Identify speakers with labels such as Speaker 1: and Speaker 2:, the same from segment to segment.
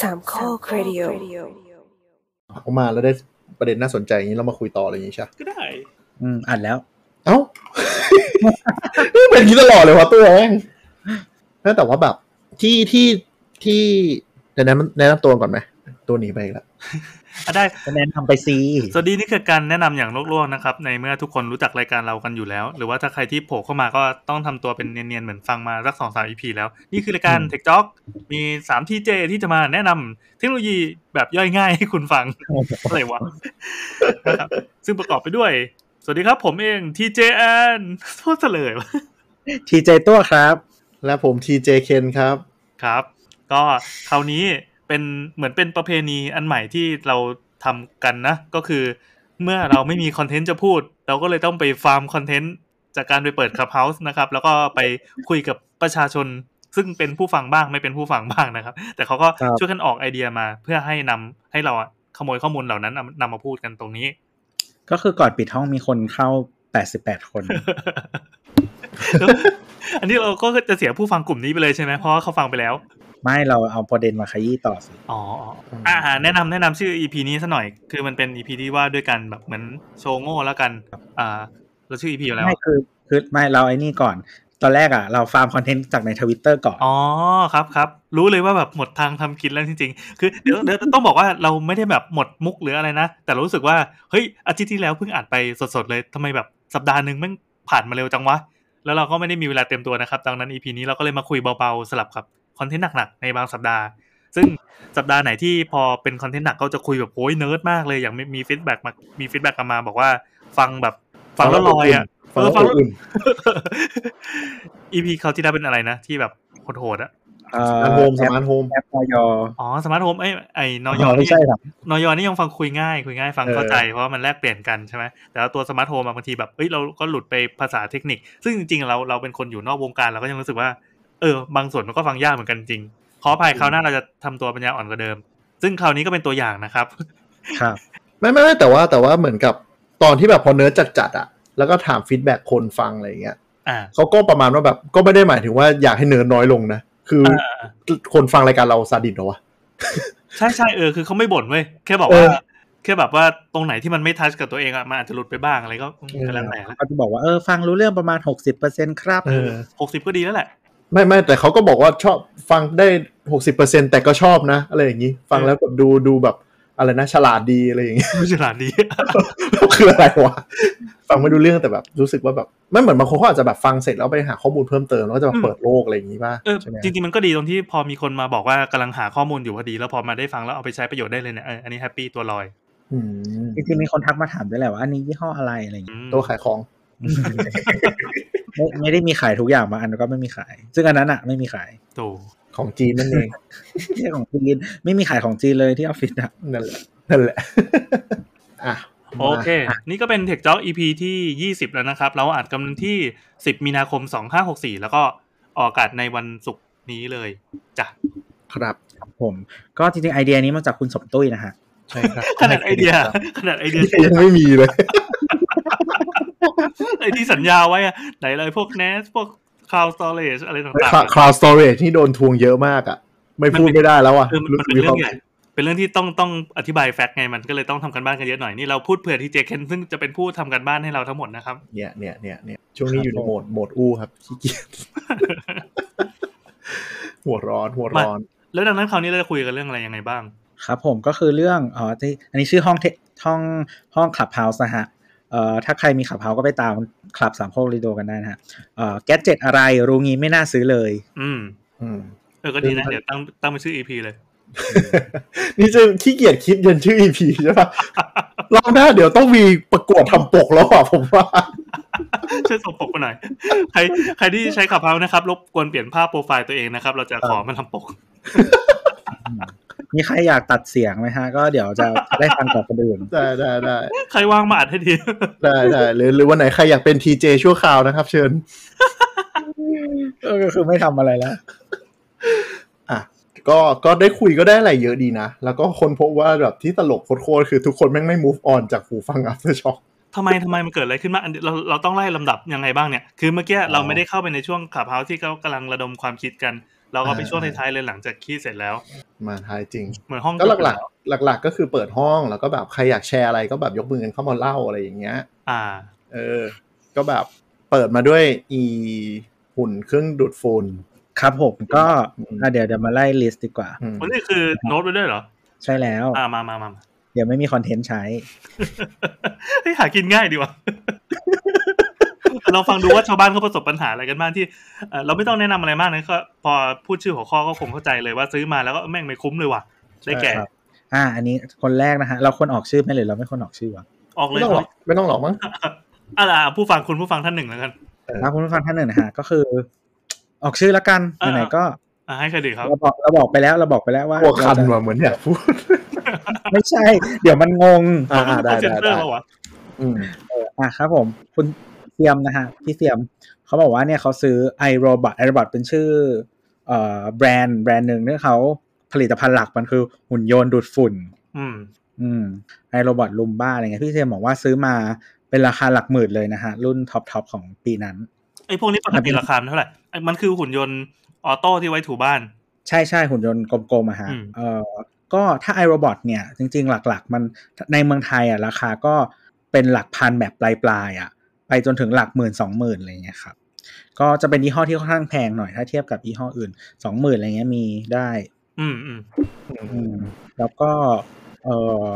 Speaker 1: สามข้อครดิโอ
Speaker 2: เขามาแล้วได้ประเด็นน่าสนใจอย่างนี้เรามาคุยต่ออะไรอย่างนี้ใช่ปะ
Speaker 3: ก็ได้
Speaker 4: อืมอัดแล้ว
Speaker 2: เอ้า เป็นอย่างนี้ตลอดเลยวะตัวเองนั่นแต่ว่าแบบที่ที่ที่เดี๋ยวแนะนำแนะนำตัวก่อนไหมตัวหนีไปอีกแล้ว
Speaker 3: อ่ะได้
Speaker 4: ก็แนะนำไปซี
Speaker 3: สวัสดีนี่คือการแนะนำอย่างโลวกๆนะครับ ในเมื่อทุกคนรู้จักรายการเรากันอยู่แล้ว หรือว่าถ้าใครที่โผล่เข้ามาก็ต้องทำตัวเป็นเนียนๆ เหมือนฟังมาสักสองสามอีพีแล้ว นี่คือรายการ Tech Talk มี 3 ที่เจที่จะมาแนะนำเทคโนโลยีแบบย่อยง่ายให้คุณฟัง อะไรวะนะครับซึ่งประกอบไปด้วย สวัสดีครับผมเองทีเจแอนโทษเสลยวะ
Speaker 4: ทีเจตัวครับ
Speaker 2: และผมทีเจเคนครับ
Speaker 3: ครับ ก็คราวนี้เป็นเหมือนเป็นประเพณีอันใหม่ที่เราทำกันนะ ก็คือเมื่อเราไม่มีคอนเทนต์จะพูด เราก็เลยต้องไปฟาร์มคอนเทนต์จากการไปเปิดคลับเฮาส์นะครับ แล้วก็ไปคุยกับประชาชน ซึ่งเป็นผู้ฟังบ้างไม่เป็นผู้ฟังบ้างนะครับ แต่เขาก็
Speaker 2: ครับ
Speaker 3: ช่วยกันออกไอเดียมา เพื่อให้นำให้เราอะขโมยข้อมูลเหล่านั้นนำนำมาพูดกันตรงนี้
Speaker 4: ก็คือก่อนปิดห้องมีคนเข้า 88 คน
Speaker 3: แล้วอันนี้เราก็จะเสียผู้ฟังกลุ่มนี้ไปเลยใช่ไหมเพราะว่าเขาฟังไปแล้ว
Speaker 4: ไม่เราเอาประเด็นมาขยี้ต่อสิ
Speaker 3: อ๋ออ่าแนะนำแนะนำชื่อ EP นี้ซะหน่อย คือมันเป็น EP ที่ว่าด้วยกันแบบเหมือนโชว์โง่แล้วกันอ่าเราชื่อ EP อยู่แล้ว
Speaker 4: ไม่คือคือไม่เราไอ้นี่ก่อน ตอนแรกอ่ะ เราฟาร์มคอนเทนต์จากในทวิตเตอร์ก่อน
Speaker 3: อ๋อครับครับรู้เลยว่าแบบหมดทางทำกินแล้วจริงๆ คือเดี๋ยวเดี๋ยวต้องบอกว่าเราไม่ได้แบบหมดมุกหรืออะไรนะ แต่เรารู้สึกว่าเฮ้ยอาทิตย์ที่แล้วเพิ่งอัดไปสดๆเลยทำไมแบบสัปดาห์หนึ่งแม่งผ่านมาเร็วจังวะ แล้วเราก็ไม่ได้มีเวลาเตรียมตัวนะครับดังนั้น EP นี้เราก็เลยมาคุยเบาๆสลับกับคอนเทนต์หนักๆในบางสัปดาห์ ซึ่งสัปดาห์ไหนที่พอเป็นคอนเทนต์หนักก็จะคุยแบบโอ้ยเนิร์ดมากเลยอย่างมีมีฟีดแบ็กมามีฟีดแบ็กกลันมาบอกว่าฟังแบบฟังแล้วลอยอ่ะ
Speaker 2: ฟังแล้วอบอุ่น
Speaker 3: EP เขาวที่ได้วเป็นอะไรนะ ที่แบบโหดๆอะ
Speaker 4: เอ่
Speaker 2: ส
Speaker 4: อ
Speaker 2: มาร์ทโฮมส
Speaker 4: แอป
Speaker 2: มาร์ทโฮม
Speaker 4: แอปอยอ
Speaker 3: อ๋อสมาร์ทโฮมไอ้ยไอ้นอย
Speaker 4: ไม่
Speaker 3: นี่
Speaker 4: ใช่หรอก
Speaker 3: นอยนี่ยังฟังคุยง่ายคุยง่ายฟัง
Speaker 2: เออ
Speaker 3: เข้าใจเพราะว่ามันแลกเปลี่ยนกันใช่ไหมแต่ว่าตัวสมาร์ทโฮมอะบางทีแบบเอ้ยเราก็หลุดไปภาษาเทคนิค ซึ่งจริงๆ เราเราเป็นคนอยู่นอกวงการเราก็ยังรู้สึกว่า เออบางส่วนมันก็ฟังยากเหมือนกันจริง ขออภัยคราวหน้าเราจะทำตัวปัญญาอ่อนกว่าเดิม ซึ่งคราวนี้ก็เป็นตัวอย่างนะครับ
Speaker 4: ครับ
Speaker 2: ไม่ไม่ไม่แต่ว่าแต่ว่าเหมือนกับตอนที่แบบพอเนิร์ดจัดจัดๆอะแล้วก็ถามฟีดแบ็กคนฟังอะไรอย่างเงี้ย
Speaker 3: อ่า
Speaker 2: เขาก็ประมาณว่าแบบก็ไม่ได้หมายถึงว่าอยากให้เนิร์ดน้อยลงนะ คืออคนฟังรายการเราซาดิสเหรอวะ
Speaker 3: ใช่ใช่เออคือเขาไม่บ่นเว้ยแค่บอก
Speaker 2: เออ
Speaker 3: ว่าแค่แบบว่าตรงไหนที่มันไม่ทัชกับตัวเองอะมันอาจจะหลุดไปบ้างอะไรก็ก็แล้วแต่
Speaker 4: เขาจะบอกว่าเออฟังรู้เรื่องประมาณ 60%ครับ
Speaker 2: เออ
Speaker 3: หกสิบก็ดีแล้วแหละ
Speaker 2: ไม่ไม่แต่เขาก็บอกว่าชอบฟังได้หกสิบเปอร์เซ็นแต่ก็ชอบนะ อะไรอย่างนี้ ฟังแล้วแบบดูดูแบบอะไรนะฉลาดดีอะไรอย่างเงี้ย
Speaker 3: ผู้ฉลาดดี
Speaker 2: คืออะไรวะฟังไม่ดูเรื่องแต่แบบรู้สึกว่าแบบไม่เหมือนบางคนเขาอาจจะแบบฟังเสร็จแล้วไปหาข้อมูลเพิ่มเติมแล้วก็จะแบบเปิดโลกอะไรอย่างนี้ป่ะ
Speaker 3: เออ
Speaker 2: ใช่ไหม
Speaker 3: จริงๆมันก็ดีตรงที่พอมีคนมาบอกว่ากำลังหาข้อมูลอยู่พอดี แล้วพอมาได้ฟังแล้วเอาไปใช้ประโยชน์ได้เลยเนี่ยเอออันนี้แฮปปี้ตัวลอย
Speaker 2: อืม
Speaker 4: จริงๆมีคนทักมาถามด้วยแหละว่าอันนี้ยี่ห้ออะไรอะไรอย่างเงี้ย
Speaker 3: อืม
Speaker 2: ตัวขายของ
Speaker 4: ไม่ไม่ได้มีขายทุกอย่างมางอันก็ไม่มีขาย ซึ่งอันนั้นอ่ะไม่มีขาย
Speaker 3: ถูก
Speaker 2: ของจีนนั่นเอง
Speaker 4: ไม่ใช่ของจีนไม่มีขายของจีนเลยที่ออฟฟิศอ่ะ
Speaker 2: นั่นแหละ นั่นแหละ อ่ะ
Speaker 3: โอเค นี่ก็เป็นเทคจ็อก EP ที่ 20 แล้วนะครับ เราอัดกันวันที่ 10 มีนาคม 2564 แล้วก็ออกอากาศในวันศุกร์นี้เลยจ้ะ
Speaker 2: มาครับ
Speaker 4: ผมก็จริงๆไอเดียนี้มาจากคุณสมตุ้ยนะฮะ
Speaker 2: ใช่ครับ
Speaker 3: ขนาดไอ เดีย ขนาดไอเดีย
Speaker 2: ยังไม่มีเลย
Speaker 3: ไอที่สัญญาไว้อะไหนอะไรพวก NAS พวก Cloud Storage อะไรต่างๆอะ
Speaker 2: คลาวด์สตอเรจที่โดนทวงเยอะมากอ่ะ ไม่พูดไม่ได้แล้วอ่ะ
Speaker 3: เออมันมันเป็นเรื่องใหญ่เป็นเรื่องที่ต้องต้องอธิบายแฟกต์ไง มันก็เลยต้องทำกันบ้านกันเยอะหน่อย นี่เราพูดเผื่อทีเจเคนซึ่งจะเป็นผู้ทำกันบ้านให้เราทั้งหมดนะครับ
Speaker 2: เนี่ยเนี่ยเนี่ยเนี่ยช่วงนี้อยู่ใน
Speaker 4: ครับ
Speaker 2: โหมดโหมดอู้ครับขี้เกียจ หัวร้อนหัวร้อน
Speaker 3: แล้วดังนั้นคราวนี้เราจะคุยกันเรื่องอะไรยังไงบ้าง
Speaker 4: ครับผมก็คือเรื่องอ๋อที่อันนี้ชื่อห้องเทห้องห้องคลับเฮาส์นะฮะเอ่อถ้าใครมีคลับเฮาส์ก็ไปตามคลับสามโคกรีโดกันได้นะฮะเอ่อแกจเจ็ตอะไรรู้งี้ไม่น่าซื้อเลย
Speaker 3: อืม
Speaker 2: อืม
Speaker 3: เออ ก็ดีนะ
Speaker 2: เออ
Speaker 3: เดี๋ยวตั้งตั้งเป็นชื่อ EP เลย
Speaker 2: นี่จะขี้เกียจคิดยันชื่อ EP ใช่ปะรอบหน้าเดี๋ยวต้องมีประกวดทำปกแล้วอ่ะ ผมว่า
Speaker 3: ช่วยส่งปกมาหน่อย ใครใครที่ใช้ขับเฮานะครับ รบกวนเปลี่ยนภาพโปรไฟล์ตัวเองนะครับ เราจะขอมาทำปก
Speaker 4: มีใครอยากตัดเสียงไหมฮะ ก็เดี๋ยวจะได้ฟังกับคนอื่น
Speaker 2: ได้ได้ได้
Speaker 3: ใครว่างมาอัดให้ที
Speaker 2: ได้ได้หรือหรือวันไหนใครอยากเป็นทีเจชั่วคราวนะครับ เชิญ
Speaker 4: เออก็คือไม่ทำอะไรแล้ว
Speaker 2: อ่ะก็ก็ได้คุยก็ได้อะไรเยอะดีนะ แล้วก็คนพบว่าแบบที่ตลกโคตรๆคือทุกคนแม่งไม่ move on จากหูฟัง after shock
Speaker 3: ทำไมทำไมมันเกิดอะไรขึ้นมาอันเราเราต้องไล่ลำดับยังไงบ้างเนี่ย คือเมื่อกี้เราไม่ได้เข้าไปในช่วงขับเฮาที่เขากำลังระดมความคิดกัน เราก็ไปช่วงท้ายๆเลยหลังจากคิดเสร็จแล้ว
Speaker 2: มาท้ายจริง
Speaker 3: เหมือนห้อง
Speaker 2: ก็หลักๆ หลัก ๆ ก็คือเปิดห้องแล้วก็แบบใครอยากแชร์อะไรก็แบบยกมือกันเข้ามาเล่าอะไรอย่างเงี้ย
Speaker 3: ๆอ่า
Speaker 2: เออ ก็แบบเปิดมาด้วยอีหุ่นเครื่องดูดฝุ่น
Speaker 4: ครับผมก็
Speaker 2: อืม
Speaker 4: อ่ะเดี๋ยวเดี๋ยวมาไล่ลิสต์ดีกว่า
Speaker 2: อืม
Speaker 3: วันนี้คือโน้ตไว้ด้วยเหรอ
Speaker 4: ใช่แล้ว
Speaker 3: อ่ามามามามา
Speaker 4: เดี๋ยวไม่มีคอนเทนต์ใช้
Speaker 3: เฮ้ยหากินง่ายดีว่ะ เราฟังดูว่าชาวบ้านเขาประสบปัญหาอะไรกันบ้างที่เอ่อเราไม่ต้องแนะนำอะไรมากนะก็พอพูดชื่อหัวข้อก็คงเข้าใจเลยว่าซื้อมาแล้วก็แม่งไม่คุ้มเลยว่ะ ได้แก่
Speaker 4: ใช่ครับ อ่า อันนี้คนแรกนะฮะ เราควรออกชื่อไหมหรือเราไม่ควรออกชื่อวะ
Speaker 3: ออกเล
Speaker 2: ไม่
Speaker 3: ย
Speaker 2: ต้องหรอกไม่ต้องหรอกมั้ง
Speaker 3: อ่ะล่ะผู้ฟังคุณผู้ฟังท่านหนึ่งแล้วกัน
Speaker 2: เออ
Speaker 4: นะคุณผู้ฟังท่านหนึ่งนะฮะก็คือ ออกชื่อละกัน
Speaker 3: อ่า
Speaker 4: ไหนๆก็
Speaker 3: อ่ะให้เครดิตเขา
Speaker 4: เราบอกเราบอกไปแล้วเราบอกไปแล้วว่า
Speaker 2: หัวคัน
Speaker 4: เราจะ
Speaker 2: ว่ะเหมือนอยากพูด
Speaker 4: ไม่ใช่ เดี๋ยวมันงง
Speaker 2: อ่าได้
Speaker 3: เซ็น
Speaker 2: ได้
Speaker 3: เตอ
Speaker 2: ได้
Speaker 3: ร์มาวะ
Speaker 2: อืม
Speaker 4: อ่ะครับผม คุณเสียมนะฮะพี่เสียมเขาบอกว่าเนี่ยเขาซื้อ iRobot iRobot เป็นชื่อเอ่อแบรนด์แบรนด์หนึ่งเนี่ยเขาผลิตภัณฑ์หลักมันคือหุ่นยนต์ดูดฝุ่น
Speaker 3: อืม
Speaker 4: อืมไอโรบอทลุมบ้าอะไรเงี้ยพี่เซมบอกว่าซื้อมาเป็นราคาหลักหมื่นเลยนะฮะ รุ่นท็อปทอปของปีนั้น
Speaker 3: ไอ้พวกนี้ปกติราคามันเท่าไหร่ไอ้มันคือหุ่นยนต์ออโต้ที่ไว้ถูบ้าน
Speaker 4: ใช่ใช่หุ่นยนต์กลมๆอะฮะ
Speaker 3: อืม
Speaker 4: เออก็ถ้าไอโรบอทเนี่ย จริงๆ หลักๆ มันในเมืองไทยอ่ะราคาก็เป็นหลักพันแบบปลายๆอ่ะ ไปจนถึงหลักหมื่นสองหมื่นอะไรเงี้ยครับ ก็จะเป็นยี่ห้อที่ค่อนข้างแพงหน่อยถ้าเทียบกับยี่ห้ออื่นสองหมื่นอะไรเงี้ยมีได้
Speaker 3: อืมอืม
Speaker 4: อืมแล้วก็ เออ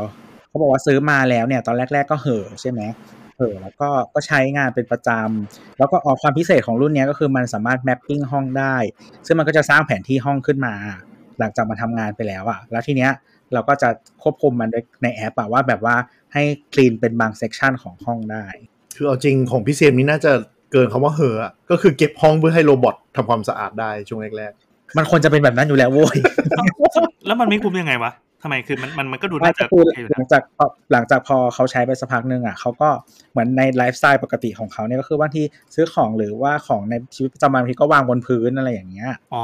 Speaker 4: เขาบอกว่าซื้อมาแล้วเนี่ย ตอนแรก ๆก็เห่อะใช่ไหมเห่อะแล้วก็ก็ใช้งานเป็นประจำแล้วก็ออกความพิเศษของรุ่นเนี้ยก็คือมันสามารถแมปปิ้งห้องได้ ซึ่งมันก็จะสร้างแผนที่ห้องขึ้นมา หลังจากมาทำงานไปแล้วอะแล้วทีเนี้ยเราก็จะควบคุมมันด้วยในแอปอะว่าแบบว่าให้คลีนเป็นบางเซกชันของห้องได้
Speaker 2: คือเอาจริงของพี่เซมนี่น่าจะเกินคำว่าเหอะอะก็คือเก็บห้องเพื่อให้โรบอททำความสะอาดได้ช่วงแรก
Speaker 4: มันควรจะเป็นแบบนั้นอยู่แล้วโว้ย
Speaker 3: แล้วมันไม่คุ้มยังไงวะทำไมคือมันมันมันก็ดู
Speaker 4: ไม่
Speaker 3: น่าจะ
Speaker 4: ก็คือ
Speaker 3: โอเคอยู่
Speaker 4: หลั
Speaker 3: นะ
Speaker 4: งจากพอหลังจากพอเขาใช้ไปสักพักหนึ่งอ่ะเขาก็เหมือนในไลฟ์สไตล์ปกติของเขาเนี่ยก็คือบางทีซื้อของหรือว่าของในชีวิตประจำวันบางทีก็วางบนพื้นอะไรอย่างเงี้ย
Speaker 3: อ๋อ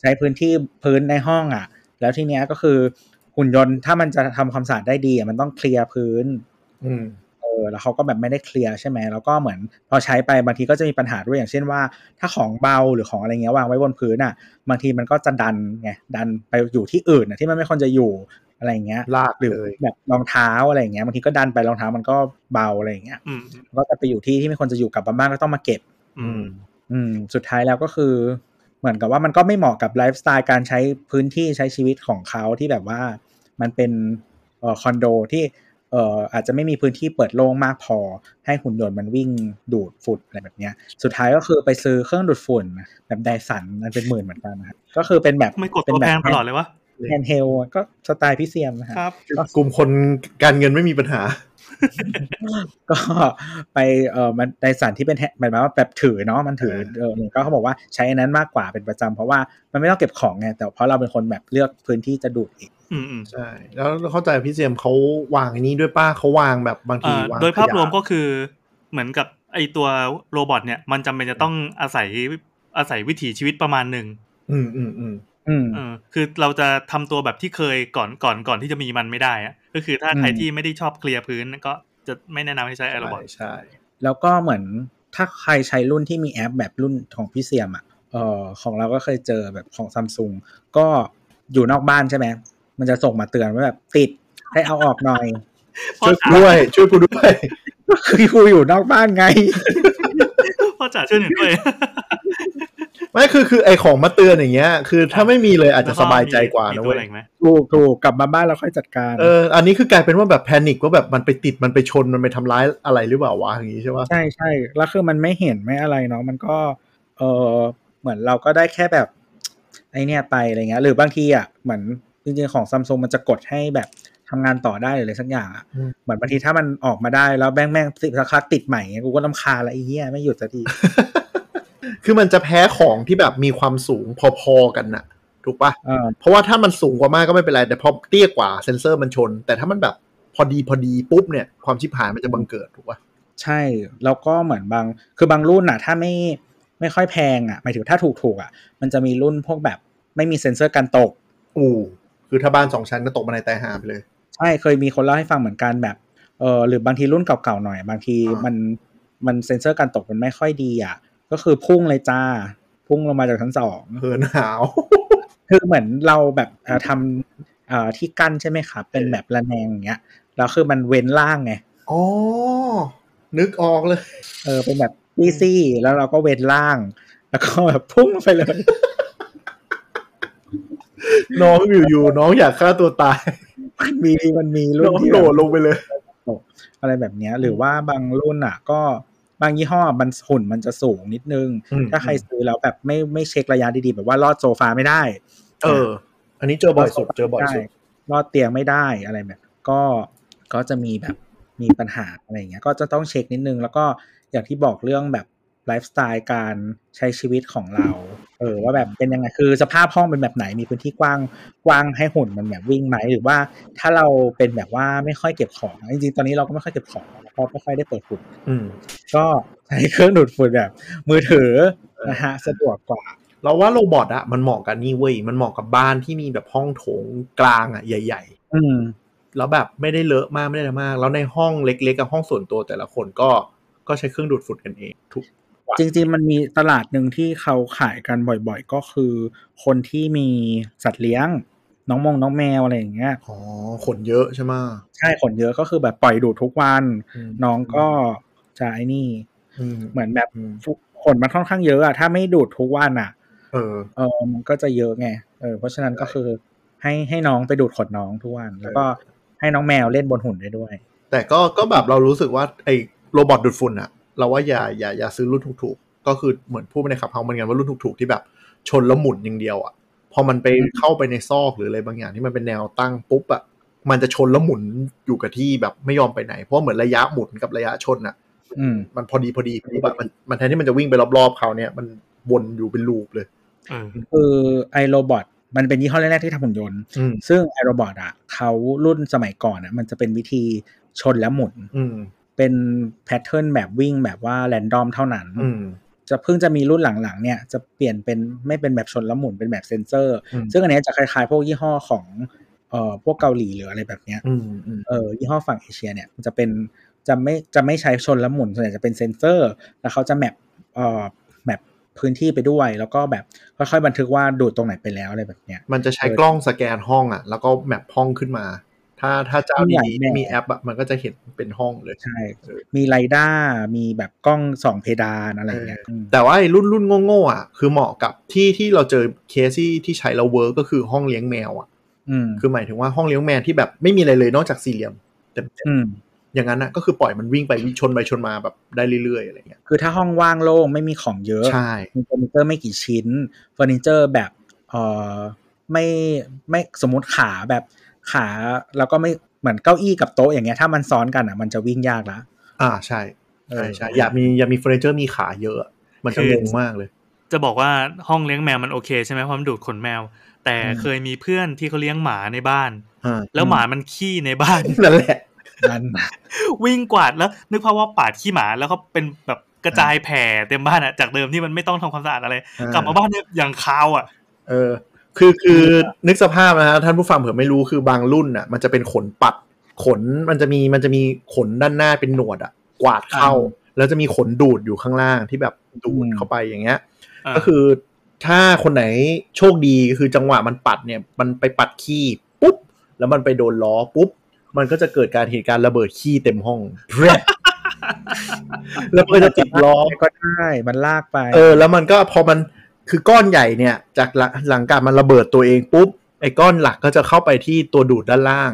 Speaker 4: ใช้พื้นที่พื้นในห้องอ่ะ แล้วทีเนี้ยก็คือหุ่นยนต์ถ้ามันจะทำความสะอาดได้ดีอ่ะมันต้องเคลียร์พื้น
Speaker 2: ๆ อืม
Speaker 4: เออแล้วเขาก็แบบไม่ได้เคลียร์ใช่ไหมแล้วก็เหมือนพอใช้ไปบางทีก็จะมีปัญหาด้วยอย่างเช่นว่า ถ้าของเบาหรือของอะไรเงี้ยวางไว้บนพื้นอ่ะ บางทีมันก็จะดันไงดันไปอยู่ที่อื่นอ่ะที่มันไม่ควรจะอยู่อะไรอย่างเงี้ย
Speaker 2: ลาก
Speaker 4: หรือ
Speaker 2: เลย
Speaker 4: แบบรองเท้าอะไรอย่างเงี้ยบางทีก็ดันไปรองเท้ามันก็เบาอะไรอย่างเงี้ย
Speaker 3: อืม
Speaker 4: ก็จะไปอยู่ที่ที่ไม่ควรจะอยู่กลับมาบ้านก็ต้องมาเก็บ
Speaker 3: อืม
Speaker 4: อืม สุดท้ายแล้วก็คือ เหมือนกับว่ามันก็ไม่เหมาะกับไลฟ์สไตล์การใช้พื้นที่ใช้ชีวิตของเขาที่แบบว่ามันเป็นเอ่อคอนโดที่เอ่ออาจจะไม่มีพื้นที่เปิดโล่งมากพอ ให้หุ่นยนต์มันวิ่งดูดฝุ่นอะไรแบบเนี้ย สุดท้ายก็คือไปซื้อเครื่องดูดฝุ่นแบบไดสันมันเป็นหมื่นเหมือนกันนะครับก็คือเป็นแบบ
Speaker 3: ทำไม่กดตัวแพงตลอดเลยวะ
Speaker 4: แฮนด์เฮลก็สไตล์พี่เซียมนะฮะ
Speaker 3: ครับ
Speaker 2: กลุ่มคนการเงินไม่มีปัญหา
Speaker 4: ก็ ไปเออมันในสารที่เป็นแฮหมายความว่าแบบถือเนาะมันถือเออก็เขาบอกว่าใช้อันนั้นมากกว่าเป็นประจำเพราะว่ามันไม่ต้องเก็บของไงแต่เพราะเราเป็นคนแบบเลือกพื้นที่จะดูดอีก
Speaker 3: อืมอืม
Speaker 2: ใช่ แล้วเข้าใจพี่เจมส์เขาวางอันนี้ด้วยป้าเขาวางแบบบางที
Speaker 3: อ่าว
Speaker 2: าง
Speaker 3: โดยภาพรวม
Speaker 2: ขะ
Speaker 3: ก็คือเหมือนกับไอตัวโรบอทเนี่ย มันจำเป็นจะต้องอาศัยอาศัยวิถีชีวิตประมาณหนึ่ง
Speaker 2: อืมอืมอืม
Speaker 4: อืม
Speaker 3: เออคือเราจะทำตัวแบบที่เคยก่อนก่อนก่อนที่จะมีมันไม่ได้อะก็คือถ้าใคร
Speaker 4: อืม
Speaker 3: ที่ไม่ได้ชอบเคลียร์พื้นก็จะไม่แนะนำให้ใช้ไอโรบอท
Speaker 2: ใช่ใช่
Speaker 4: แล้วก็เหมือนถ้าใครใช้รุ่นที่มีแอปแบบรุ่นของพี่เซียมอ่ะเออของเราก็เคยเจอแบบของซัมซุงก็อยู่นอกบ้านใช่ไหมมันจะส่งมาเตือนว่าแบบติดให้เอาออกหน่อย
Speaker 3: เพราะ
Speaker 2: ช่วยกูด้วย ช่วยกูด้วย
Speaker 4: ก็คือกูอยู่นอกบ้านไง
Speaker 3: เพราะจ่าช่วยหนึ่งด้วย
Speaker 2: ไม่คือคือไอของมาเตือนอย่างเงี้ย คือถ้าไม่มีเลยอาจจะสบายใจกว่า
Speaker 3: แล้
Speaker 2: นะ
Speaker 3: มีตั
Speaker 2: เว้
Speaker 3: อย ไรอีกไหม
Speaker 4: ถูกถูกกลับมาบ้านแล้วค่อยจัดการ
Speaker 2: เอออันนี้คือกลายเป็นว่าแบบแพนิคว่าแบบมันไปติดมันไปชนมันไปทำร้ายอะไรหรือเปล่าวะอย่างงี้ใช่ปะ
Speaker 4: ใช่ใช่แล้วคือมันไม่เห็นไม่อะไรเนาะมันก็เออเหมือนเราก็ได้แค่แบบไอเนี่ยไปอะไรเงี้ยหรือบางทีอ่ะเหมือนจริงๆของซัมซุงมันจะกดให้แบบทำงานต่อได้หรืออะไรสักอย่างอ่ะเหมือนบางทีถ้ามันออกมาได้แล้วแม่งแม่งติดราคาติดใหม่เงี้ยกูก็ลำคาญละไอ้เหี้ยไม่หยุดสักที
Speaker 2: คือมันจะแพ้ของที่แบบมีความสูงพอๆกันน่ะ ถูกปะ
Speaker 4: เออ
Speaker 2: เพราะว่าถ้ามันสูงกว่ามากก็ไม่เป็นไร แต่พอเตี้ยกว่าเซนเซอร์มันชน แต่ถ้ามันแบบพอดีพอดีปุ๊บเนี่ยความชิบหายมันจะบังเกิดถูกปะ
Speaker 4: ใช่แล้วก็เหมือนบางคือบางรุ่นอ่ะ ถ้าไม่ไม่ค่อยแพงอ่ะหมายถึงถ้าถูกถูกๆอ่ะ มันจะมีรุ่นพวกแบบไม่มีเซ็นเซอร์กันตก
Speaker 2: อู้คือถ้าบ้านสองชั้นก็ตกบันไดตายหาไปเลย
Speaker 4: ใช่เคยมีคนเล่าให้ฟังเหมือนกันแบบ เออหรือบางทีรุ่นเก่าๆหน่อย บางที
Speaker 2: อ่ามั
Speaker 4: มันมันเซ็นเซอร์การตกมันไม่ค่อยดีอ่ะก็คือพุ่งเลยจ้า พุ่งลงมาจากชั้นสอง
Speaker 2: เหินหาว
Speaker 4: คือเหมือนเราแบบเอ่อทำเอ่อที่กั้นใช่ไหมครับ เป็นแบบระแนงอย่างเงี้ยแล้วคือมันเว้นล่างไง
Speaker 2: อ๋อ นึกออกเลย
Speaker 4: เออเป็นแบบดีซี่แล้วเราก็เว้นล่าง แล้วก็แบบพุ่งไปเลย
Speaker 2: น้องอยู่ๆน้องอยากฆ่าตัวตาย
Speaker 4: มันมีมันมีรุ่
Speaker 2: น้
Speaker 4: น
Speaker 2: อง
Speaker 4: ที่
Speaker 2: โด
Speaker 4: แบบ
Speaker 2: ดลงไปเลย
Speaker 4: อะไรแบบเนี้ย หรือว่าบางรุ่นอ่ะ ก็บางยี่ห้อมันหุ่นมันจะสูงนิดนึง
Speaker 2: อืม
Speaker 4: ถ้าใครซื้อแล้วแบบไม่ไม่เช็คระยะดีๆ แบบว่าลอดโซฟาไม่ได้
Speaker 2: เออ อันนี้เจอบ่อยสุด เจอบ่อยสุด
Speaker 4: ลอดเตียงไม่ได้อะไรแบบ ก็ก็จะมีแบบมีปัญหาอะไรอย่างเงี้ย ก็จะต้องเช็คนิดนึง แล้วก็อย่างที่บอกเรื่องแบบไลฟ์สไตล์การใช้ชีวิตของเรา เออว่าแบบเป็นยังไงคือสภาพห้องเป็นแบบไหนมีพื้นที่กว้างกว้างให้หุ่นมันแบบวิ่งไหมหรือว่าถ้าเราเป็นแบบว่าไม่ค่อยเก็บของจริงๆตอนนี้เราก็ไม่ค่อยเก็บของเพราะไม่ค่อยได้เปิดหุ่น
Speaker 2: อืม
Speaker 4: ก็ ใช้เครื่องดูดฝุ่นแบบ มือถือนะฮะสะดวกกว่า
Speaker 2: เราว่าโรบอทอะมันเหมาะกับนี่เว้ย มันเหมาะกับบ้านที่มีแบบห้องโถงกลางอะใหญ่
Speaker 4: อืม
Speaker 2: ๆ แล้วแบบไม่ได้เลอะมากไม่ได้อะไรมาก แล้วในห้องเล็กๆกับห้องส่วนตัวแต่ละคนก็ก็ใช้เครื่องดูดฝุ่นกันเองทุก
Speaker 4: จริงๆ มันมีตลาดหนึ่งที่เขาขายกันบ่อยๆ ก็คือ คนที่มีสัตว์เลี้ยง น้องมงน้องแมวอะไรอย่างเงี้ย
Speaker 2: อ๋อ ขนเยอะใช่ไหมะ
Speaker 4: ใช่ขนเยอะก็คือแบบปล่อยดูดทุกวัน
Speaker 2: ม
Speaker 4: น้องก็จะไอ้นี่
Speaker 2: อืม
Speaker 4: เหมือนแบบ
Speaker 2: อืม
Speaker 4: ขนมันค่อนข้างเยอะอะถ้าไม่ดูดทุกวันอะ
Speaker 2: เออ
Speaker 4: เออมันก็จะเยอะไงเออเพราะฉะนั้นก็คือให้ให้น้องไปดูดขนน้องทุกวัน แล้วก็ให้น้องแมวเล่นบนหุ่นได้ด้วย
Speaker 2: แต่ก็ก็แบบเรารู้สึกว่าไอ้โรบอทดูดฝุ่นอะเราว่าอย่าอย่าอย่าซื้อรุ่นถูกๆ ก็คือเหมือนพูดไปในขับเฮาส์เหมือนกันว่ารุ่นถูกๆที่แบบชนแล้วหมุนอย่างเดียวอะพอมันไปเข้าไปในซอกหรืออะไรบางอย่างที่มันเป็นแนวตั้งปุ๊บอะมันจะชนแล้วหมุนอยู่กับที่แบบไม่ยอมไปไหน เพราะเหมือนระยะหมุนกับระยะชนอะ
Speaker 4: อืม
Speaker 2: มันพอดีพอดีพอดีแบบมันมันแทนที่มันจะวิ่งไปรอบๆเขาเนี่ยมันวนอยู่เป็นลูปเลย
Speaker 3: เออ
Speaker 4: คือไอโรบอทมันเป็นยี่ห้อแรกๆที่ทำหุ่นยนต์
Speaker 2: อืม
Speaker 4: ซึ่งไอโรบอทอ่ะเขารุ่นสมัยก่อนอ่ะมันจะเป็นวิธีชนและหมุน
Speaker 2: อืม
Speaker 4: เป็นแพทเทิร์นแบบวิ่งแบบว่าแรนดอมเท่านั้น
Speaker 2: อืม
Speaker 4: จะเพิ่งจะมีรุ่นหลังๆเนี่ยจะเปลี่ยนเป็นไม่เป็นแบบชนและหมุนเป็นแบบเซนเซอร์
Speaker 2: อืม
Speaker 4: ซึ่งอันเนี้ยจะคล้ายๆ พวกยี่ห้อของเอ่อพวกเกาหลีหรืออะไรแบบเนี้ย
Speaker 2: อืมอืม
Speaker 4: เออยี่ห้อฝั่งเอเชียเนี่ยมันจะเป็นจะไม่จะไม่ใช้ชนและหมุนส่วนใหญ่จะเป็นเซนเซอร์ แล้วเขาจะแมปเอ่อแมปพื้นที่ไปด้วย แล้วก็แบบค่อยๆบันทึกว่าดูดตรงไหนไปแล้วอะไรแบบเนี้ย
Speaker 2: มันจะใช้กล้องสแกนห้องอะแล้วก็แมปห้องขึ้นมา ถ้าถ้าเจ้า
Speaker 4: มีหลาย
Speaker 2: ดีๆไม่มี
Speaker 4: แบบ
Speaker 2: แอปอะมันก็จะเห็นเป็นห้องเลย
Speaker 4: ใช่
Speaker 2: เออ
Speaker 4: มีไรด้ามีแบบกล้องสองเพดานอะไรอย่างเงี้ย
Speaker 2: เออ
Speaker 4: อืม
Speaker 2: แต่ว่าไอ้รุ่นรุ่นโง่ๆอ่ะคือเหมาะกับที่ที่เราเจอเคสที่ที่ใช้แล้วเวิร์กก็คือห้องเลี้ยงแมวอ่ะ
Speaker 4: อืม
Speaker 2: คือหมายถึงว่าห้องเลี้ยงแมวที่แบบไม่มีอะไรเลยนอกจากสี่เหลี่ยมแต่
Speaker 4: อืม
Speaker 2: อย่างนั้นอ่ะก็คือปล่อยมันวิ่งไปวิ่งชนไปชนมาแบบได้เรื่อยๆอะไรเงี้ย
Speaker 4: คือถ้าห้องว่างโล่งไม่มีของเยอะ
Speaker 2: ใช่
Speaker 4: มีเฟอร์นิเจอร์ไม่กี่ชิ้น เฟอร์นิเจอร์แบบเออไม่ไม่สมมติขาแบบขาแล้วก็ไม่เหมือนเก้าอี้กับโต๊ะอย่างเงี้ยถ้ามันซ้อนกันอ่ะมันจะวิ่งยากละ
Speaker 2: อ่าใช่
Speaker 4: เอ
Speaker 2: ใช่
Speaker 4: อ
Speaker 2: ใช่อย่ามีอย่ามีเฟอร์นิเจอร์มีขาเยอะอะมันจะ
Speaker 3: คือ
Speaker 2: งงมากเลย
Speaker 3: จะบอกว่าห้องเลี้ยงแมวมันโอเคใช่ไหมเพราะมันดูดขนแมว แต่เคยมีเพื่อนที่เขาเลี้ยงหมาในบ้าน
Speaker 2: อ่า
Speaker 3: แล้วหมามันขี้ในบ้าน
Speaker 2: นั่นแหละ
Speaker 4: มัน
Speaker 3: วิ่งกวาดแล้ว นึกภาพว่าปาดขี้หมาแล้วก็เป็นแบบกระจายแผ่เต็มบ้านอ่ะจากเดิมที่มันไม่ต้องทำความสะอาดอะไร
Speaker 2: อ่าก
Speaker 3: กลับมาบ้านเนี่ยอย่างคาวอ่ะ
Speaker 2: เออคือคือนึกสภาพนะฮะท่านผู้ฟังเผื่อไม่รู้คือบางรุ่นอ่ะ มันจะเป็นขนปัด ขนมันจะมีมันจะมีขนด้านหน้าเป็นหนวดอ่ะ กวาดเข้า แล้วจะมีขนดูดอยู่ข้างล่างที่แบบดูดเข้าไปอย่างเงี้ย
Speaker 3: เออ
Speaker 2: ก็คือถ้าคนไหนโชคดีคือจังหวะมันปัดเนี่ย มันไปปัดขี้ปุ๊บ แล้วมันไปโดนล้อปุ๊บ มันก็จะเกิดการเหตุการณ์ระเบิดขี้เต็ม ห้อง แล้วมันก็จะติดล้อ
Speaker 4: ก็ได้มันลากไป
Speaker 2: เออแล้วมันก็พอมันคือก้อนใหญ่เนี่ย จากหลังหลังการมันระเบิดตัวเองปุ๊บไอ้ก้อนหลักก็จะเข้าไปที่ตัวดูดด้านล่าง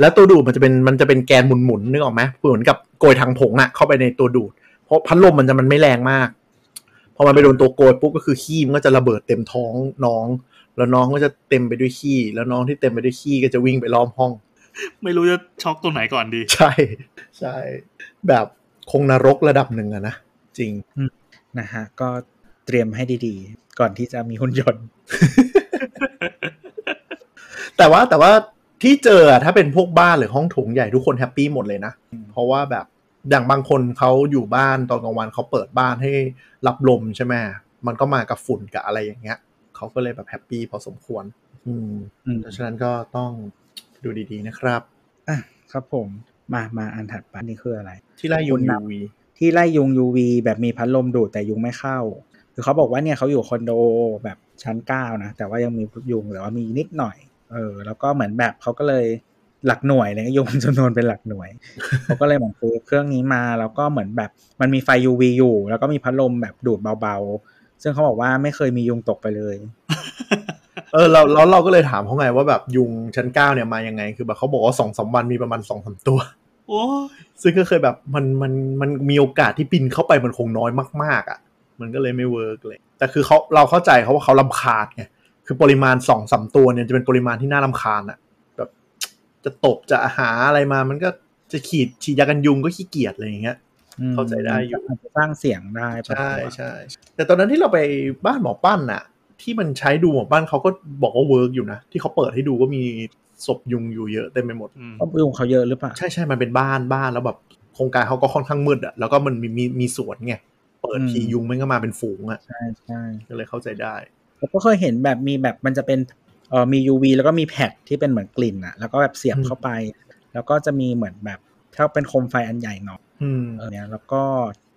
Speaker 2: แล้วตัวดูดมันจะเป็นมันจะเป็นแกนหมุนๆนึกออกไหมเหมือนกับโกยถังผงอะเข้าไปในตัวดูด เพราะพัดลมมันจะมันไม่แรงมาก พอมันไปโดนตัวโกยปุ๊บก็คือขี้มันก็จะระเบิดเต็มท้องน้อง แล้วน้องก็จะเต็มไปด้วยขี้แล้วน้องที่เต็มไปด้วยขี้ก็จะวิ่งไปล้อมห้อง
Speaker 3: ไม่รู้จะช็อกตรงไหนก่อนดี
Speaker 2: ใช่ใช่แบบคงนรกระดับหนึ่งอะนะจริง
Speaker 4: นะฮะก็เตรียมให้ดีๆ ก่อนที่จะมีหุ่นยนต์
Speaker 2: แต่ว่าแต่ว่าที่เจออะถ้าเป็นพวกบ้านหรือห้องโถงใหญ่ทุกคนแฮปปี้หมดเลยนะ เพราะว่าแบบอย่างบางคนเขาอยู่บ้านตอนกลางวันเขาเปิดบ้านให้รับลมใช่ไหมมันก็มากับฝุ่นกับอะไรอย่างเงี้ยเขาก็เลยแบบแฮปปี้พอสมควร อืม
Speaker 4: อืม
Speaker 2: เพราะฉะนั้นก็ต้องดูดีๆนะครับ
Speaker 4: อ่ะครับผม มามาอันถัดไปนี่คืออะไร
Speaker 2: ที่ไล่ยุง
Speaker 4: คุณนั
Speaker 2: ยู
Speaker 4: บ
Speaker 2: วี
Speaker 4: ที่ไล่ยุง UV แบบมีพัดลมดูดแต่ยุงไม่เข้า คือเขาบอกว่าเนี่ยเขาอยู่คอนโดแบบชั้นเก้านะ แต่ว่ายังมียุงแต่ว่ามีนิดหน่อย เออ แล้วก็เหมือนแบบเขาก็เลยหลักหน่วยเลยยุงจำนวนเป็นหลักหน่วย เขาก็เลยเหมือนซื้อเครื่องนี้มาแล้วก็เหมือนแบบมันมีไฟ UV อยู่ แล้วก็มีพัดลมแบบดูดเบาๆ ซึ่งเขาบอกว่าไม่เคยมียุงตกไปเลย
Speaker 2: เออเราเราเราก็เลยถามเขาไงว่าแบบยุงชั้นเก้าเนี่ยมายังไง คือแบบเขาบอกว่าสองสามวันมีประมาณสองสามตัว
Speaker 3: โอ้ย
Speaker 2: ซึ่งก็เคยแบบมันมันมันมีโอกาสที่บินเข้าไปมันคงน้อยมากๆอะ่ะ มันก็เลยไม่เวิร์กเลย แต่คือเขาเราเข้าใจเขาว่าเขาลำคาญไงคือปริมาณสองสามตัวเนี่ยจะเป็นปริมาณที่น่าลำคาญอะ่ะแบบจะตบจะหาอะไรมามันก็จะขีดฉีดยากันยุงก็ขี้เกียจอะไรอย่างเงี้ย
Speaker 4: อืม
Speaker 2: เข้าใจได้อยู่
Speaker 4: าจจะสร้างเสียงได้ปะ
Speaker 2: ใช่ใช่แต่ตอนนั้นที่เราไปบ้านหมอปั้นน่ะ ที่มันใช้ดูหมอปั้นเขาก็บอกว่าเวิร์กอยู่นะ ที่เขาเปิดให้ดูก็มีศพยุงอยู่เยอะเต็มไปหมด
Speaker 3: อืม
Speaker 4: เพราะยุงเขาเยอะหรือเปล่า
Speaker 2: ใช่ใช่มันเป็นบ้านบ้านแล้วแบบโครงการเขาก็ค่อนข้างมืดอะแล้วก็มันมีมีมีสวนไง เปิด
Speaker 4: อืม
Speaker 2: ทียุงมันก็มาเป็นฝูงอะ
Speaker 4: ใช่ใช่
Speaker 2: ก็เลยเข้าใจได้
Speaker 4: ผมก็เคยเห็นแบบมีแบบมันจะเป็นเอ่อมี UV แล้วก็มีแพดที่เป็นเหมือนกลิ่นอะแล้วก็แบบเสียบ
Speaker 2: อืม
Speaker 4: เข้าไป แล้วก็จะมีเหมือนแบบถ้าเป็นโคมไฟอันใหญ่หน่อย
Speaker 2: อืม
Speaker 4: เออเนี่ยแล้วก็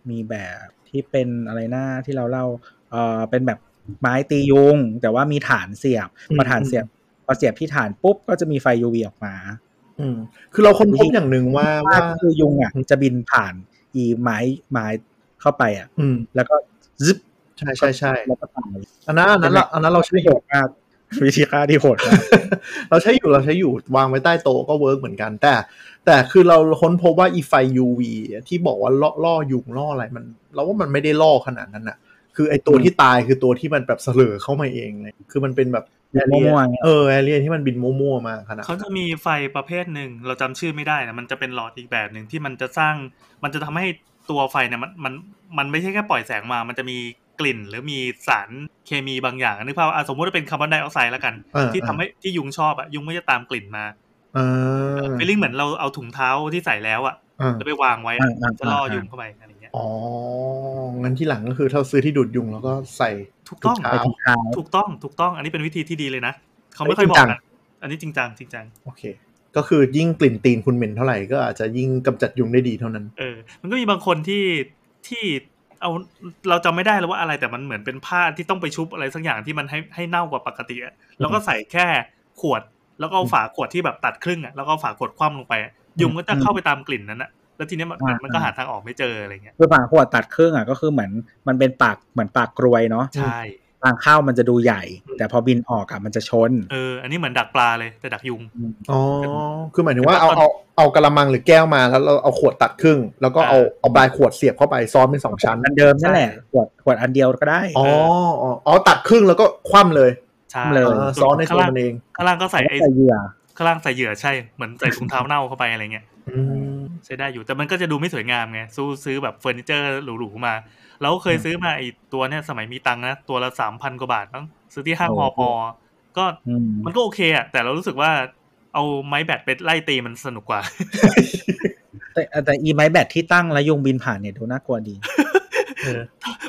Speaker 4: มีแบบที่เป็นอะไรหน้าที่เราเล่าเออเป็นแบบไม้ตียุง แต่ว่ามีฐานเสียบ
Speaker 2: อืม
Speaker 4: พอฐานเสียบพอเสียบที่ฐานปุ๊บก็จะมีไฟ UV ออกมา
Speaker 2: อืมคือเราค้นพบอย่างหนึ่งว่าว่า
Speaker 4: ก็คือยุงอะจะบินผ่านอีไม้ไม้เข้าไปอะ
Speaker 2: อืม
Speaker 4: แล้วก็ซึบ
Speaker 2: ใช่ใช่ใช่
Speaker 4: แล้วก็ตาย
Speaker 2: อันนั้นอันนั้นเราอันนั้นเราใช้
Speaker 4: โหดมากวิธีฆ่าที่โหดมาก
Speaker 2: เราใช้อยู่เราใช้อยู่วางไว้ใต้โต๊ะก็เวิร์กเหมือนกัน แต่ แต่คือเราค้นพบว่าอีไฟ UV อะที่บอกว่าล่อล่อยุงล่ออะไรมันเราว่ามันไม่ได้ล่อขนาดนั้นอะคือไอตัวที่ตายคือตัวที่มันแบบเสลอเข้ามาเองเลยคือมันเป็นแบบแอเรีย
Speaker 4: มั่วๆไง
Speaker 2: เออแอเรียที่มันบินมั่วๆมาขนาดนั้น
Speaker 3: เขาจะมีไฟประเภทหนึ่งเราจำชื่อไม่ได้นะมันจะเป็นหลอดอีกแบบหนึ่งที่มันจะสร้าง มันจะทำให้ตัวไฟเนี่ยมันมันมันไม่ใช่แค่ปล่อยแสงมา มันจะมีกลิ่นหรือมีสารเคมีบางอย่างนึกภาพว่าอ่ะสมมติว่าเป็นคาร์บอนไดออกไซด์แล้วกัน
Speaker 2: เออ
Speaker 3: ที่
Speaker 2: เออ
Speaker 3: ทำให้ที่ยุงชอบอะยุงก็จะตามกลิ่นมา
Speaker 2: อ่า
Speaker 3: ฟีลลิ่งเหมือนเราเอาถุงเท้าที่ใส่แล้วอะ
Speaker 2: อ่า
Speaker 3: จะไปวางไว้อะ
Speaker 4: อ่า
Speaker 3: จะล่ออา ยุงเข้าไปอะไรอย่างเงี้ย
Speaker 2: อ๋อ งั้นที่หลังก็คือถ้าซื้อที่ดูดยุงแล้วก็ใส่
Speaker 3: ถูกต้อง
Speaker 2: ถุงเท้า
Speaker 4: ไปถุงเท้า
Speaker 3: ถูกต้องถูกต้อง อันนี้เป็นวิธีที่ดีเลยนะเขา
Speaker 2: อั
Speaker 3: ไม่
Speaker 2: นนี้
Speaker 3: ค่อยบอ
Speaker 2: จริง
Speaker 3: ก
Speaker 2: จั
Speaker 3: นะ
Speaker 2: ง
Speaker 3: อันนี้จริงจังจริงจัง
Speaker 2: โอเค ก็คือยิ่งกลิ่นตีนคุณเหม็นเท่าไหร่ก็อาจจะยิ่งกำจัดยุงได้ดีเท่านั้น
Speaker 3: เออ มันก็มีบางคนที่ที่เอาเราจำไม่ได้แล้วว่าอะไรแต่มันเหมือนเป็นผ้าที่ต้องไปชุบอะไรสักอย่างที่มันให้ให้เน่ากว่าปกติอะแล้วก็ใส่แค่ขวด แล้วก็เอาฝาขวดที่แบบตัดครึ่งอ่ะแล้วก็เอาฝาขวดคว่ำลงไปอะยุงก็จะเข้าไปตามกลิ่นนั้นอ่ะแล้วทีเนี้ยมันมันมันก็หาทางออกไม่เจออะไรเงี้ย
Speaker 4: คือฝาขวดตัดครึ่งอ่ะก็คือเหมือนมันเป็นปากเหมือนปากกรวยเนาะ
Speaker 3: ใช่
Speaker 4: ทางเข้ามันจะดูใหญ่ แต่พอบินออกอ่ะมันจะชน
Speaker 3: เออ อันนี้เหมือนดักปลาเลยแต่ดักยุง
Speaker 2: อ๋อ คือหมายถึงว่าเอาเอาเอากระมังหรือแก้วมาแล้วเราเอาขวดตัดครึ่ง แล้วก็เอาเอาปลายขวดเสียบเข้าไปซ้อนเป็นสองชั้น
Speaker 4: อันเดิมนั่นแหละ
Speaker 3: ใช่
Speaker 4: ขวดขวดอันเดียวก็ได้
Speaker 2: อ๋ออ๋ออ๋อตัดครึ่งแล้วก็คว่ำเลย
Speaker 3: ใช่
Speaker 4: เลย
Speaker 2: เออซ้อนในตัวมันเอง
Speaker 3: ข้างล่างก็ใส่ไอ้
Speaker 4: ใส่เหยื่อ
Speaker 3: ข้างล่างใส่เหยื่อใช่ เหมือนใส่ถุงเท้าเน่าเข้าไปอะไรเงี้ย
Speaker 2: อืม
Speaker 3: ใช้ได้อยู่แต่มันก็จะดูไม่สวยงามไงซู้ซื้อแบบเฟอร์นิเจอร์หรูๆมา แล้วเคยซื้อมาไอตัวเนี่ยสมัยมีตังค์นะ ตัวละสามพันกว่าบาทมั้งซื้อที่ห้างฮอปอก็
Speaker 4: อืม
Speaker 3: มันก็โอเคอะแต่เรารู้สึกว่าเอาไม้แบตไปไล่ตีมันสนุกกว่า
Speaker 4: แต่แต่อีไม้แบตที่ตั้งแล้วยุงบินผ่านเนี่ยดูน่ากลัวดี
Speaker 2: เออ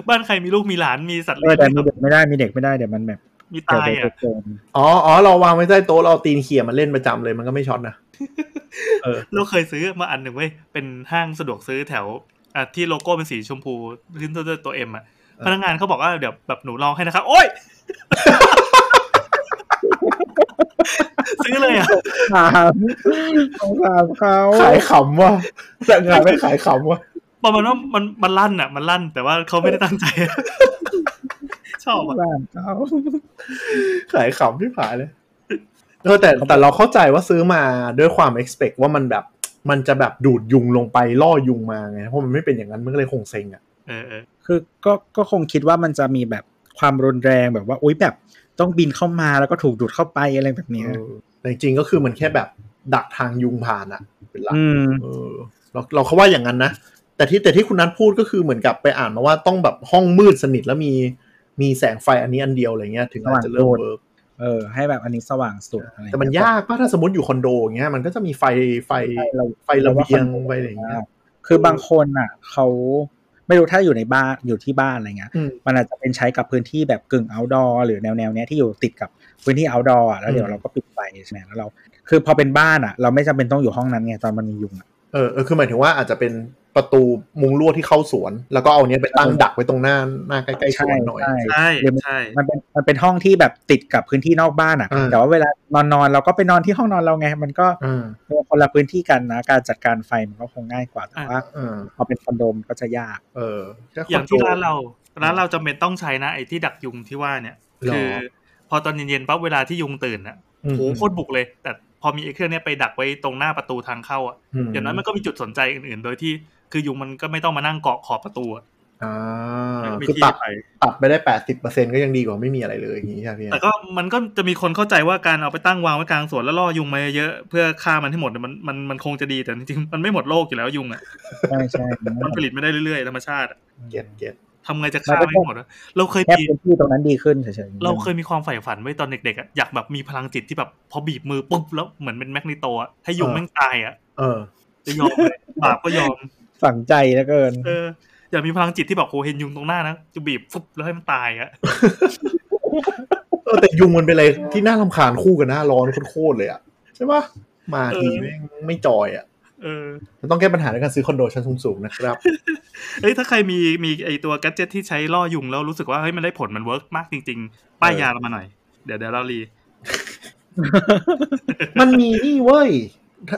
Speaker 3: บ้านใครมีลูกมีหลานมีสัตว์
Speaker 4: เอ
Speaker 3: เลี้
Speaker 4: อย
Speaker 3: ง
Speaker 4: แต่มีเด็กไม่ได้มีเด็กไม่ได้เดี๋ยวมันแบบ
Speaker 3: มี
Speaker 4: เกิด
Speaker 3: ตาย
Speaker 4: เด็
Speaker 3: อะ
Speaker 4: กเกิน
Speaker 2: อ๋ออ๋อเราวางไว้ใต้โต๊ะเราเอาตีนเขี่ยมันเล่นประจำเลยมันก็ไม่ช็อตนะ เออ
Speaker 3: เราเคยซื้อมาอันหนึ่งเว้ยเป็นห้างสะดวกซื้อแถวอ่ะที่โลโก้เป็นสีชมพูขึ้นต้นด้วยตัวเอ็มอะพนักงานเขาบอกว่าเดี๋ยวแบบหนูลองให้นะคะโอ๊ย ซื้อเลยอะ
Speaker 4: ถาม สงสารเขา
Speaker 2: ขายขำว่ะแต่งานไม่ขายขำว่ะ
Speaker 3: ประมาณว่ามันมันลั่นอ่ะ มันลั่นแต่ว่าเขาไม่ได้ตั้งใจ ชอบ
Speaker 4: สง
Speaker 3: อ่ะ
Speaker 4: สารเขา
Speaker 2: ขายขำที่ผายเลยเออแต่แต่เราเข้าใจว่าซื้อมาด้วยความ expect ว่ามันแบบ มันจะแบบดูดยุงลงไปล่อยุงมาไงเพราะมันไม่เป็นอย่างนั้นมันก็เลยคงเซ็งอ่ะ
Speaker 3: เออเออ
Speaker 4: คือก็ก็คงคิดว่ามันจะมีแบบความรุนแรงแบบว่าอุ้ยแบบต้องบินเข้ามาแล้วก็ถูกดูดเข้าไปอะไรแบบเนี้ย
Speaker 2: เออแต่จริงๆก็คือมันแค่แบบดักทางยุงผ่านอ่ะ เป็นหลัก
Speaker 4: อืม
Speaker 2: เออเราเราเขาว่าอย่างนั้นนะแต่ที่แต่ที่คุณนัทพูดก็คือเหมือนกับไปอ่านมาว่าต้องแบบห้องมืดสนิทแล้วมีมีแสงไฟอันนี้อันเดียวอะไรเงี้ยถึงอาจจะเริ่มเวิร์ก
Speaker 4: เออ ให้แบบอันนี้สว่างสุดอะไร
Speaker 2: แต่มันยากป่ะถ้าสมมติอยู่คอนโดอย่างเงี้ยมันก็จะมีไฟไฟไฟระเบียงไฟอะไรอย่างเงี้ย
Speaker 4: คือบางคนอ่ะเขาไม่รู้ถ้าอยู่ในบ้านอยู่ที่บ้านอะไรเงี้ย
Speaker 2: อืม
Speaker 4: มันอาจจะเป็นใช้กับพื้นที่แบบกึ่ง outdoor หรือแนวแนวๆเนี้ยที่อยู่ติดกับพื้นที่ outdoor อ่ะแล้วเดี๋ยวเราก็ปิดไฟใช่ไหมแล้วเรา คือพอเป็นบ้านอ่ะ เราไม่จำเป็นต้องอยู่ห้องนั้นไงตอนมันมียุง
Speaker 2: เ
Speaker 4: อะ
Speaker 2: เออเออคือหมายถึงว่าอาจจะเป็นประตูมุงลวดที่เข้าสวน แล้วก็เอาเนี้ยไปตั้งดักไว้ตรงหน้าหน้าใกล้ๆสวนหน่อย
Speaker 4: ใช่
Speaker 3: ใช่
Speaker 4: หรือมัน
Speaker 3: ใช่
Speaker 4: มันเป็นมันเป็นห้องที่แบบติดกับพื้นที่นอกบ้านอ่ะ
Speaker 2: อืม
Speaker 4: แต่ว่าเวลานอนนอนๆเราก็ไปนอนที่ห้องนอนเราไง มันก็
Speaker 2: อ่า
Speaker 4: คนละพื้นที่กันนะ การจัดการไฟมันก็คงง่ายกว่า แต่ว่า
Speaker 2: อ่า
Speaker 4: พอเป็นคอนโดมนก็จะยาก
Speaker 2: เออก็ค
Speaker 3: อย่า
Speaker 2: อง นโด
Speaker 3: ที่ร้านเราร้านเราจำเป็นต้องใช้นะไอ้ที่ดักยุงที่ว่าเนี่ย
Speaker 2: หรอ
Speaker 3: คือ พอตอนเย็นๆปั๊บเวลาที่ยุงตื่นอ่ะ
Speaker 2: อืม
Speaker 3: โหโคตรบุกเลย แต่พอมีไอ้เครื่องเนี้ยไปดักไว้ตรงหน้าประตูทางเข้าอ่ะอย่างน้อยมันก็มีจุดสนใจอื่นๆ โดยที่คือยุงมันก็ไม่ต้องมานั่งเกาะขอบประตูอะ
Speaker 2: อ่า
Speaker 3: มันก็มี
Speaker 2: คือ
Speaker 3: ที่
Speaker 2: ตัด
Speaker 3: ไป
Speaker 2: ตัดไปได้แปดสิบเปอร์เซ็นก็ยังดีกว่าไม่มีอะไรเลยอย่างงี้ใช่ไหมพี่
Speaker 3: แต่ก็มันก็จะมีคนเข้าใจว่าการเอาไปตั้งวางไว้กลางสวนแล้วล่อยุงมาเยอะๆเพื่อฆ่ามันให้หมดเนี่ยมันมันมันคงจะดีแต่จริงๆมันไม่หมดโลกอยู่แล้วยุงอ่ะ
Speaker 4: ใช่ใช่
Speaker 3: มันผลิตไม่ได้เรื่อยๆธรรมชาติอะ
Speaker 2: เก็ตเก็ต
Speaker 3: ทำไงจะฆ่าไม่หมดอะเราเคย
Speaker 4: แค่
Speaker 3: ปีน
Speaker 4: พื้นที่ตรงนั้นดีขึ้นเฉยๆ
Speaker 3: เราเคยมีความใฝ่ฝันไว้ตอนเด็กๆอะอยากแบบมีพลังจิตที่แบบพอบีบมือปุ๊บแล้วเหมือนเป็นแมกนีโตอะถ้ายุงแม่งตายอะ
Speaker 2: เออ
Speaker 3: จะยอมเลยบาปก็ยอม
Speaker 4: ฝังใจแล้วเกิน
Speaker 3: เอออยากมีพลังจิตที่แบบโหเห็นยุงตรงหน้านะจะบีบปุ๊บแล้วให้มันตายอะ
Speaker 2: เออแต่ยุงมันเป็นอะไรที่น่าลำคาญคู่กับหน้าร้อนโคตรๆเลยอ่ะใช่ปะมาทีแม่งไม่จอยอ่ะ
Speaker 3: เออ
Speaker 2: มันต้องแก้ปัญหาด้วยการซื้อคอนโดชั้นสูงๆนะครับ
Speaker 3: เอ้ยถ้าใครมีมีไอตัวแกดเจิตที่ใช้ล่อยุงแล้วรู้สึกว่าเฮ้ยมันได้ผลมันเวิร์กมากจริง ๆ ป้ายยาเรามาหน่อยเดี๋ยวเดี๋ยวเรารี
Speaker 2: มันมีนี่เว้ย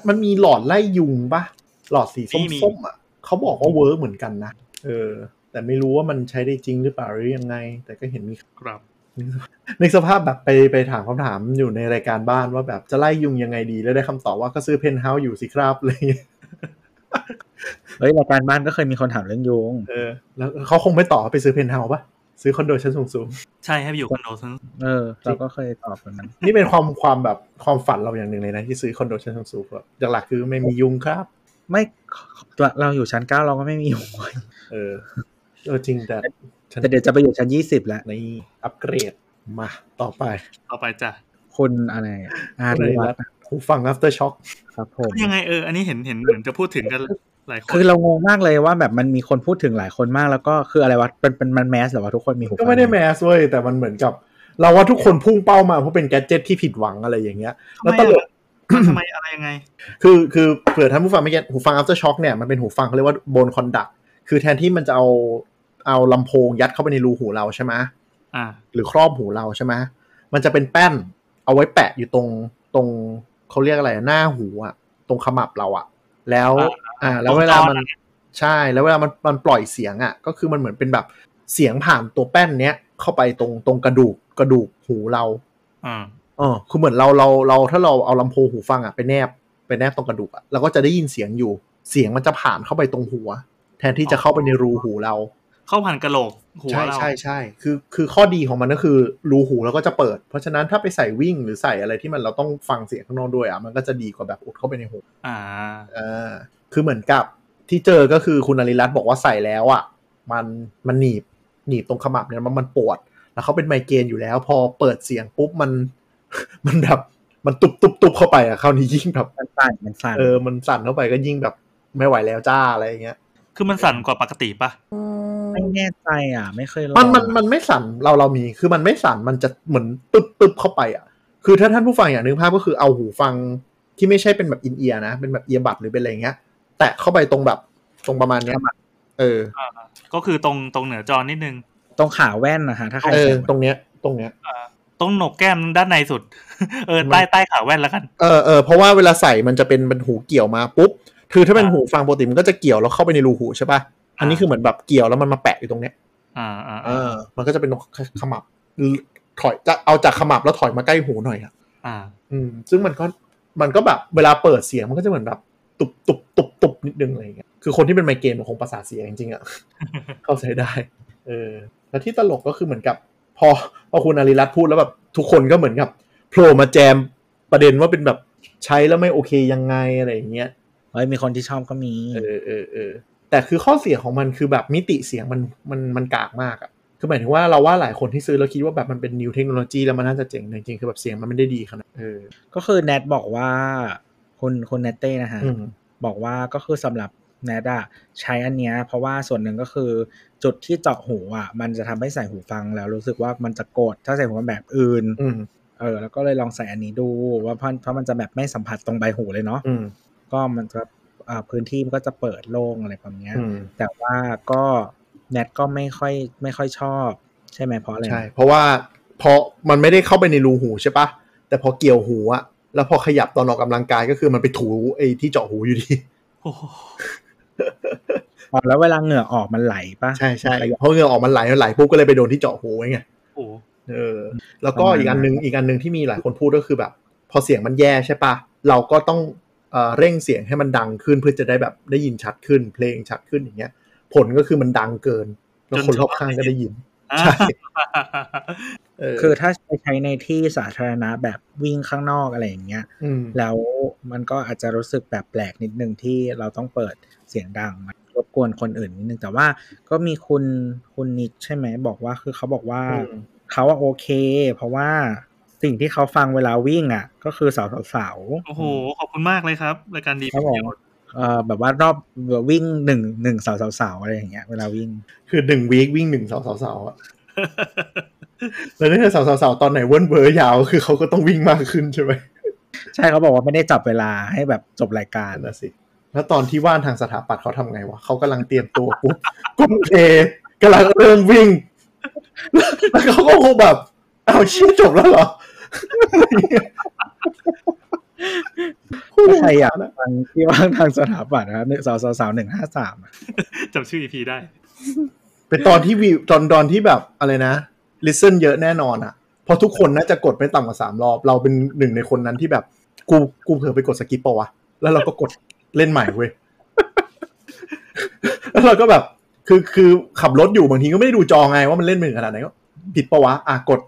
Speaker 2: มันมีหลอดไล่ยุงปะหลอดสีส้มๆอ่ะเขาบอกว่าเวิร์กเหมือนกันนะ เออ แต่ไม่รู้ว่ามันใช้ได้จริงหรือเปล่าหรือยังไง แต่ก็เห็นมี
Speaker 3: ครับ
Speaker 2: ในกสภาพแบบไปไปถามคำถามอยู่ในรายการบ้านว่าแบบจะไล่ยุงยังไงดีแล้วได้คำตอบว่าก็ซื้อเพนท์เฮาส์อยู่สิครับอะไรอย่างเงี้ย
Speaker 4: เฮ้ยรายการบ้านก็เคยมีคนถามเรื่องยุง
Speaker 2: เออ แล้วเขาคงไม่ตอบว่าไปซื้อเพนท์เฮาส์ปะซื้อคอนโดชั้นสูง
Speaker 3: ใช่ให้ไปอยู่คอนโดซะ
Speaker 4: เออ เราก็เคยตอบเหมือนกัน
Speaker 2: ๆนี่เป็นความความแบบความฝันเราอย่างหนึ่งเลยนะที่ซื้อคอนโดชั้นสูงๆแบบหลักๆคือไม่มียุงครับ
Speaker 4: ไม่ตัวเราอยู่ชั้นเก้าเราก็ไม่มียุง
Speaker 2: เออเออจริงแต่ชั้น
Speaker 4: แต่เดี๋ยวจะไปอยู่ชั้นยี่สิบแล้ว
Speaker 2: ในอัปเกรดมาต่อไป
Speaker 3: ต่อไปจ้ะ
Speaker 4: คุณอะไรอะอารีวัตร
Speaker 2: หูฟัง after shock
Speaker 4: ครับผม
Speaker 3: ยังไงเอออันนี้เห็นเห็นเหมือนจะพูดถึงกันหลายค
Speaker 4: คื
Speaker 3: น
Speaker 4: อเรางงมากเลยว่าแบบมันมีคนพูดถึงหลายคนมากแล้วก็คืออะไรวะเป็นเป็นมันแมสหรือว่าทุกคนมีหูฟัง
Speaker 2: ก็ไม่ได้แมสเว้ยแต่มันเหมือนกับ เราว่าทุกคนพุ่งเป้ามาเพราะเป็นแกดเจ็ตที่ผิดหวังอะไรอย่างเงี้ย แล้วตลก
Speaker 3: มันทำไมอะไรยังไง
Speaker 2: คือคือเผื่อท่านผู้ฟังไม่เก็ตหูฟัง after shock เนี่ยมันเป็นหูฟังเขาเรียกว่า bone conduct คือแทนที่มันจะเอาเอาลำโพงยัดเข้าไปในรูหูเราใช่ไหม
Speaker 3: อ่า
Speaker 2: หรือครอบหูเราใช่ไหมมันจะเป็นแป้นเอาไว้แปะอยู่ตรงตรงเขาเรียกอะไรหน้าหูอะตรงขมับเราอะแล้วอ่าแล้วเวลามัน ใช่แล้วเวลามันมันปล่อยเสียงอะ่ะ ก็คือมันเหมือนเป็นแบบเสียงผ่านตัวแป้นเนี้ยเข้าไปตรงตรงกระดูกกระดูกหูเรา
Speaker 3: อ่า
Speaker 2: เออคือเหมือนเราเราเราถ้าเราเอาลำโพงหูฟังอะ่ะไปแนบไปแนบตรงกระดูกอะ่ะเราก็จะได้ยินเสียงอยู่ เสียงมันจะผ่านเข้าไปตรงหัว แทนที่จะเข้าไปในรูหูเรา
Speaker 3: เข้าผ่านกระโหลกหัว
Speaker 2: ใช่
Speaker 3: เรา
Speaker 2: ใช่ใช่คือคือข้อดีของมันก็คือรูหูเราก็จะเปิด เพราะฉะนั้นถ้าไปใส่วิ่งหรือใส่อะไรที่มันเราต้องฟังเสียงข้างนอกด้วยอะ่ะมันก็จะดีกว่าแบบอุดเข้าไปในหู
Speaker 3: อ่า
Speaker 2: อ่าคือเหมือนกับที่เจอก็คือคุณอริรัตน์บอกว่าใส่แล้วอ่ะมันมันหนีบหนีบตรงขมับเนี่ยมันมันปวด แล้วเขาเป็นไมเกรนอยู่แล้ว พอเปิดเสียงปุ๊บมัน มันแบบมันตุบตุบตุบเข้าไปอ่ะคราวนี้ยิ่งแบบ
Speaker 4: มันสั่นมันสั่น
Speaker 2: เออมันสั่นเข้าไปก็ยิ่งแบบไม่ไหวแล้วจ้าอะไรอย่างเงี้ย
Speaker 3: คือมันสั่นกว่าปกติปะ
Speaker 4: ไม่แน่ใจอ่ะ ไม่เคยลอง
Speaker 2: มันมันมันไม่สั่นเราเรามีคือมันไม่สั่นมันจะเหมือนตุบตุบเข้าไปอ่ะคือถ้าท่านผู้ฟังอย่างนึกภาพก็คือเอาหูฟังที่ไม่ใช่เป็นแบบอินเอียร์นะเป็นแบบเอียบัดหรือเป็นอะไรอย่างเงี้ย แตะเข้าไปตรงแบบตรงประมาณเนี้ยเออ
Speaker 3: ก็คือตรงตรงเหนือจอนิดนึง
Speaker 4: ตรงขาแว่นนะฮะถ้าใคร
Speaker 2: เออ
Speaker 4: ใส่
Speaker 2: ตรงเนี้ยตรงเนี้ย
Speaker 3: ตรงโหนกแก้มด้านในสุด เออ
Speaker 2: มัน
Speaker 3: ใต้ใต้ขาแว่นแล้วกัน
Speaker 2: เออเออเพราะว่าเวลาใส่มันจะเป็นเป็นหูเกี่ยวมาปุ๊บคือถ้าเป็นหูฟังปกติมันก็จะเกี่ยวแล้วเข้าไปในรูหูใช่ป่ะอันนี้คือเหมือนแบบเกี่ยวแล้วมันมาแปะอยู่ตรงเนี้ย
Speaker 3: อ่าอ่า
Speaker 2: เออมันก็จะเป็นตรงขมับถอยจะเอาจากขมับแล้วถอยมาใกล้หูหน่อยอ่ะ
Speaker 3: อ่า
Speaker 2: อืมซึ่งมันก็มันก็แบบเวลาเปิดเสียงมันก็จะเหมือนแบบตุบตุบตุบตุบนิดนึงอะไรอย่างเงี้ยคือคนที่เป็นไมเกรนมันคงประสาทเสียจริงๆอ่ะ เข้าใจได้ เออแล้วที่ตลกก็คือเหมือนกับ พอพอคุณอาริรัตน์พูดแล้วแบบทุกคนก็เหมือนกับโผล่มาแจมประเด็นว่าเป็นแบบใช้แล้วไม่โอเคยังไงอะไรอย่างเงี้ย
Speaker 4: เฮ้ยมีคนที่ชอบก็มี
Speaker 2: เออเออเออแต่คือข้อเสียของมันคือแบบมิติเสียงมันมันมันกากมากอะคือหมายถึงว่าเราว่าหลายคนที่ซื้อเราคิดว่าแบบมันเป็นนิวเทคโนโลยีแล้วมันน่าจะเจ๋งแต่จริงๆคือแบบเสียงมันไม่ได้ดีขนาดเออ
Speaker 4: ก็คือแนทบอกว่าคุณคุณแนตเต้นะฮะ
Speaker 2: อืม
Speaker 4: บอกว่าก็คือสำหรับแนดอะใช้อันเนี้ยเพราะว่าส่วนหนึ่งก็คือจุดที่เจาะหูอะมันจะทำให้ใส่หูฟังแล้วรู้สึกว่ามันจะกดถ้าใส่หูฟังแบบอื่น
Speaker 2: อืม
Speaker 4: เออแล้วก็เลยลองใส่อันนี้ดูว่าเพราะเพราะมันจะแบบไม่สัมผัสตรงใบหูเลยเนาะ
Speaker 2: อืม
Speaker 4: ก็มันจะ เอ่อพื้นที่มันก็จะเปิดโล่งอะไรแบบเนี้ย
Speaker 2: อืม
Speaker 4: แต่ว่าก็แนทก็ไม่ค่อยไม่ค่อยชอบ ใช่ไหมเพราะอะไรนะ
Speaker 2: ใช่ เพราะว่าพอมันไม่ได้เข้าไปในรูหูใช่ปะแต่พอเกี่ยวหูอะแล้วพอขยับตอนออกกำลังกายก็คือมันไปถูไอ้ที่เจาะหูอยู่ดี
Speaker 3: โอ้โห
Speaker 4: อ๋อแล้วเวลาเหงื่อออกมันไหลปะ
Speaker 2: ใช่ใช่เพราะเหงื่อออกมันไหลมันไหลปุ๊บก็เลยไปโดนที่เจาะหูไง
Speaker 3: โอ้โห
Speaker 2: เออแล้วก็
Speaker 4: ประมาณ
Speaker 2: อีกอันหนึ่ง
Speaker 4: นั้น
Speaker 2: อีกอันหนึ่งที่มีหลายคนพูดก็คือแบบ พอเสียงมันแย่ใช่ปะเราก็ต้องเอ่อเร่งเสียงให้มันดังขึ้นเพื่อจะได้แบบได้ยินชัดขึ้น เพลงชัดขึ้นอย่างเงี้ย ผลก็คือมันดังเกินแล้วคนรอบข้างก็ได้ยิน ใช่ เออ
Speaker 4: คือถ้าไปใช้ในที่สาธารณะแบบวิ่งข้างนอกอะไรอย่างเงี้ย
Speaker 2: ม
Speaker 4: แล้วมันก็อาจจะรู้สึกแบบแปลกนิดนึงที่เราต้องเปิดเสียงดังรบกวนคนอื่นนิดนึง แต่ว่าก็มีคุณคุณนิกใช่ไหมบอกว่าคือเขาบอกว่า
Speaker 2: อืม
Speaker 4: เขาอะโอเค เพราะว่าสิ่งที่เขาฟังเวลาวิ่งอ่ะ ก็คือเสาวสาว
Speaker 3: โอ้โห ขอบคุณมากเลยครับรายการดี
Speaker 4: ครับผม เอ่อแบบว่ารอบแบบวิ่งหนึ่งหนึ่งสาวสาวอะไรอย่างเงี้ยเวลาวิ่ง
Speaker 2: คือหนึ่งวีควิ่งหนึ่งสาวสาวสาวอะแล้วถ้าสาวสาวสาวตอนไหนเวิ้นเวอยาว คือเขาก็ต้องวิ่งมากขึ้นใช่ไหม
Speaker 4: ใช่เขาบอกว่าไม่ได้จับเวลาให้แบบจบรายการ
Speaker 2: นั่นนะสิแล้วตอนที่ว่านทางสถาปัตย์เขาทำไงวะเขากำลังเตรียมตัวปุ๊บก้มเทกำลังเริ่มวิ่ง แล้วเขาก็คงแบบเอาวเชี่ยจบแล้วเหรอ
Speaker 4: ใครอยากฟังที่ว่างทางสถาปัตย์นะครับสาวสาวหนึ่งห้าสาม
Speaker 3: จำชื่ออีพีได้
Speaker 2: เป็นตอนที่วิวตอนตอนที่แบบอะไรนะ listen เยอะแน่นอนอะเพราะทุกคนน่าจะกดไม่ต่ำกว่าสามรอบ เราเป็นหนึ่งในคนนั้นที่แบบ กูกูเผลอไปกดสกิปปะวะ แล้วเราก็กดเล่นใหม่เว้ย แล้วเราก็แบบ คือคือขับรถอยู่บางทีก็ไม่ได้ดูจอไงว่ามันเล่นไปถึงขนาดไหนก็ผิดปะวะ อ่ะกด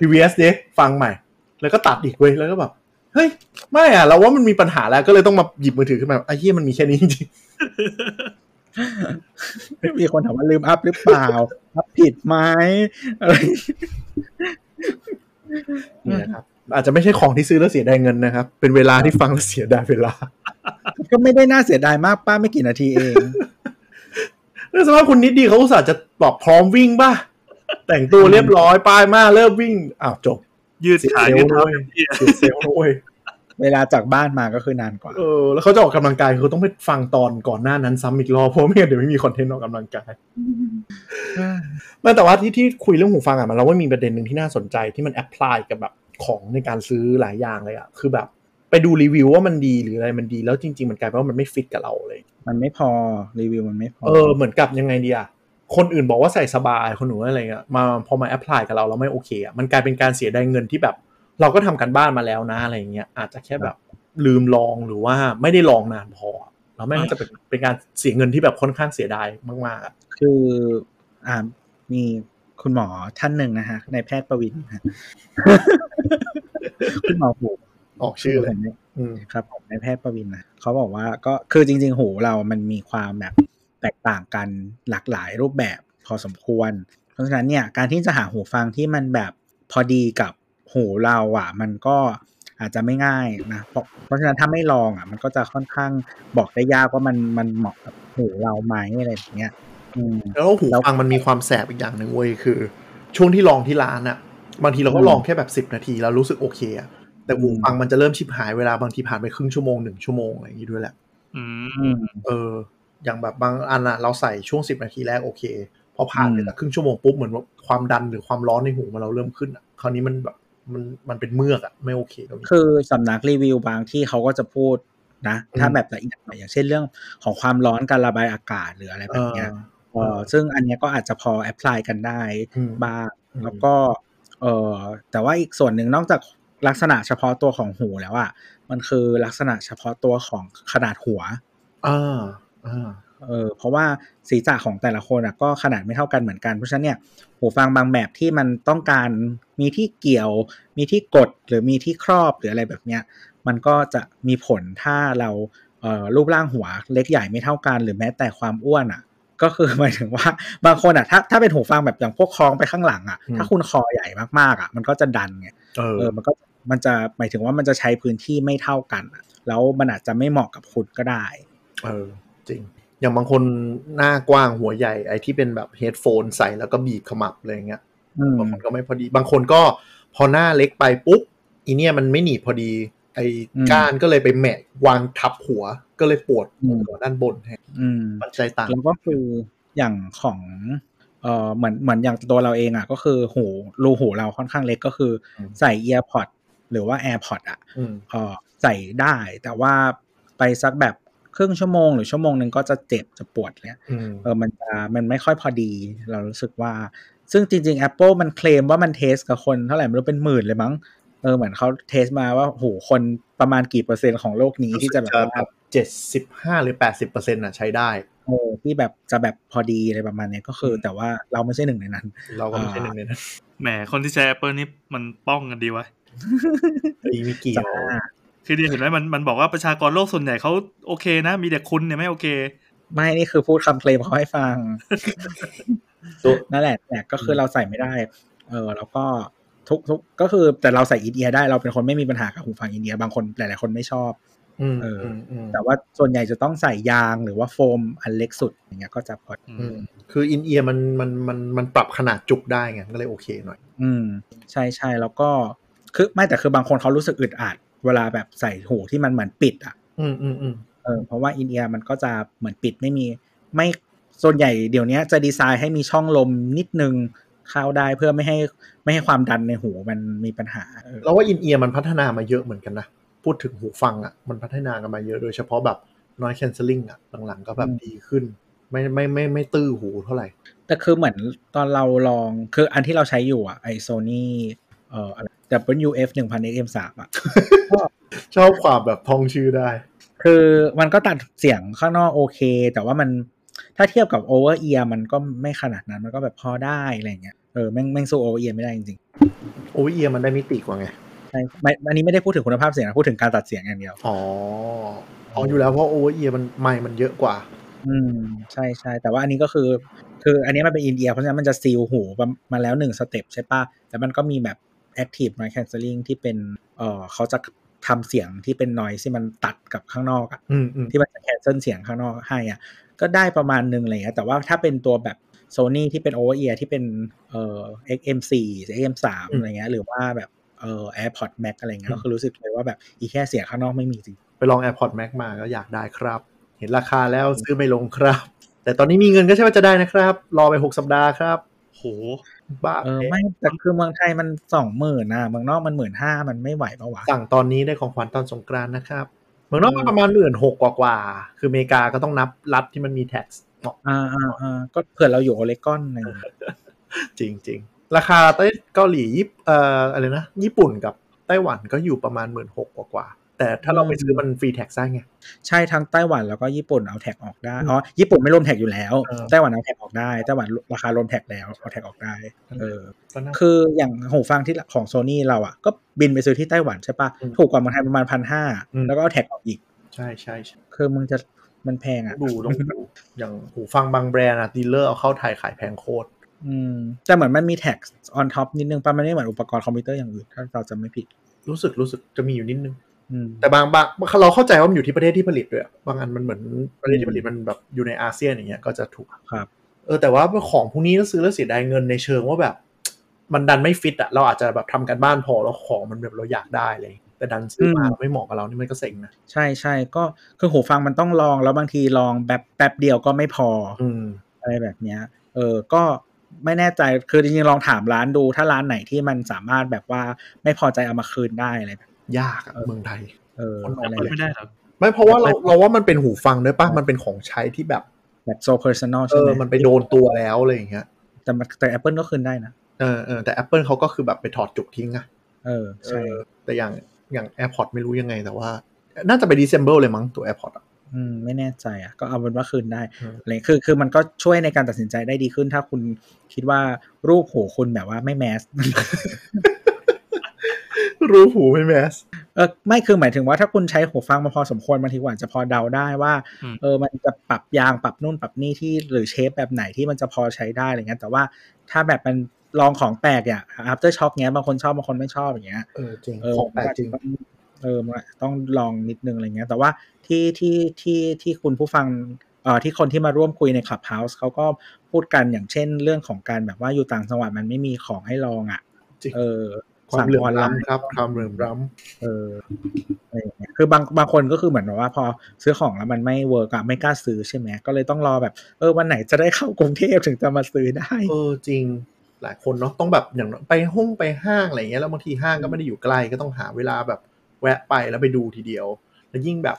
Speaker 2: PVS เดฟังใหม่ แล้วก็ตัดอีกเว้ยแล้วก็แบบ เฮ้ย ไม่อ่ะเราว่ามันมีปัญหาแล้วก็เลยต้องมาหยิบมือถือขึ้นมาไอ้เหี้ยมันมีแค่นี้จริง
Speaker 4: มีคนถามว่าลืมอัพหรือเปล่า อัพผิดไหมอะไร
Speaker 2: ๆนี่นะครับ อาจจะไม่ใช่ของที่ซื้อแล้วเสียดายเงินนะครับ เป็นเวลาที่ฟังแล้วเสียดายเวลา
Speaker 4: ก็ไม่ได้น่าเสียดายมากป้าไม่กี่นาทีเอง
Speaker 2: เรื่องสภาพคุณนิดดีเขาอุตส่าห์จะตอบพร้อมวิ่งป่ะ แต่งตัวเรียบร้อยป้ายมาเริ่มวิ่งอ้าวจบ
Speaker 3: ยืดขา
Speaker 2: เซลล์
Speaker 3: ยืดเท้า
Speaker 2: ด้วย
Speaker 3: เต็มที่
Speaker 2: เสียเซลล์นะเว้ย
Speaker 4: เวลาจากบ้านมาก็คือนานกว่า
Speaker 2: เออแล้วเขาจะออกกำลังกายเขาต้องไปฟังตอนก่อนหน้านั้นซ้ำอีกรอบเพราะไม่งั้นเดี๋ยวไม่มีคอนเทนต์ออกกำลังกายไม่แต่ว่าที่ที่คุยเรื่องหูฟังอ่ะมันเราว่ามีประเด็นหนึ่งที่น่าสนใจที่มันแอพพลายกับแบบของในการซื้อหลายอย่างเลยอ่ะคือแบบไปดูรีวิวว่ามันดีหรืออะไรมันดีแล้วจริง ๆ มันกลายเป็นว่ามันไม่ฟิตกับเราเลย
Speaker 4: มันไม่พอรีวิวมันไม่พอ
Speaker 2: เออเหมือนกับยังไงดีอะคนอื่นบอกว่าใส่สบายคนอื่นว่าอะไรเงี้ยมาพอมาแอพพลายกับเราเราไม่โอเคอะมันกลายเป็นการเสียดายเงินที่แบบ เราก็ทำกันบ้านมาแล้วนะอะไรเงี้ยอาจจะแค่แบบลืมลองหรือว่าไม่ได้ลองนานพอแล้วแม่งก็จะเป็นเป็นการเสียเงินที่แบบค่อนข้างเสียดายมากๆอะ
Speaker 4: คืออ่ามีคุณหมอท่านหนึ่งนะฮะในายแพทย์ประวิน นะฮะคุณหมอหู
Speaker 2: ออกชื่อเลย
Speaker 4: ผม
Speaker 2: อืม
Speaker 4: ครับผมนายแพทย์ประวินนะเขาบอกว่าก็คือจริง ๆ หูเรามันมีความแบบแตกต่างกันหลากหลายรูปแบบพอสมควร เพราะฉะนั้นเนี่ยการที่จะหาหูฟังที่มันแบบพอดีกับหูเราอ่ะ มันก็อาจจะไม่ง่ายนะเพราะเพราะฉะนั้นถ้าไม่ลองอ่ะ มันก็จะค่อนข้างบอกได้ยากว่ามันมันเหมาะกับหูเราไหมอะไรอย่างเงี้ยอืม
Speaker 2: แล้วหูฟังมันมีความแสบอีกอย่างหนึ่งเว้ยคือ ช่วงที่ลองที่ร้านอะบางทีเราก็
Speaker 4: อืม
Speaker 2: ลองแค่แบบสิบ10 นาทีแล้วรู้สึกโอเคอะแต่หู
Speaker 4: อืม
Speaker 2: ฟังมันจะเริ่มชิบหายเวลาบางทีผ่านไปครึ่งชั่วโมงหนึ่งชั่วโมงอะไรอย่างงี้ด้วยแหละ
Speaker 3: อื
Speaker 4: อื
Speaker 3: ม
Speaker 4: ม
Speaker 2: เอออย่างแบบบางอันอะเราใส่ช่วงสิบนาทีแรกโอเค พอผ่านไป
Speaker 4: อืม
Speaker 2: สักครึ่งชั่วโมงปุ๊บเหมือนว่าความดันหรือความร้อนในหูมันเราเริ่มขึ้นอะคราวนี้มันแบบมันมันเป็นเมือกอะไม่โอเคตรงนี้
Speaker 4: คือสำนักรีวิวบางที่เขาก็จะพูดนะ
Speaker 2: อืม
Speaker 4: ถ้าแบบละเอียดหน่อยอย่างเช่นเรื่องของความร้อนการระบายอากาศหรืออะไร
Speaker 2: เอ
Speaker 4: แบบ
Speaker 2: อ
Speaker 4: เนี้ย
Speaker 2: เอ
Speaker 4: เอ
Speaker 2: อ
Speaker 4: อซึ่งอันเนี้ยก็อาจจะพอแอพพลายกันได้
Speaker 2: อืม
Speaker 4: บ้าง
Speaker 2: อืม
Speaker 4: แล้วก็เออแต่ว่าอีกส่วนหนึ่งนอกจากลักษณะเฉพาะตัวของหูแล้วอะมันคือลักษณะเฉพาะตัวของขนาดหัว
Speaker 2: อ่าอ่า
Speaker 4: เออเพราะว่าศีรษะของแต่ละคนอะก็ขนาดไม่เท่ากันเหมือนกัน เพราะฉะนั้นเนี่ยหูฟังบางแบบที่มันต้องการมีที่เกี่ยว มีที่กดหรือมีที่ครอบหรืออะไรแบบเนี้ยมันก็จะมีผลถ้าเราเอ่อรูปร่างหัวเล็กใหญ่ไม่เท่ากัน หรือแม้แต่ความอ้วนอะ ก็คือ หมายถึงว่าบางคนอ่ะถ้าถ้าเป็นหูฟังแบบอย่างพวกคล้องไปข้างหลังอ่ะถ้าคุณคอใหญ่มากๆอ่ะมันก็จะดันไง
Speaker 2: เออ
Speaker 4: เออมันก็มันจะหมายถึงว่ามันจะใช้พื้นที่ไม่เท่ากันอะแล้วมันอาจจะไม่เหมาะกับคุณก็ได้
Speaker 2: เออ จริง อย่างบางคนหน้ากว้างหัวใหญ่ไอ้ที่เป็นแบบเฮดโฟนใส่แล้วก็บีบขมับอะไรอย่างเงี้ย
Speaker 4: อืม
Speaker 2: บางคนก็ไม่พอดี บางคนก็พอหน้าเล็กไปปุ๊บอีเนี่ยมันไม่หนีบพอดี ไอ้
Speaker 4: อืม
Speaker 2: ก้านก็เลยไปแหมะวางทับหัวก็เลยปวดหัวด้านบนแฮะ
Speaker 4: อืม
Speaker 2: ปัจจัยต่าง
Speaker 4: แล้วก็คืออย่างของเออเหมือนเหมือนอย่างตัวเราเองอ่ะ ก็คือหูรูหูเราค่อนข้างเล็กก็คืออ
Speaker 2: ม
Speaker 4: ใส่เอียร์พอดหรือว่า AirPod อ่ะ
Speaker 2: อืม
Speaker 4: เออใส่ได้ แต่ว่าไปสักแบบครึ่งชั่วโมงหรือชั่วโมงหนึ่งก็จะเจ็บจะปวดเลย
Speaker 2: อืม
Speaker 4: เออมันจะมันไม่ค่อยพอดี เรารู้สึกว่า ซึ่งจริง ๆ Apple มันเคลมว่ามันเทสกับคนเท่าไหร่ไม่รู้เป็นหมื่นเลยมั้งเออเหมือนเขาเทสมาว่าโหคนประมาณกี่เปอร์เซ็นต์ของโลกนี้ที่จะแบบว่า
Speaker 2: เจ็ดสิบห้าหรือแปดสิบเปอร์เซ็นต์อ่ะใช้ได้
Speaker 4: เออที่แบบจะแบบพอดีอะไรประมาณเนี้ยก็คืออ
Speaker 2: ม
Speaker 4: แต่ว่าเราไม่ใช่หนึ่งในนั้น
Speaker 2: เราก็ไม่ใช่หนึ่งในนั้น
Speaker 3: แหมคนที่ใช้ Apple นี่มันป้องกันดีวะ
Speaker 2: อีมิเกี่ยว
Speaker 3: คือดีเห็นไหมมันมันบอกว่าประชากรโลกส่วนใหญ่เขาโอเคนะ มีแต่คุณเนี่ยไม่โอเค
Speaker 4: ไม่นี่คือพูดคำเคลมเขาให้ฟัง
Speaker 2: ตัว
Speaker 4: นั่นแหละแต่ก็คือเราใส่ไม่ได้ เออ แล้วก็ทุกทุกก็คือแต่เราใส่อินเอียร์ได้เราเป็นคนไม่มีปัญหากับหูฟังอินเอียร์บางคนหลายๆคนไม่ชอบ
Speaker 2: อืม
Speaker 4: เอออื
Speaker 2: มอืม
Speaker 4: แต่ว่าส่วนใหญ่จะต้องใส่ยางหรือว่าโฟมอันเล็กสุดอย่างเงี้ยก็จะพอ
Speaker 3: อื
Speaker 2: อืม
Speaker 3: ม
Speaker 2: คืออินเอียมันมันมันมันปรับขนาดจุกได้ไงก็เลยโอเคหน่อย
Speaker 4: อืม ใช่ใช่แล้วก็คือไม่แต่คือบางคนเขารู้สึกอึดอัดเวลาแบบใส่หูที่มันเหมือนปิดอ่ะ
Speaker 2: อืมอืมอืม
Speaker 4: เออเพราะว่าอินเอียมันก็จะเหมือนปิดไม่มีไม่ส่วนใหญ่เดี๋ยวนี้จะดีไซน์ให้มีช่องลมนิดนึงเข้าได้เพื่อไม่ให้ไม่ให้ความดันในหูมันมีปัญหาเออ
Speaker 2: เราว่าอินเอียมันพัฒนามาเยอะเหมือนกันนะ พูดถึงหูฟังอ่ะ มันพัฒนากันมาเยอะโดยเฉพาะแบบ noise cancelling อ่ะ หลังๆก็แบบดีขึ้น ไม่ไม่ไม่ไม่ตื้อหูเท่าไหร่
Speaker 4: แต่คือเหมือนตอนเราลองคืออันที่เราใช้อยู่อ่ะไอโซนี่เอ่ออะไร WF 1 0 0 0 XM3 อ่ะ
Speaker 2: ชอบความแบบท่องชื่อได้
Speaker 4: คือมันก็ตัดเสียงข้างนอกโอเค แต่ว่ามันถ้าเทียบกับ over ear มันก็ไม่ขนาดนั้นมันก็แบบพอได้อะไรอย่างเงี้ยเออแม่งแม่งสู้ over ear ไม่ได้จริง
Speaker 2: โอเอียมันได้มิติกว่าไง
Speaker 4: ๆใช่ไม่อันนี้ไม่ได้พูดถึงคุณภาพเสียงนะพูดถึงการตัดเสียงอย่างเดียว
Speaker 2: อ๋ออ๋ออยู่แล้วเพราะโอเอียมันไม่มันเยอะกว่า
Speaker 4: อืมใช่ใช่แต่ว่าอันนี้ก็คือ คืออันนี้มันเป็นอินเดียเพราะฉะนั้นมันจะซีลหูประมาแล้วหนึ่งสเต็ปใช่ปะแต่มันก็มีแบบ active noise cancelling ที่เป็นเออเขาจะทำเสียงที่เป็น noise ที่มันตัดกับข้างนอกอะ
Speaker 2: อืมอืม
Speaker 4: ที่มันจะ cancel เสียงข้างนอกให้อะก็ได้ประมาณหนึ่งอะไรเงี้ยแต่ว่าถ้าเป็นตัวแบบ Sony ที่เป็น over ear ที่เป็นเอ่อ XM4 หรือ XM3 อะไรเงี้ยหรือว่าแบบเอ่อ AirPod Max อะไรเงี้ยก็คือรู้สึกเลยว่าแบบอีแค่เสียงข้างนอกไม่มีจริง
Speaker 2: ไปลอง AirPod Max มาก็อยากได้ครับ เห็นราคาแล้วซื้อไม่ลงครับ แต่ตอนนี้มีเงินก็ใช่ว่าจะได้นะครับ รอไปหกสัปดาห์ครับ
Speaker 3: โห
Speaker 2: บ้า
Speaker 4: เออไม่แต่คือเมืองไทยมันสองหมื่นนะเมืองนอกมันหมื่นห้ามันไม่ไหวปะวะ
Speaker 2: สั่งตอนนี้ได้ของขวัญตอนสงกรานต์นะครับ เมืองนอกก็ประมาณหมื่นหกกว่าๆคืออเมริกาก็ต้องนับรัฐที่มันมีแท็กซ์เนาะ
Speaker 4: อ่าอ่าอ่าก็เผื่อเราอยู่โอเลกอนอะไรอย่างเงี้ย
Speaker 2: จริงจริงๆ ราคาไต้เกาหลีญี่ปุ่นเอ่ออะไรนะ ญี่ปุ่นกับไต้หวันก็อยู่ประมาณหมื่นหกกว่าๆแต่ถ้าเราไปซื้อมันฟรีแท็กซ์ได้ไง
Speaker 4: ใช่ทั้งไต้หวันแล้วก็ญี่ปุ่นเอาแท็กออกได้อ๋อญี่ปุ่นไม่รวมแท็กอยู่แล้ว
Speaker 2: เออ
Speaker 4: ไต้หวันเอาแท็กออกได้ไต้หวันราคารวมแท็กแล้วเอาแท็กออกได้เออ
Speaker 2: ก็น่า
Speaker 4: คืออย่างหูฟังที่ของโซนี่เราอ่ะก็บินไปซื้อที่ไต้หวันใช่ปะ
Speaker 2: อืม
Speaker 4: ถูกกว่าเมืองไทยประมาณพันห้า
Speaker 2: อืม
Speaker 4: แล้วก็เอาแท็กออกอีก
Speaker 2: ใช่ใช่ใช่
Speaker 4: คือมึงจะมันแพง
Speaker 2: ต้อ
Speaker 4: อ่ะ
Speaker 2: งดูต้องดู อย่างหูฟังบางแบรนด์อะดีลเลอร์เอาเข้าไทยขายแพงโคตร
Speaker 4: อืมแต่เหมือนมันมีแท็ก on top นิดนึงปะมันไม่เหมือนอุปกรณ์คอมพิวเตอร์อย่างอื่นถ้าเราจะไม่ผิด
Speaker 2: รู้สึกรู้สึกจะมีอยู่นิดนึง
Speaker 4: อืม
Speaker 2: แต่บางบางเราเข้าใจว่ามันอยู่ที่ประเทศที่ผลิตด้วยอะบางอันมันเหมือนประเทศที่ผลิตมันแบบอยู่ในอาเซียนอย่างเงี้ยก็จะถูก
Speaker 4: ครับ
Speaker 2: เออแต่ว่าของพวกนี้ซื้อแล้วเสียดายเงินในเชิงว่าแบบ มันดันไม่ฟิตอะเราอาจจะแบบทำกันบ้านพอแล้วของมันแบบเราอยากได้เลย แต่ดันซื้อมาแล้วไม่เหมาะกับเรานี่มันก็เซ็งนะ
Speaker 4: ใช่ใช่ก็คือหูฟังมันต้องลองแล้วบางทีลองแบบแป๊บเดียวก็ไม่พอ
Speaker 2: อืม
Speaker 4: อะไรแบบเนี้ยเออก็ไม่แน่ใจคือจริงๆลองถามร้านดู ถ้าร้านไหนที่มันสามารถแบบว่าไม่พอใจเอามาคืนได้อะไรแบบ
Speaker 2: ยากอะเมืองไทย
Speaker 4: เออ
Speaker 2: คนเอา
Speaker 4: อะไร
Speaker 2: ป
Speaker 3: ไม่ได้หรอก
Speaker 2: ไม่เพราะว่าเราเราว่ามันเป็นหูฟังด้วยป่ะมันเป็นของใช้ที่แบบ
Speaker 4: แบบโซเพอร์ซันอล
Speaker 2: เอ
Speaker 4: ใช่ไห
Speaker 2: อ
Speaker 4: ม
Speaker 2: มันไปโดนตัวแล้วอะไรอย่างเงี้ย
Speaker 4: แต่มันแต่ Apple ก็คืนได้นะ
Speaker 2: เออเออแต่ Apple เขาก็คือแบบไปถอดจุกทิ้งอะ
Speaker 4: เออใช่
Speaker 2: เออแต่อย่างอย่าง AirPod ไม่รู้ยังไงแต่ว่า น่าจะไป December เลยมั้งตัว AirPod อ่ะ
Speaker 4: อืมไม่แน่ใจอ่ะก็เอาเป็นว่าคืนได้
Speaker 2: อืม
Speaker 4: อะไรคือคือมันก็ช่วยในการตัดสินใจได้ดีขึ้น ถ้าคุณคิดว่ารูปหูคุณแบบว่าไม่แมส
Speaker 2: รู้หูไม่แมส
Speaker 4: เออไม่คือหมายถึงว่าถ้าคุณใช้หูฟังมาพอสมควรบางทีกว่าจจะพอเดาได้ว่า เออมันจะปรับยางปรับนู่นปรับนี่ที่หรือเชฟแบบไหนที่มันจะพอใช้ได้อะไรเงี้ยแต่ว่าถ้าแบบมันลองของแปลกอย่าง after shock เงี้ยบางคนชอบบางคนไม่ชอบอย่างเงี้ย
Speaker 2: เออจริง
Speaker 4: เออ
Speaker 2: ของแปลกจริง
Speaker 4: มันเออมันต้องลองนิดนึงอะไรเงี้ย แต่ว่าที่ที่ที่ที่คุณผู้ฟังเอ่อที่คนที่มาร่วมคุยใน Clubhouse เขาก็พูดกันอย่างเช่นเรื่องของการแบบว่าอยู่ต่างจังหวัดมันไม่มีของให้ลองอ่ะ
Speaker 2: จริง
Speaker 4: เออ
Speaker 2: ความเหลื่อม
Speaker 4: สั่งออนไลน์
Speaker 2: ล้ำครับ ความเหลื่อมล้
Speaker 4: เอออะไรอย่างเงี้ยคือบางบางคนก็คือเหมือนแบบว่า พอซื้อของแล้วมันไม่เวิร์กอะไม่กล้าซื้อใช่ไหมก็เลยต้องรอแบบ เออวันไหนจะได้เข้ากรุงเทพถึงจะมาซื้อได้
Speaker 2: ำเออจริง หลายคนเนาะต้องแบบอย่างน้อยไปห้องไปห้างอะไรเงี้ยแล้วบางทีห้างก็ไม่ได้อยู่ใกล้ก็ต้องหาเวลาแบบแวะไปแล้วไปดูทีเดียว แล้วยิ่งแบบ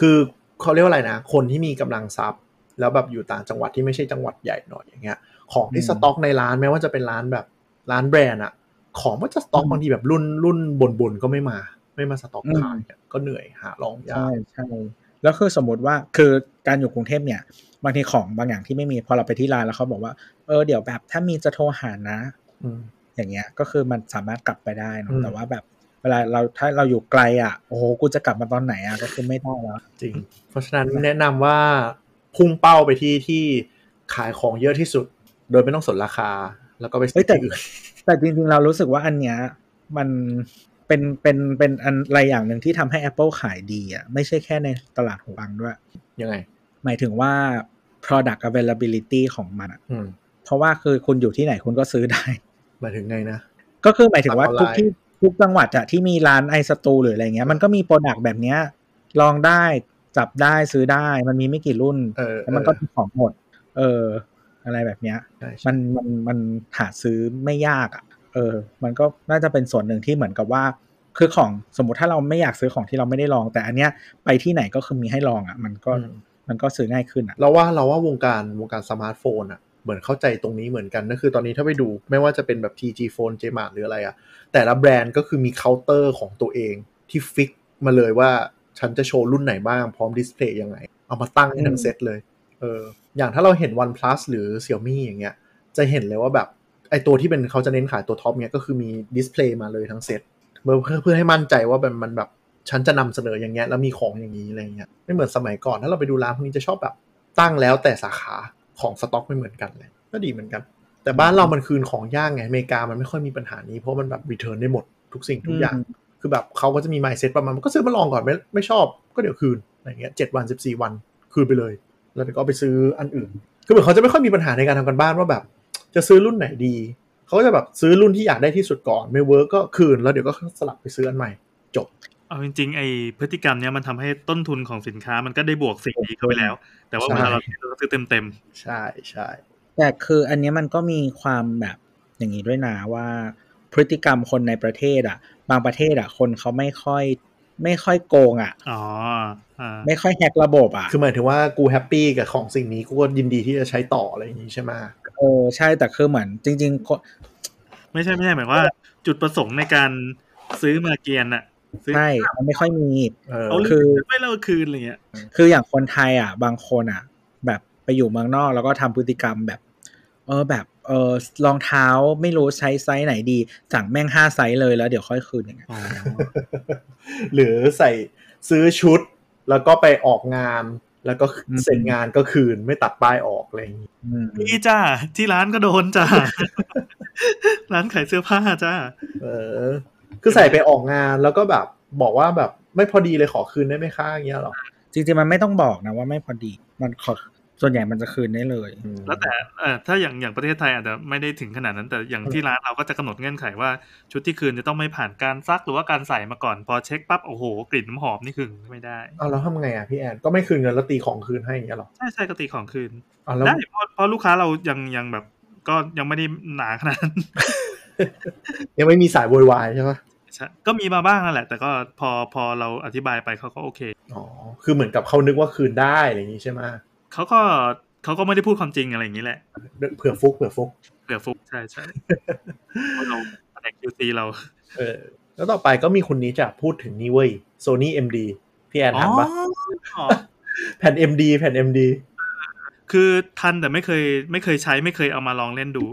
Speaker 2: คือเขาเรียกว่าอะไรนะ คนที่มีกำลังทรัพย์ แล้วแบบอยู่ต่างจังหวัดที่ไม่ใช่จังหวัดใหญ่หน่อยอย่างเงี้ย ของที่
Speaker 4: อืม
Speaker 2: สต็อกในร้านแม้ว่าจะเป็นร้านแบบร้านแบรนด์อะของก็จะสต็อกบางทีแบบรุ่นรุ่นบนๆก็ไม่มา ไม่มาสต็อกขายเนี่ยก็เหนื่อยหาลองยา
Speaker 4: ใช่
Speaker 2: ก
Speaker 4: ใช่แล้วคือสมมติว่าคือการอยู่กรุงเทพเนี่ยบางทีของบางอย่างที่ไม่มีพอเราไปที่ร้านแล้วเขาบอกว่าเออเดี๋ยวแบบถ้ามีจะโทรหานะ
Speaker 2: อืม
Speaker 4: อย่างเงี้ยก็คือมันสามารถกลับไปได้เน
Speaker 2: อื
Speaker 4: อะ
Speaker 2: ม
Speaker 4: แต่ว่าแบบเวลาเราถ้าเราอยู่ไกลอ่ะโอ้โหกูจะกลับมาตอนไหนอ่ะก็คือไม่ได้แล้ว
Speaker 2: จริง เพราะฉะนั้นแนะนำว่าพุ่งเป้าไปที่ที่ขายของเยอะที่สุด โดยไม่ต้องสนราคา แล้วก็ไป
Speaker 4: เฮ้
Speaker 2: ซื้อ
Speaker 4: ย
Speaker 2: ที่
Speaker 4: แต่
Speaker 2: อื่น
Speaker 4: แต่จริงๆเรารู้สึกว่าอันเนี้ยมันเป็นเป็นเป็นอะไรอย่างหนึ่งที่ทำให้ Apple ขายดีอ่ะไม่ใช่แค่ในตลาดหูฟังด้วย
Speaker 2: ยังไง
Speaker 4: หมายถึงว่า product availability ของมันอะ
Speaker 2: อืม
Speaker 4: เพราะว่าคือคุณอยู่ที่ไหนคุณก็ซื้อได้
Speaker 2: หมายถึงไงนะ
Speaker 4: ก็คือหมายถึงว่า
Speaker 2: ออนไล
Speaker 4: ทุก
Speaker 2: น์
Speaker 4: ที่ทุกจังหวัดอะที่มีร้านไอสตูหรืออะไรเงี้ยมันก็มีโปรดักต์แบบเนี้ยลองได้จับได้ซื้อได้มันมีไม่กี่รุ่น
Speaker 2: เออ
Speaker 4: แล้วมันก็มีของหมด เออ อะไรแบบเนี้ย
Speaker 2: ใช่
Speaker 4: มั
Speaker 2: ใช่
Speaker 4: นมันมันหาซื้อไม่ยากอะ่ะ เออ มันก็น่าจะเป็นส่วนหนึ่งที่เหมือนกับว่า คือของสมมติถ้าเราไม่อยากซื้อของที่เราไม่ได้ลอง แต่อันเนี้ยไปที่ไหนก็คือมีให้ลองอะ่ะ มันก็
Speaker 2: อืม
Speaker 4: มันก็ซื้อง่ายขึ้นอะ่ะ
Speaker 2: เราว่าเราว่าวงการวงการสมาร์ทโฟนอ่ะ เหมือนเข้าใจตรงนี้เหมือนกันก็คือตอนนี้ถ้าไปดูไม่ว่าจะเป็นแบบ TG Phone JMart หรืออะไรอ่ะ แต่ละแบรนด์ก็คือมีเคาน์เตอร์ของตัวเองที่ฟิกมาเลยว่าฉันจะโชว์รุ่นไหนบ้างพร้อมดิสเพลย์ยังไง เอามาตั้งให้ทั้ง
Speaker 4: อืม
Speaker 2: เซตเลย เอออย่างถ้าเราเห็น OnePlus หรือ Xiaomi อย่างเงี้ย จะเห็นเลยว่าแบบไอตัวที่เป็นเขาจะเน้นขายตัวท็อปเนี้ยก็คือมีดิสเพลย์มาเลยทั้งเซตเพื่อเพื่อเพื่อให้มั่นใจว่ามันมันแบบฉันจะนำเสนออย่างเงี้ยแล้วมีของอย่างนี้อะไรเงี้ยไม่เหมือนสมัยก่อน ถ้าเราไปดูร้านพวกนี้จะชอบแบบตั้งแล้วแต่สาขาของสต็อกไม่เหมือนกันเลยก็ดีเหมือนกัน แต่บ้านเรามันคืนของยากไงอเมริกามันไม่ค่อยมีปัญหานี้เพราะมันแบบรีเทิร์นได้หมดทุกสิ่งทุกอย่าง คือแบบเขาก็จะมี mindset ประมาณว่าก็ซื้อมาลองก่อนไม่ไม่ชอบก็เดี๋ยวคืนอะไรเงี้ยเจ็ดวันสิบสี่วันคืนไปเลย แล้วเดี๋ยวก็เอาไปซื้ออันอื่น คือเหมือนเขาจะไม่ค่อยมีปัญหาในการทำกันบ้านว่าแบบ จะซื้อรุ่นไหนดี เขาก็จะแบบซื้อรุ่นที่อยากได้ที่สุดก่อนไม่เวิร์กก็คืนแล้วเดี๋ยวก็สลับไปซื้ออันใหม่
Speaker 3: เอาจริงๆไอ้พฤติกรรมเนี้ยมันทำให้ต้นทุนของสินค้ามันก็ได้บวกสิ่งนี้เข้าไปแล้ว แต่ว่า
Speaker 2: ใช่
Speaker 3: เวลาเราซื้อเราก็ซื้อเต็ม
Speaker 2: ใช่ใช่
Speaker 4: แต่คืออันเนี้ยมันก็มีความแบบอย่างนี้ด้วยนะว่า พฤติกรรมคนในประเทศอะ่ะ บางประเทศอะ่ะ คนเขาไม่ค่อย ไม่ค่อยโกงอะ่ะ
Speaker 3: ๆอ๋ออ่า
Speaker 4: ไม่ค่อยแฮกระบบอะ่ะ
Speaker 2: คือหมายถึงว่ากูแฮปปี้กับของสิ่งนี้กูก็ยินดีที่จะใช้ต่ออะไรอย่างนี้ใช่ไหม
Speaker 4: เออใช่แต่คือเหมือนจริงๆคน
Speaker 3: ไม่ใช่ไม่ใช่หมายว่า จุดประสงค์ในการซื้อมาเกียนอะซื้อ
Speaker 4: ใช่มันไม่ค่อยมี
Speaker 2: เออ
Speaker 3: เอาเล
Speaker 4: คื
Speaker 3: ย
Speaker 4: อ
Speaker 3: ไม่เล่าคืนอะไรเงี้ย
Speaker 4: คืออย่างคนไทยอ่ะ บางคนอ่ะ แบบไปอยู่เมืองนอกแล้วก็ทำพฤติกรรมแบบ เออแบบเออรองเท้าไม่รู้ใช้ไซส์ไหนดี สั่งแม่งห้าไซส์เลยแล้วเดี๋ยวค่อยคืนอย่างเงี้ย
Speaker 3: อ๋อ
Speaker 2: หรือใส่ซื้อชุด แล้วก็ไปออกงาน แล้วก็เสร็จงานก็คืนไม่ตัดป้ายออกอะไรอย่างนี้
Speaker 4: อืม
Speaker 3: นี่จ้าที่ร้านก็โดนจ้า ร้านขายเสื้อผ้าจ้า
Speaker 2: เออ คือใส่ไปออกงานแล้วก็แบบบอกว่าแบบไม่พอดีเลยขอคืนได้ไหมคะอย่างเงี้ยหรอ
Speaker 4: จริงๆมันไม่ต้องบอกนะว่าไม่พอดี มันขอส่วนใหญ่มันจะคืนได้เลย
Speaker 3: แล้วแต่เอ่อถ้าอย่างอย่างประเทศไทยอาจจะไม่ได้ถึงขนาดนั้นแต่อย่างที่ร้านเราก็จะกำหนดเงื่อนไขว่าชุดที่คืนจะต้องไม่ผ่านการซักหรือว่าการใส่มาก่อน พอเช็คปั๊บโอ้โห กลิ่นน้ำหอมนี่คือไม่ได้
Speaker 2: เอาแล้วทำไงอ่ะพี่แอนก็ไม่คืนเงินแล้วตีของคืนให้อย่างเงี้ยหรอ
Speaker 3: ใช่ใช่กติของคืน
Speaker 2: เอาแล้ว
Speaker 3: ได้เพราะเพราะลูกค้าเรายังยังแบบก็ยังไม่ได้หนาขนาดนั้น
Speaker 2: ยังไม่มีสายโวยวายใช่ปะ
Speaker 3: ใช่ก็มีมาบ้างนั่นแหละ แต่ก็พอพอเราอธิบายไปเขาก็โอเค
Speaker 2: อ๋อคือเหมือนกับเขานึกว่าคืนได้อะไรอย่างงี้ใช่ไหม
Speaker 3: เขาก็เขาก็ไม่ได้พูดความจริงอะไรอย่างนี้แหละ
Speaker 2: เผื่อฟุกเผื่อฟุก
Speaker 3: เผื่อฟุกใช่ ใช่เพราะเราแผนก QC เรา
Speaker 2: เออ แล้วต่อไปก็มีคนนี้จะพูดถึงนี่เว้ยโซนี่เอ็มดีพี่แอนถามปะ
Speaker 3: อ๋อ
Speaker 2: แผ่น MD แผ่น MD
Speaker 3: คือทันแต่ไม่เคยไม่เคยใช้ไม่เคยเอามาลองเล่นดู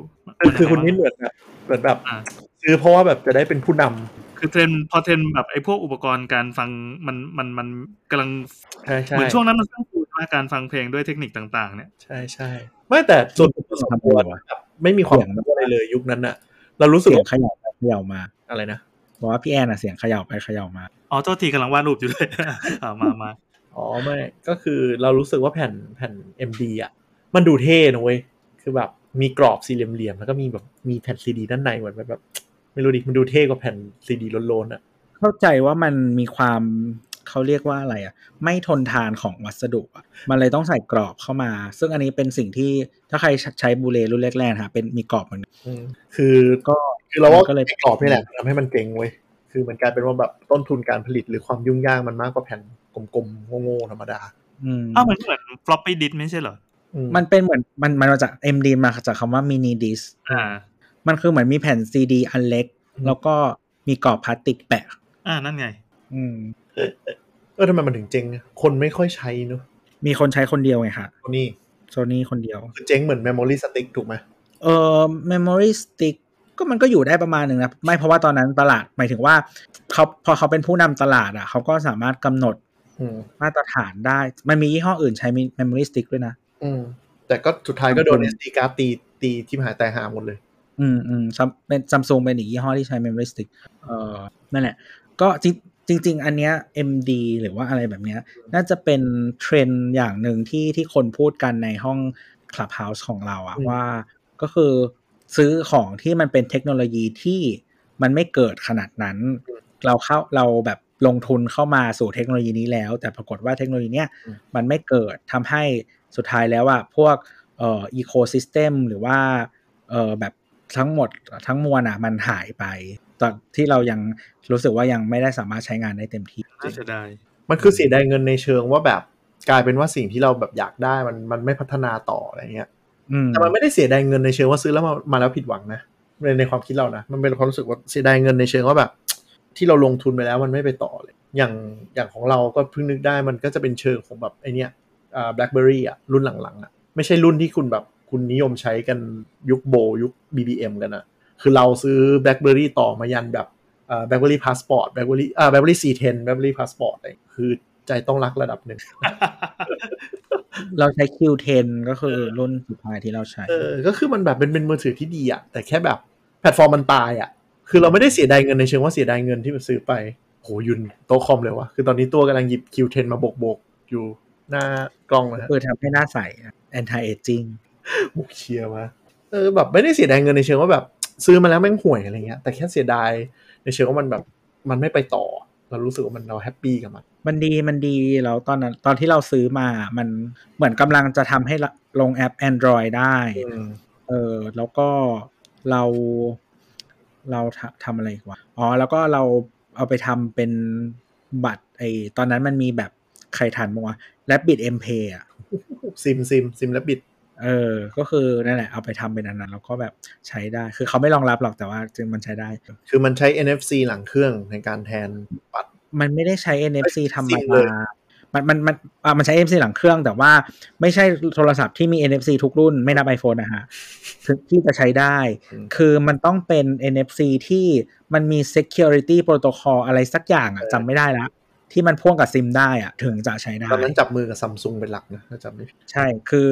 Speaker 2: คือคนนี้
Speaker 3: มั
Speaker 2: เห
Speaker 3: เป็
Speaker 2: มื
Speaker 3: ยังไงวะ
Speaker 2: อนแบบเหมือนแบบ
Speaker 3: อ่า
Speaker 2: ซื้อเพราะว่าแบบจะได้เป็นผู้นำ
Speaker 3: คือเทรนด์พอเทรนด์แบบไอ้พวกอุปกรณ์การฟังมันมันมันกำลัง
Speaker 2: ใช่ใช่
Speaker 3: เหมือนช่วงนั้นมันสร้างสูตรมากการฟังเพลงด้วยเทคนิคต่าง ๆเนี่ย
Speaker 2: ใช่ใช่ไม่แต่ส่วนตัวส่วนตัวนะครับไม่มีความรู้อะไรเลยยุคนั้นอะเรารู้สึก
Speaker 4: เสียง
Speaker 2: ว่า
Speaker 4: เขย่าไปเขย่ามา
Speaker 2: อะไรนะ
Speaker 4: บอกว่าพี่แอนอ่ะเสียงเขย่าไปเขย่ามา
Speaker 3: อ๋อโทษทีกำลังวาดรูปอยู่ ด้วย อ่ามามา
Speaker 2: อ๋อไม่ก็คือเรารู้สึกว่าแผ่นแผ่น MD อะมันดูเท่นะเว้ยคือแบบมีกรอบสี่เหลี่ยมๆแล้วก็มีแบบมีแผ่นซีดีด้านในเหมือนแบบ ไม่รู้ดิมันดูเท่กว่าแผ่นซีดีโลนๆอ่ะ
Speaker 4: เข้าใจว่ามันมีความเขาเรียกว่าอะไรอ่ะ ไม่ทนทานของวัสดุอะมันเลยต้องใส่กรอบเข้ามา ซึ่งอันนี้เป็นสิ่งที่ถ้าใครใช้บูเลรุ่นแรกๆนะฮะเป็นมีกรอบเหมือนกัน
Speaker 2: อืมคือ
Speaker 4: ก็
Speaker 2: คือเราว่า
Speaker 4: ก็เลย
Speaker 2: ไอ้กรอบนี่แหละมันทำให้มันเก่งเว้ยคือมันกลายเป็นว่าแบบต้นทุนการผลิตหรือความยุ่งยากมันมากกว่าแผ่นกลมๆโง่ๆธรรมดา
Speaker 4: อืม
Speaker 3: อ้าวมันเหมือน floppy disk ไม่ใช่เหรอ
Speaker 2: อื
Speaker 4: มันเป็นเหมือนมันมันมาจาก MD มาจากคำว่า mini disk
Speaker 3: อ่า
Speaker 4: มันคือเหมือนมีแผ่นซีดีอันเล็ก แล้วก็มีกรอบพลาสติกแปะ
Speaker 3: อ่านั่นไง
Speaker 4: อืม
Speaker 2: เออทำไมมันถึงเจ๊งอะคนไม่ค่อยใช้เนอะ
Speaker 4: มีคนใช้คนเดียวไงค่ะ
Speaker 2: ตัวนี้
Speaker 4: โซนี่คนเดียว
Speaker 2: คือเจ๊งเหมือน memory stick ถูกไหม
Speaker 4: เอ่อ memory stick ก็มันก็อยู่ได้ประมาณหนึ่งนะ ไม่เพราะว่าตอนนั้นตลาดหมายถึงว่าเขาพอเขาเป็นผู้นำตลาดอ่ะ เขาก็สามารถกำหนด
Speaker 2: อืม
Speaker 4: มาตรฐานได้ มันมียี่ห้ออื่นใช้ memory stick ด้วยนะ
Speaker 2: อืมแต่ก็สุดท้ายก็โดน
Speaker 4: อืม
Speaker 2: SD card ตีตีที่มหายแต่หาหมดเลย
Speaker 4: อืมอืมซัมเป็นซัมซุงเป็นอีกยี่ห้อที่ใช้ memory stick เอ่อนั่นแหละ ก็จริงจริง ๆ อันเนี้ย MD หรือว่าอะไรแบบเนี้ย น่าจะเป็นเทรนด์อย่างหนึ่งที่ที่คนพูดกันในห้อง Clubhouse ของเราอะ
Speaker 2: อืม
Speaker 4: ว่าก็คือซื้อของที่มันเป็นเทคโนโลยีที่มันไม่เกิดขนาดนั้น เราเข้าเราแบบลงทุนเข้ามาสู่เทคโนโลยีนี้แล้ว แต่ปรากฏว่าเทคโนโลยีเนี้ยมันไม่เกิดทำให้สุดท้ายแล้วอะพวกเอ่ออีโคซิสเต็มหรือว่า เออแบบทั้งหมดทั้งมวลอ่ะมันหายไป ตอนที่เรายังรู้สึกว่ายังไม่ได้สามารถใช้งานได้เต็มที่
Speaker 3: น่าจะได้
Speaker 2: มันคือเสียดายเงินในเชิงว่าแบบกลายเป็นว่าสิ่งที่เราแบบอยากได้มันมันไม่พัฒนาต่ออะไรเงี้ย
Speaker 4: อืม
Speaker 2: แต่มันไม่ได้เสียดายเงินในเชิงว่าซื้อแล้วมามาแล้วผิดหวังนะในในความคิดเรานะ มันเป็นความรู้สึกว่าเสียดายเงินในเชิงว่าแบบ ที่เราลงทุนไปแล้วมันไม่ไปต่อเลย อย่างอย่างของเราก็เพิ่งนึกได้มันก็จะเป็นเชิงของแบบไอเนี้ยอ่าแบล็คเบอรี่อ่ะรุ่นหลังๆอ่ะไม่ใช่รุ่นที่คุณแบบคุณนิยมใช้กันยุคโบยุค BBM กันอะคือเราซื้อ BlackBerry ต่อมายันแบบอ่า BlackBerry Passport BlackBerry อ่า BlackBerry C10 BlackBerry Passport อะไรคือใจต้องรักระดับหนึ่ง
Speaker 4: เราใช้ Q10 ก็คือรุ่นสุดท้ายที่เราใช้
Speaker 2: เออ ก็คือมันแบบเป็นเป็นมือถือที่ดีอะแต่แค่แบบแพลตฟอร์มมันตายอะคือเราไม่ได้เสียดายเงินในเชิงว่าเสียดายเงินที่แบบซื้อไป โหยุนโต๊ะคอมเลยวะคือตอนนี้ตัวกำลังหยิบ Q10 มาโบกๆ อยู่หน้ากล้องนะฮะ
Speaker 4: คือทำให้หน้าใส anti aging
Speaker 2: บุกเชียร์มาเออแบบไม่ได้เสียดายเงินในเชิงว่าแบบซื้อมาแล้วแม่งห่วยอะไรเงี้ย แต่แค่เสียดายในเชิงว่ามันแบบมันไม่ไปต่อ เรารู้สึกว่ามันเราแฮปปี้กับมัน
Speaker 4: มันดีมันดีแล้วตอนนั้นตอนที่เราซื้อมามันเหมือนกำลังจะทำให้ละลงแอป Android ได้ เออแล้วก็เราเราทำทำอะไรอีกวะอ๋อ แล้วก็เราเอาไปทำเป็นบัตรไอตอนนั้นมันมีแบบใครทันมั้งวะแลบบิดเอ็มเพย์อ่ะ
Speaker 2: ซิมซิมซิมและบิด
Speaker 4: เออ ก็คือนั่นแหละเอาไปทำเป็นอันนั้นแล้วก็แบบใช้ได้ คือเขาไม่รองรับหรอกแต่ว่าจริงมันใช้ได้
Speaker 2: คือมันใช้ NFC หลังเครื่องในการแทนบัตร
Speaker 4: มันไม่ได้ใช้ NFC ธรรม
Speaker 2: ซิมเล
Speaker 4: ดาย มันมันมันอ่ะมันใช้ NFC หลังเครื่อง แต่ว่าไม่ใช่โทรศัพท์ที่มี NFC ทุกรุ่นไม่นับ iPhone นะฮะถึงที่จะใช้ได้ คือมันต้องเป็น NFC ที่มันมี security protocol อะไรสักอย่างอ่ะจำไม่ได้ละที่มันพ่วงกับซิมได้อ่ะถึงจะใช้ได้
Speaker 2: ตอนนั้นจับมือกับซัมซุงเป็นหลักนะถ้าจำไม่ผิด
Speaker 4: ใช่ คือ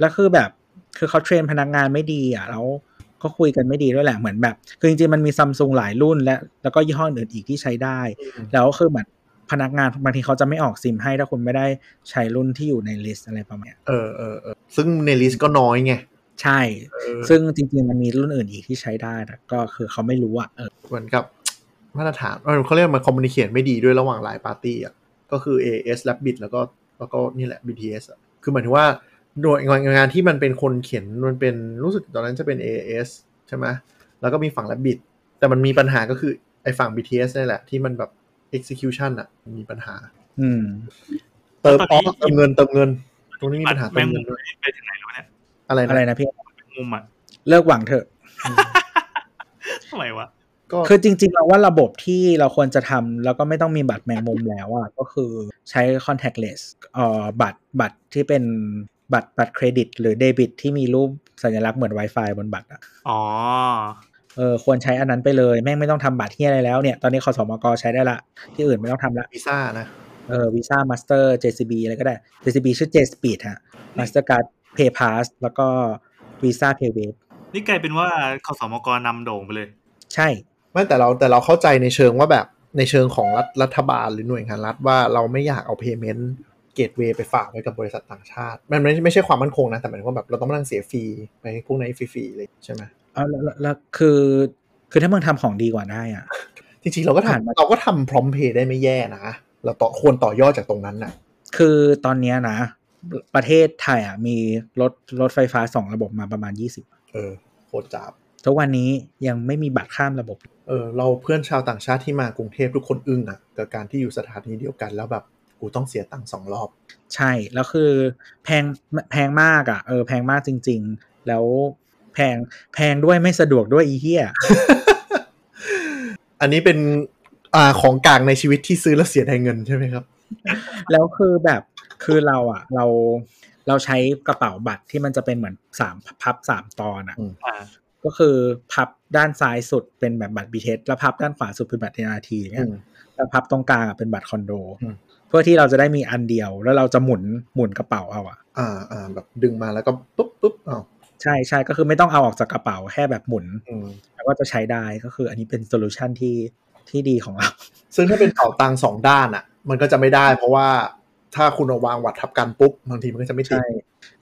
Speaker 4: แล้วคือแบบ คือเขาเทรนพนักงานไม่ดีอ่ะ แล้วก็คุยกันไม่ดีด้วยแหละ เหมือนแบบ คือจริงๆ มันมีซัมซุงหลายรุ่นและ แล้วก็ยี่ห้ออื่นอีกที่ใช้ได้ แล้วคือเหมือนพนักงานบางทีเขาจะไม่ออกซิมให้ถ้าคุณไม่ได้ใช้รุ่นที่อยู่ในลิสต์อะไรประมาณเนี้ย
Speaker 2: เออเออเออซึ่งในลิสต์ก็น้อยไง
Speaker 4: ใช่
Speaker 2: เออ
Speaker 4: ซึ่งจริงๆ มันมีรุ่นอื่นอีกที่ใช้ได้แต่ก็คือเขาไม่รู้อ่ะเออ
Speaker 2: เหมือนกับมาตรฐานเออเขาเรียกมันคอมมูนิเคชไม่ดีด้วยระหว่างหลายปาร์ตี้อ่ะก็คือ AS Rabbit แล้วก็แล้วก็นี่แหละ BTS อ่ะคือหมายถึงว่าหน่วยงานที่มันเป็นคนเขียนมันเป็นรู้สึกตอนนั้นจะเป็น AS ใช่ไหมแล้วก็มีฝั่ง Rabbit แต่มันมีปัญหาก็คือไอ้ฝั่ง BTS นี่แหละที่มันแบบ execution อ่ะมีปัญหา
Speaker 4: อืม
Speaker 2: เติม
Speaker 3: ตอน
Speaker 2: อ๋อ
Speaker 3: นี้
Speaker 2: เติมเงินเติมเงิน ตรงนี้มีปัญหา
Speaker 3: แม
Speaker 2: เติม
Speaker 3: ง
Speaker 2: เงิ
Speaker 3: มุ
Speaker 2: น
Speaker 3: ม
Speaker 2: ด้วย
Speaker 3: ไปถึงไหนแล้ววะเนี่ย
Speaker 2: อะไร
Speaker 4: อะไร
Speaker 2: นะ
Speaker 4: นะพี่
Speaker 3: แมงมุมอ่ะ
Speaker 4: เลิกหวังเถอะ
Speaker 3: ทำไมวะ
Speaker 2: ก็
Speaker 4: คือจริงๆเราว่าระบบที่เราควรจะทำแล้วก็ไม่ต้องมีบัตรแมงมุมแล้วอ่ะก็คือใช้ contactless เอ่อบัตรบัตรที่เป็นบัตรบัตรเครดิต หรือเดบิต ที่มีรูปสัญลักษณ์เหมือน Wi-Fi บนบัตรอ่ะ
Speaker 3: อ๋อ
Speaker 4: เออควรใช้อันนั้นไปเลยแม่งไม่ต้องทำบัตรที่อะไรแล้วเนี่ย ตอนนี้คอสมกใช้ได้ละ ที่อื่นไม่ต้องทำละ
Speaker 2: วีซ่านะ
Speaker 4: เออ Visa Master JCB อะไรก็ได้ JCB ชื่อ JSpeed ฮะ Mastercard PayPass แล้วก็ Visa PayWave
Speaker 3: นี่กลายเป็นว่าคสมกนำโด่งไปเลย
Speaker 4: ใช่
Speaker 2: ไม่แต่เราแต่เราเข้าใจในเชิงว่าแบบในเชิงของรัฐรัฐบาลหรือหน่วยงานรัฐว่าเราไม่อยากเอา payment gateway ไปฝากไว้กับบริษัทต่างชาติ มันไม่ไม่ใช่ความมั่นคงนะ แต่หมายถึงว่าแบบเราต้องมานั่งเสียฟรีไปพวกนั้นฟรีๆเลยใช่ไหม
Speaker 4: เอาแล้วแล้วแล้วคือ คือถ้ามึงทำของดีกว่าได้อ่ะ
Speaker 2: จริงๆ เราก็
Speaker 4: ผ่านมา
Speaker 2: ทำเราก็ทำพร้อมเพย์ได้ไม่แย่นะเราต่อควรต่อยอดจากตรงนั้นน่ะ
Speaker 4: คือตอนเนี้ยนะ ประเทศไทยอ่ะมีรถรถไฟฟ้าสองระบบมาประมาณ 20
Speaker 2: เออโคตรจับ
Speaker 4: ทุกวันนี้ยังไม่มีบัตรข้ามระบบ
Speaker 2: เออ เราเพื่อนชาวต่างชาติที่มากรุงเทพทุกคนอึ้งอ่ะกับการที่อยู่สถานีเดียวกันแล้วแบบกูต้องเสียตังค์สองรอบ
Speaker 4: ใช่ แล้วคือแพงแพงมากอ่ะเออแพงมากจริง ๆ แล้วแพงแพงด้วยไม่สะดวกด้วยอีเหี้ย
Speaker 2: อันนี้เป็นอ่าของกลางในชีวิตที่ซื้อแล้วเสียดายเงินใช่ไหมครับ
Speaker 4: แล้วคือแบบคือเราอ่ะ เราเราใช้กระเป๋าบัตรที่มันจะเป็นเหมือนสามพับสามตอนอ่ะ
Speaker 3: อ่า
Speaker 4: ก็คือพับด้านซ้ายสุดเป็นแบบบัตรบีเทสแล้วพับด้านขวาสุดเป็นบัตรเอทีเนี่ยแล้วพับตรงกลางอะเป็นบัตรคอนโด
Speaker 2: อืม
Speaker 4: เพื่อที่เราจะได้มีอันเดียว แล้วเราจะหมุนหมุนกระเป๋าเอาอ่ะ
Speaker 2: อ่าอ่าแบบดึงมาแล้วก็ปุ๊บปุ๊บอ้าว
Speaker 4: ใช่ใช่ก็คือไม่ต้องเอาออกจากกระเป๋าแค่แบบหมุน
Speaker 2: อืม
Speaker 4: แล้วก็จะใช้ได้ก็คืออันนี้เป็นโซลูชันที่ที่ดีของ เรา
Speaker 2: ซึ่งถ้าเป็นเป่าตังสองด้านอ่ะ มันก็จะไม่ได้เพราะว่าถ้าคุณเอาวางวัดทับกันปุ๊บบางทีมันก็จะไม่ติด
Speaker 4: ใช่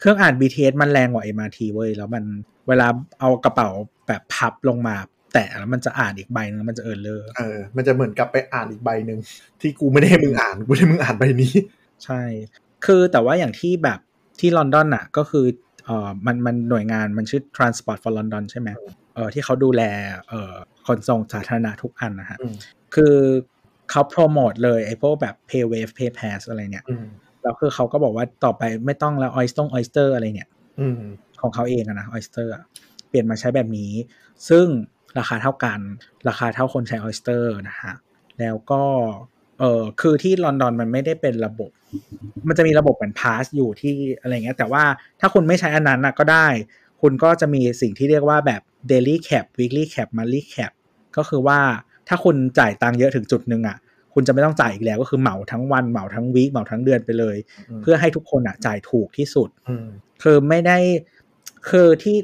Speaker 4: เครื่องอ่าน BTS มันแรงกว่า MRT เว้ย แล้วมันเวลาเอากระเป๋าแบบพับลงมา แตะแล้วมันจะอ่านอีกใบนึงแล้วมันจะเออเลอร์
Speaker 2: เออ มันจะเหมือนกับไปอ่านอีกใบหนึ่งที่กูไม่ได้ให้มึงอ่านกูไม่ได้ให้มึงอ่านใบนี้
Speaker 4: ใช่ คือแต่ว่าอย่างที่แบบที่ลอนดอนน่ะ ก็คือเออมันมันหน่วยงานมันชื่อ Transport for London ใช่ไหมเออที่เขาดูแลเออขนส่งสาธารณะทุกอันนะฮะ
Speaker 2: อืม
Speaker 4: คือเขาโปรโมทเลยไอ้พวกแบบ PayWave PayPass อะไรเนี่ย
Speaker 2: อืม
Speaker 4: แล้วคือเขาก็บอกว่าต่อไปไม่ต้องแล้ว Oyster Oyster อะไรเนี่ย
Speaker 2: อืม
Speaker 4: ของเขาเองอะนะออ s สเตอร์เปลี่ยนมาใช้แบบนี้ ซึ่งราคาเท่ากัน ราคาเท่าคนใช้ออ s สเตอร์นะฮะ แล้วก็เออคือที่ลอนดอนมันไม่ได้เป็นระบบ มันจะมีระบบเหมือนพาสอยู่ที่อะไรเงี้ยแต่ว่าถ้าคุณไม่ใช้อันนั้นนะก็ได้ คุณก็จะมีสิ่งที่เรียกว่าแบบ daily cap weekly cap monthly cap ก็คือว่าถ้าคุณจ่ายตังค์เยอะถึงจุดหนึ่งอะคุณจะไม่ต้องจ่ายอีกแล้วก็คือเหมาทั้งวันเหมาทั้งวีคเหมาทั้งเดือนไปเลย เพื่อให้ทุกคนอะจ่ายถูกที่สุด
Speaker 2: ม
Speaker 4: คือไม่ได้คือที่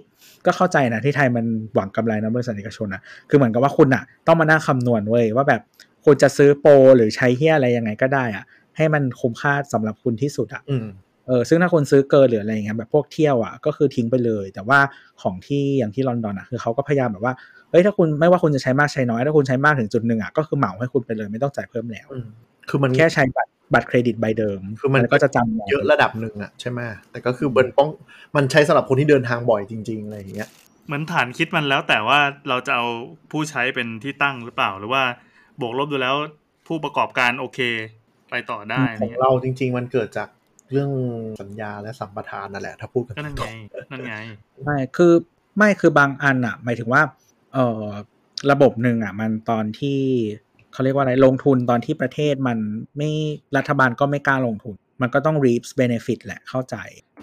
Speaker 4: ก็เข้าใจนะที่ไทยมันหวังกำไรนะบริษัทเอกชนนะคือเหมือนกับว่าคุณอ่ะ ต้องมานั่งคำนวณเว้ยว่าแบบคุณจะซื้อโปรหรือใช้เฮียอะไรยังไงก็ได้อ่ะ ให้มันคุ้มค่าสำหรับคุณที่สุดอ่ะ
Speaker 2: อืม
Speaker 4: เออซึ่งถ้าคนซื้อเกินหรืออะไรอย่างเงี้ยแบบพวกเที่ยวอ่ะก็คือทิ้งไปเลย แต่ว่าของที่อย่างที่ลอนดอนอ่ะคือเขาก็พยายามแบบว่าเฮ้ยถ้าคุณไม่ว่าคุณจะใช้มากใช้น้อยถ้าคุณใช้มากถึงจุดหนึ่งอ่ะก็คือเหมาให้คุณไปเลยไม่ต้องจ่ายเพิ่มแล้ว
Speaker 2: อืมคือมัน
Speaker 4: แค่ใช้บัตรบัตรเครดิตใบเดิม
Speaker 2: คือมัน
Speaker 4: แล้วก็จะจำไว้
Speaker 2: เยอะระดับหนึ่งอ่ะใช่ไหมแต่ก็คือเบิร์นป้องมันใช้สำหรับคนที่เดินทางบ่อยจริง ๆ อะไรอย่างเงี้ย
Speaker 3: เหมือนฐานคิดมันแล้วแต่ว่าเราจะเอาผู้ใช้เป็นที่ตั้งหรือเปล่า หรือว่าบวกลบดูแล้วผู้ประกอบการโอเค ไปต่อได้อะไร
Speaker 2: ของ
Speaker 3: เงี้ย
Speaker 2: เราจริง ๆ มันเกิดจากเรื่องสัญญาและสัมปทานนั่นแหละถ้าพูดกัน
Speaker 3: ก็นั่นไงนั่นไง
Speaker 4: ไม่คือไม่คือบางอันอ่ะ หมายถึงว่าเออระบบหนึ่งอ่ะ มันตอนที่เขาเรียกว่าอะไรลงทุนตอนที่ประเทศมันไม่รัฐบาลก็ไม่กล้าลงทุน มันก็ต้อง reaps benefit แหละเข้าใจ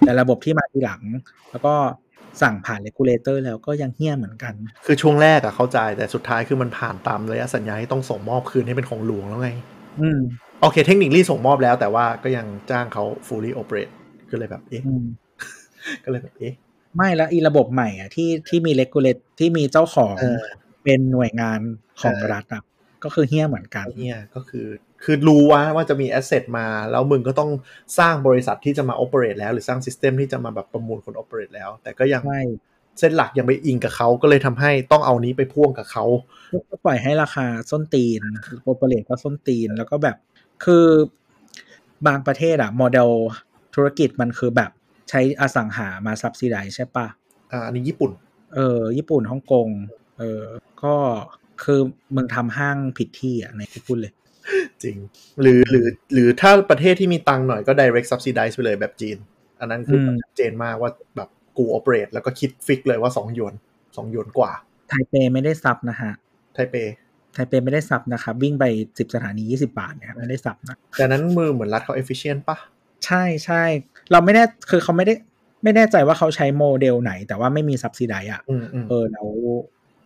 Speaker 4: แต่ระบบที่มาทีหลัง แล้วก็สั่งผ่าน regulator แล้วก็ยังเหี้ยเหมือนกัน
Speaker 2: คือช่วงแรกอะเข้าใจแต่สุดท้ายคือมันผ่านตามระยะสัญญาที่ต้องส่งมอบคืนให้เป็นของหลวงแล้วไง
Speaker 4: อืม
Speaker 2: โอเคเทคนิครีส่งมอบแล้วแต่ว่าก็ยังจ้างเขา fully operate ก็เลยแบบเอ๊ะ
Speaker 4: อืม
Speaker 2: ก็เลยแบบเอ๊ะ
Speaker 4: ไม่แล้วอีระบบใหม่อ่ะที่ที่มี regulate ที่มีเจ้าของ
Speaker 2: เออ
Speaker 4: เป็นหน่วยงานของรัฐอ่ะก็คือเหี้ยเหมือนกัน
Speaker 2: เนี่ยก็คือคือรู้ว่าว่าจะมี asset มาแล้วมึงก็ต้องสร้างบริษัทที่จะมา operate แล้วหรือสร้าง system ที่จะมาแบบประมูลคน operate แล้ว แต่ก็ยัง
Speaker 4: ใช่
Speaker 2: เส้นหลักยังไปอิงกับเขาก็เลยทำให้ต้องเอานี้ไปพ่วงกับเขา
Speaker 4: ก็ปล่อยให้ราคาส้นตีนโอเปเรตก็ส้นตีน แล้วก็แบบคือบางประเทศอะโมเดลธุรกิจมันคือแบบใช้อสังหามาซับซิไดใช่ปะ
Speaker 2: อ่าอันนี้ญี่ปุ่น
Speaker 4: เออ ญี่ปุ่นฮ่องกงเออก็คือมึงทำห้างผิดที่อะในที่พูดเลย
Speaker 2: จริง หรือหรือหรือถ้าประเทศที่มีตังค์หน่อยก็ direct subsidize ไปเลยแบบจีน อันนั้นคืออ
Speaker 4: ม
Speaker 2: ชัดเจนมากว่าแบบกู operate แล้วก็คิดฟิกเลยว่า2หยวนสองหยวนกว่า
Speaker 4: ไทเปไม่ได้ซับนะฮะ
Speaker 2: ไทเป
Speaker 4: ไทเปไม่ได้ซับนะครับวิ่งไปสิบสถานียี่สิบาทนะครับไม่ได้ซับนะ
Speaker 2: แต่นั้นมือเหมือนรัดเขา efficient ปะ
Speaker 4: ใช่ใช่เราไม่แน่คือเขาไม่ได้ไม่แน่ใจว่าเขาใช้โมเดลไหน แต่ว่าไม่มีซับซิไดอะ
Speaker 2: อืมอืม
Speaker 4: เออแล้ว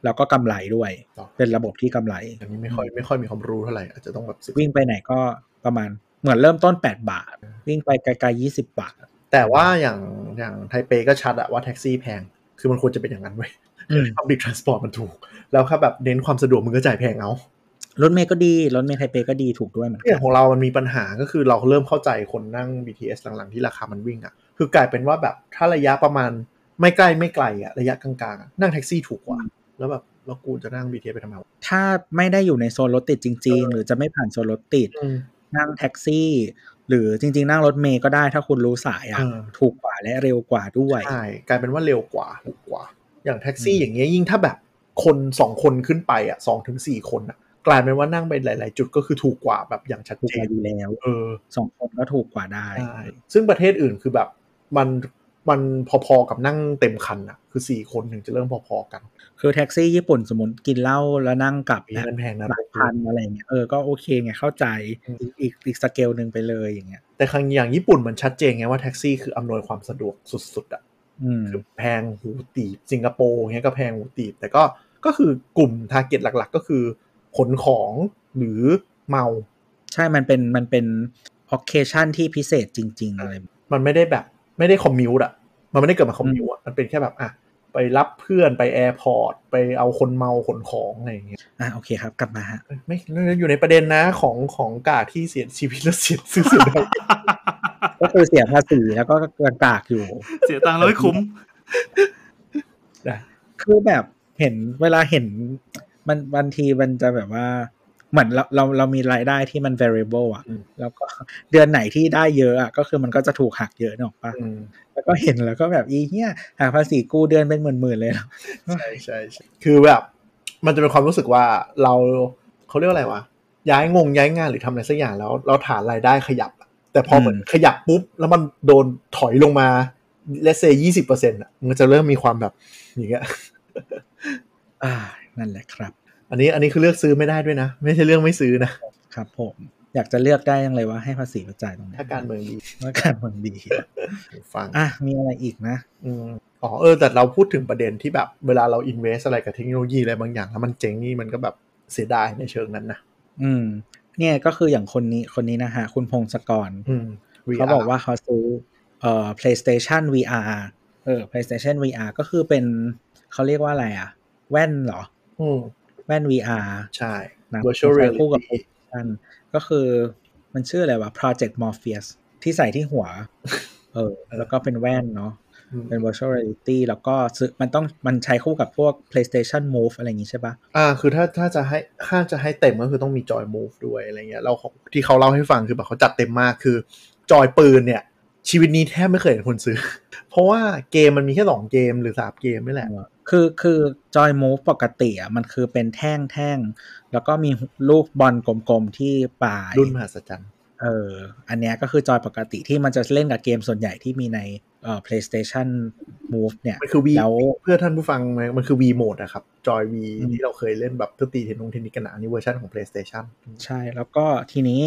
Speaker 4: เราก็กำไรด้วย เป็นระบบที่กำไร
Speaker 2: อันนี้ไม่ค่อยไม่ค่อยมีความรู้เท่าไหร่ อาจจะต้องแบบศึก
Speaker 4: วิ่งไปไหนก็ประมาณเหมือนเริ่มต้น 8 บาท วิ่งไปไกลๆ20 บาท
Speaker 2: แต่ว่าอย่างอย่างไทเปก็ชัดอะว่าแท็กซี่แพง คือมันควรจะเป็นอย่างนั้นเว้ย public transport มันถูก แล้วถ้าแบบเน้นความสะดวกมึงก็จ่ายแพงเอา
Speaker 4: รถเมย์ก็ดี รถเมย์ไทเปก็ดีถูกด้วยเหมือน
Speaker 2: เนี่
Speaker 4: กั
Speaker 2: ย
Speaker 4: น
Speaker 2: ของเรามันมีปัญหาก็คือเราเริ่มเข้าใจคนนั่ง BTS หลังๆที่ราคามันวิ่งอะ่ะ คือกลายเป็นว่าแบบถ้าระยะประมาณไม่ใกล้ไม่ไกลอะ่ะระยะกลางๆอะนั่งแท็กซี่ถูกกว่า แล้วแบบ แล้วกูจะนั่ง BTS ไปทำไมวะ
Speaker 4: ถ้าไม่ได้อยู่ในโซนรถติดจริง ๆ หรือจะไม่ผ่านโซนรถติด
Speaker 2: อืม
Speaker 4: นั่งแท็กซี่ หรือจริง ๆ นั่งรถเมย์ก็ได้ถ้าคุณรู้สายอะ
Speaker 2: เออ
Speaker 4: ถูกกว่าและเร็วกว่าด้วย
Speaker 2: ใช่กลายเป็นว่าเร็วกว่าถูกกว่า อย่างแท็กซี่
Speaker 4: อืม
Speaker 2: อย่างเงี้ยยิ่งถ้าแบบคนสองคนขึ้นไปอ่ะสองถึงสี่คนอ่ะ กลายเป็นว่านั่งไปหลาย ๆ จุดก็คือถูกกว่าแบบอย่างชัด
Speaker 4: ถูก
Speaker 2: เจ
Speaker 4: กว่าน อยู่แล้ว
Speaker 2: เออ
Speaker 4: สองคนก็ถูกกว่าได้
Speaker 2: ใช่ซึ่งประเทศอื่นคือแบบมันมันพอ ๆ กับนั่งเต็มคันอ่ะ คือสี่คนถึงจะเริ่มพอ ๆ กัน
Speaker 4: คือแท็กซี่ญี่ปุ่นสมมติกินเหล้าแล้วนั่งกลับ
Speaker 2: มี
Speaker 4: นะ
Speaker 2: เงินแพงนะ
Speaker 4: หลายพันอะไรเงี้ยเออก็โอเคไงเข้าใจ
Speaker 2: อืม
Speaker 4: อีกอีกอีกสเกลหนึ่งไปเลยอย่างเงี้ย
Speaker 2: แต่ครั้งอย่างญี่ปุ่นมันชัดเจนไงว่าแท็กซี่คืออำนวยความสะดวกสุด ๆ อ่ะ
Speaker 4: อืม
Speaker 2: คือแพงหูตีบสิงคโปร์เงี้ยก็แพงหูตีบ แต่ก็ก็คือกลุ่มทาร์เก็ตหลัก ๆ ก็คือขนของหรือเมา
Speaker 4: ใช่มันเป็นมันเป็น occasion ที่พิเศษจริง ๆ อะไร
Speaker 2: มันไม่ได้แบบไม่ได้คอมมิวต์อะมันไม่ได้เกิดมาคอมมิวต์อะมันเป็นแค่แบบอ่ะไปรับเพื่อนไปแอร์พอร์ตไปเอาคนเมาขนของอะไรอย่างเงี้ย
Speaker 4: อ่ะโอเคครับ กลับมาฮะ
Speaker 2: ไม่อยู่ในประเด็นนะของของกาดที่เสียชีวิตและเสีย ซื้อเสียดาย
Speaker 4: ก็คือเสียภาษีแล้วก็กระกากอยู่
Speaker 3: เสียตังค์แล้วไม่คุ้ม
Speaker 4: คือแบบเห็นเวลาเห็นมันบางทีมันจะแบบว่า เหมือนเราเราเรามีรายได้ที่มัน variable อ่ะ
Speaker 2: อืม
Speaker 4: แล้วก็ เดือนไหนที่ได้เยอะอ่ะก็คือมันก็จะถูกหักเยอะนกออกปะ
Speaker 2: อืม
Speaker 4: แล้วก็เห็นแล้วก็แบบอีเนี่ยหักภาษีกูเดือนเป็นหมื่นๆเลยแล้ว
Speaker 2: ใช่ใช่ใช่คือแบบ มันจะเป็นความรู้สึกว่าเราเขาเรียกว่าอะไรวะย้ายงงย้ายงานหรือทำอะไรสักอย่างแล้ว เราฐานรายได้ขยับอะแต่พอเหมือนขยับปุ๊บ แล้วมันโดนถอยลงมาเลเซยี่สิบเปอร์เซ็นต์อ่ะมันจะเริ่มมีความแบบอย่างเงี้ย
Speaker 4: อ่า นั่นแหละครับ
Speaker 2: อันนี้อันนี้คือเลือกซื้อไม่ได้ด้วยนะ ไม่ใช่เรื่องไม่ซื้อนะ
Speaker 4: ครับผมอยากจะเลือกได้ยังเลยว่าให้ภาษีมาจ่ายตรงไหน
Speaker 2: ถ้าการเมืองดี
Speaker 4: ว่าการเมืองดี
Speaker 2: ฟัง
Speaker 4: อ่ะมีอะไรอีกนะ
Speaker 2: อืมอ๋อเออแต่เราพูดถึงประเด็นที่แบบเวลาเราอินเวสอะไรกับเทคโนโลยีอะไรบางอย่าง แล้วมันเจ๊งนี่มันก็แบบเสียดายในเชิงนั้นนะ
Speaker 4: อืม เนี่ยก็คืออย่างคนนี้คนนี้นะฮะ คุณพงศกร
Speaker 2: อืม VR
Speaker 4: เขาบอกว่าเขาซื้อเอ่อ PlayStation VR เออ PlayStation VR ก็คือเป็นเขาเรียกว่าอะไรอ่ะ แว่นเหรอ
Speaker 2: อืม
Speaker 4: แว่น VR
Speaker 2: ใช่
Speaker 4: นะ
Speaker 2: virtual
Speaker 4: ใช้
Speaker 2: reality
Speaker 4: คู่กับกันก็คือมันชื่ออะไรวะ Project Morpheus ที่ใส่ที่หัว เออ แล้วก็เป็นแว่นเนาะ
Speaker 2: อืม
Speaker 4: เป็น virtual reality แล้วก็ซื้อมันต้องมันใช้คู่กับพวก PlayStation Move อะไรอย่างงี้ใช่ปะ
Speaker 2: อ่า คือถ้าถ้าจะให้ถ้าจะให้เต็มก็คือต้องมีจอย move ด้วยอะไรเงี้ยเราของที่เขาเล่าให้ฟังคือแบบเขาจัดเต็มมากคือจอยปืนเนี่ย ชีวิตนี้แทบไม่เคยเห็นคนซื้อ เพราะว่าเกมมันมีแค่สองเกมหรือสามเกมนี่แหละ
Speaker 4: คือคือจอยมูฟปกติอ่ะมันคือเป็นแท่งแท่งแล้วก็มีลูกบอลกลมๆที่ปลาย
Speaker 2: รุ่นมหัศจรรย์
Speaker 4: เอออันเนี้ยก็คือจอยปกติที่มันจะเล่นกับเกมส่วนใหญ่ที่มีในเอ่อ PlayStation Move เนี่ย
Speaker 2: มันคือวี
Speaker 4: แล้ว
Speaker 2: เพื่อท่านผู้ฟังไหมมันคือวีโหมดอะครับ จอยวี
Speaker 4: อืม
Speaker 2: ที่เราเคยเล่นแบบทตีเทนนงเทนนิสกันนะอันนี่เวอร์ชันของ PlayStation
Speaker 4: ใช่แล้วก็ทีนี้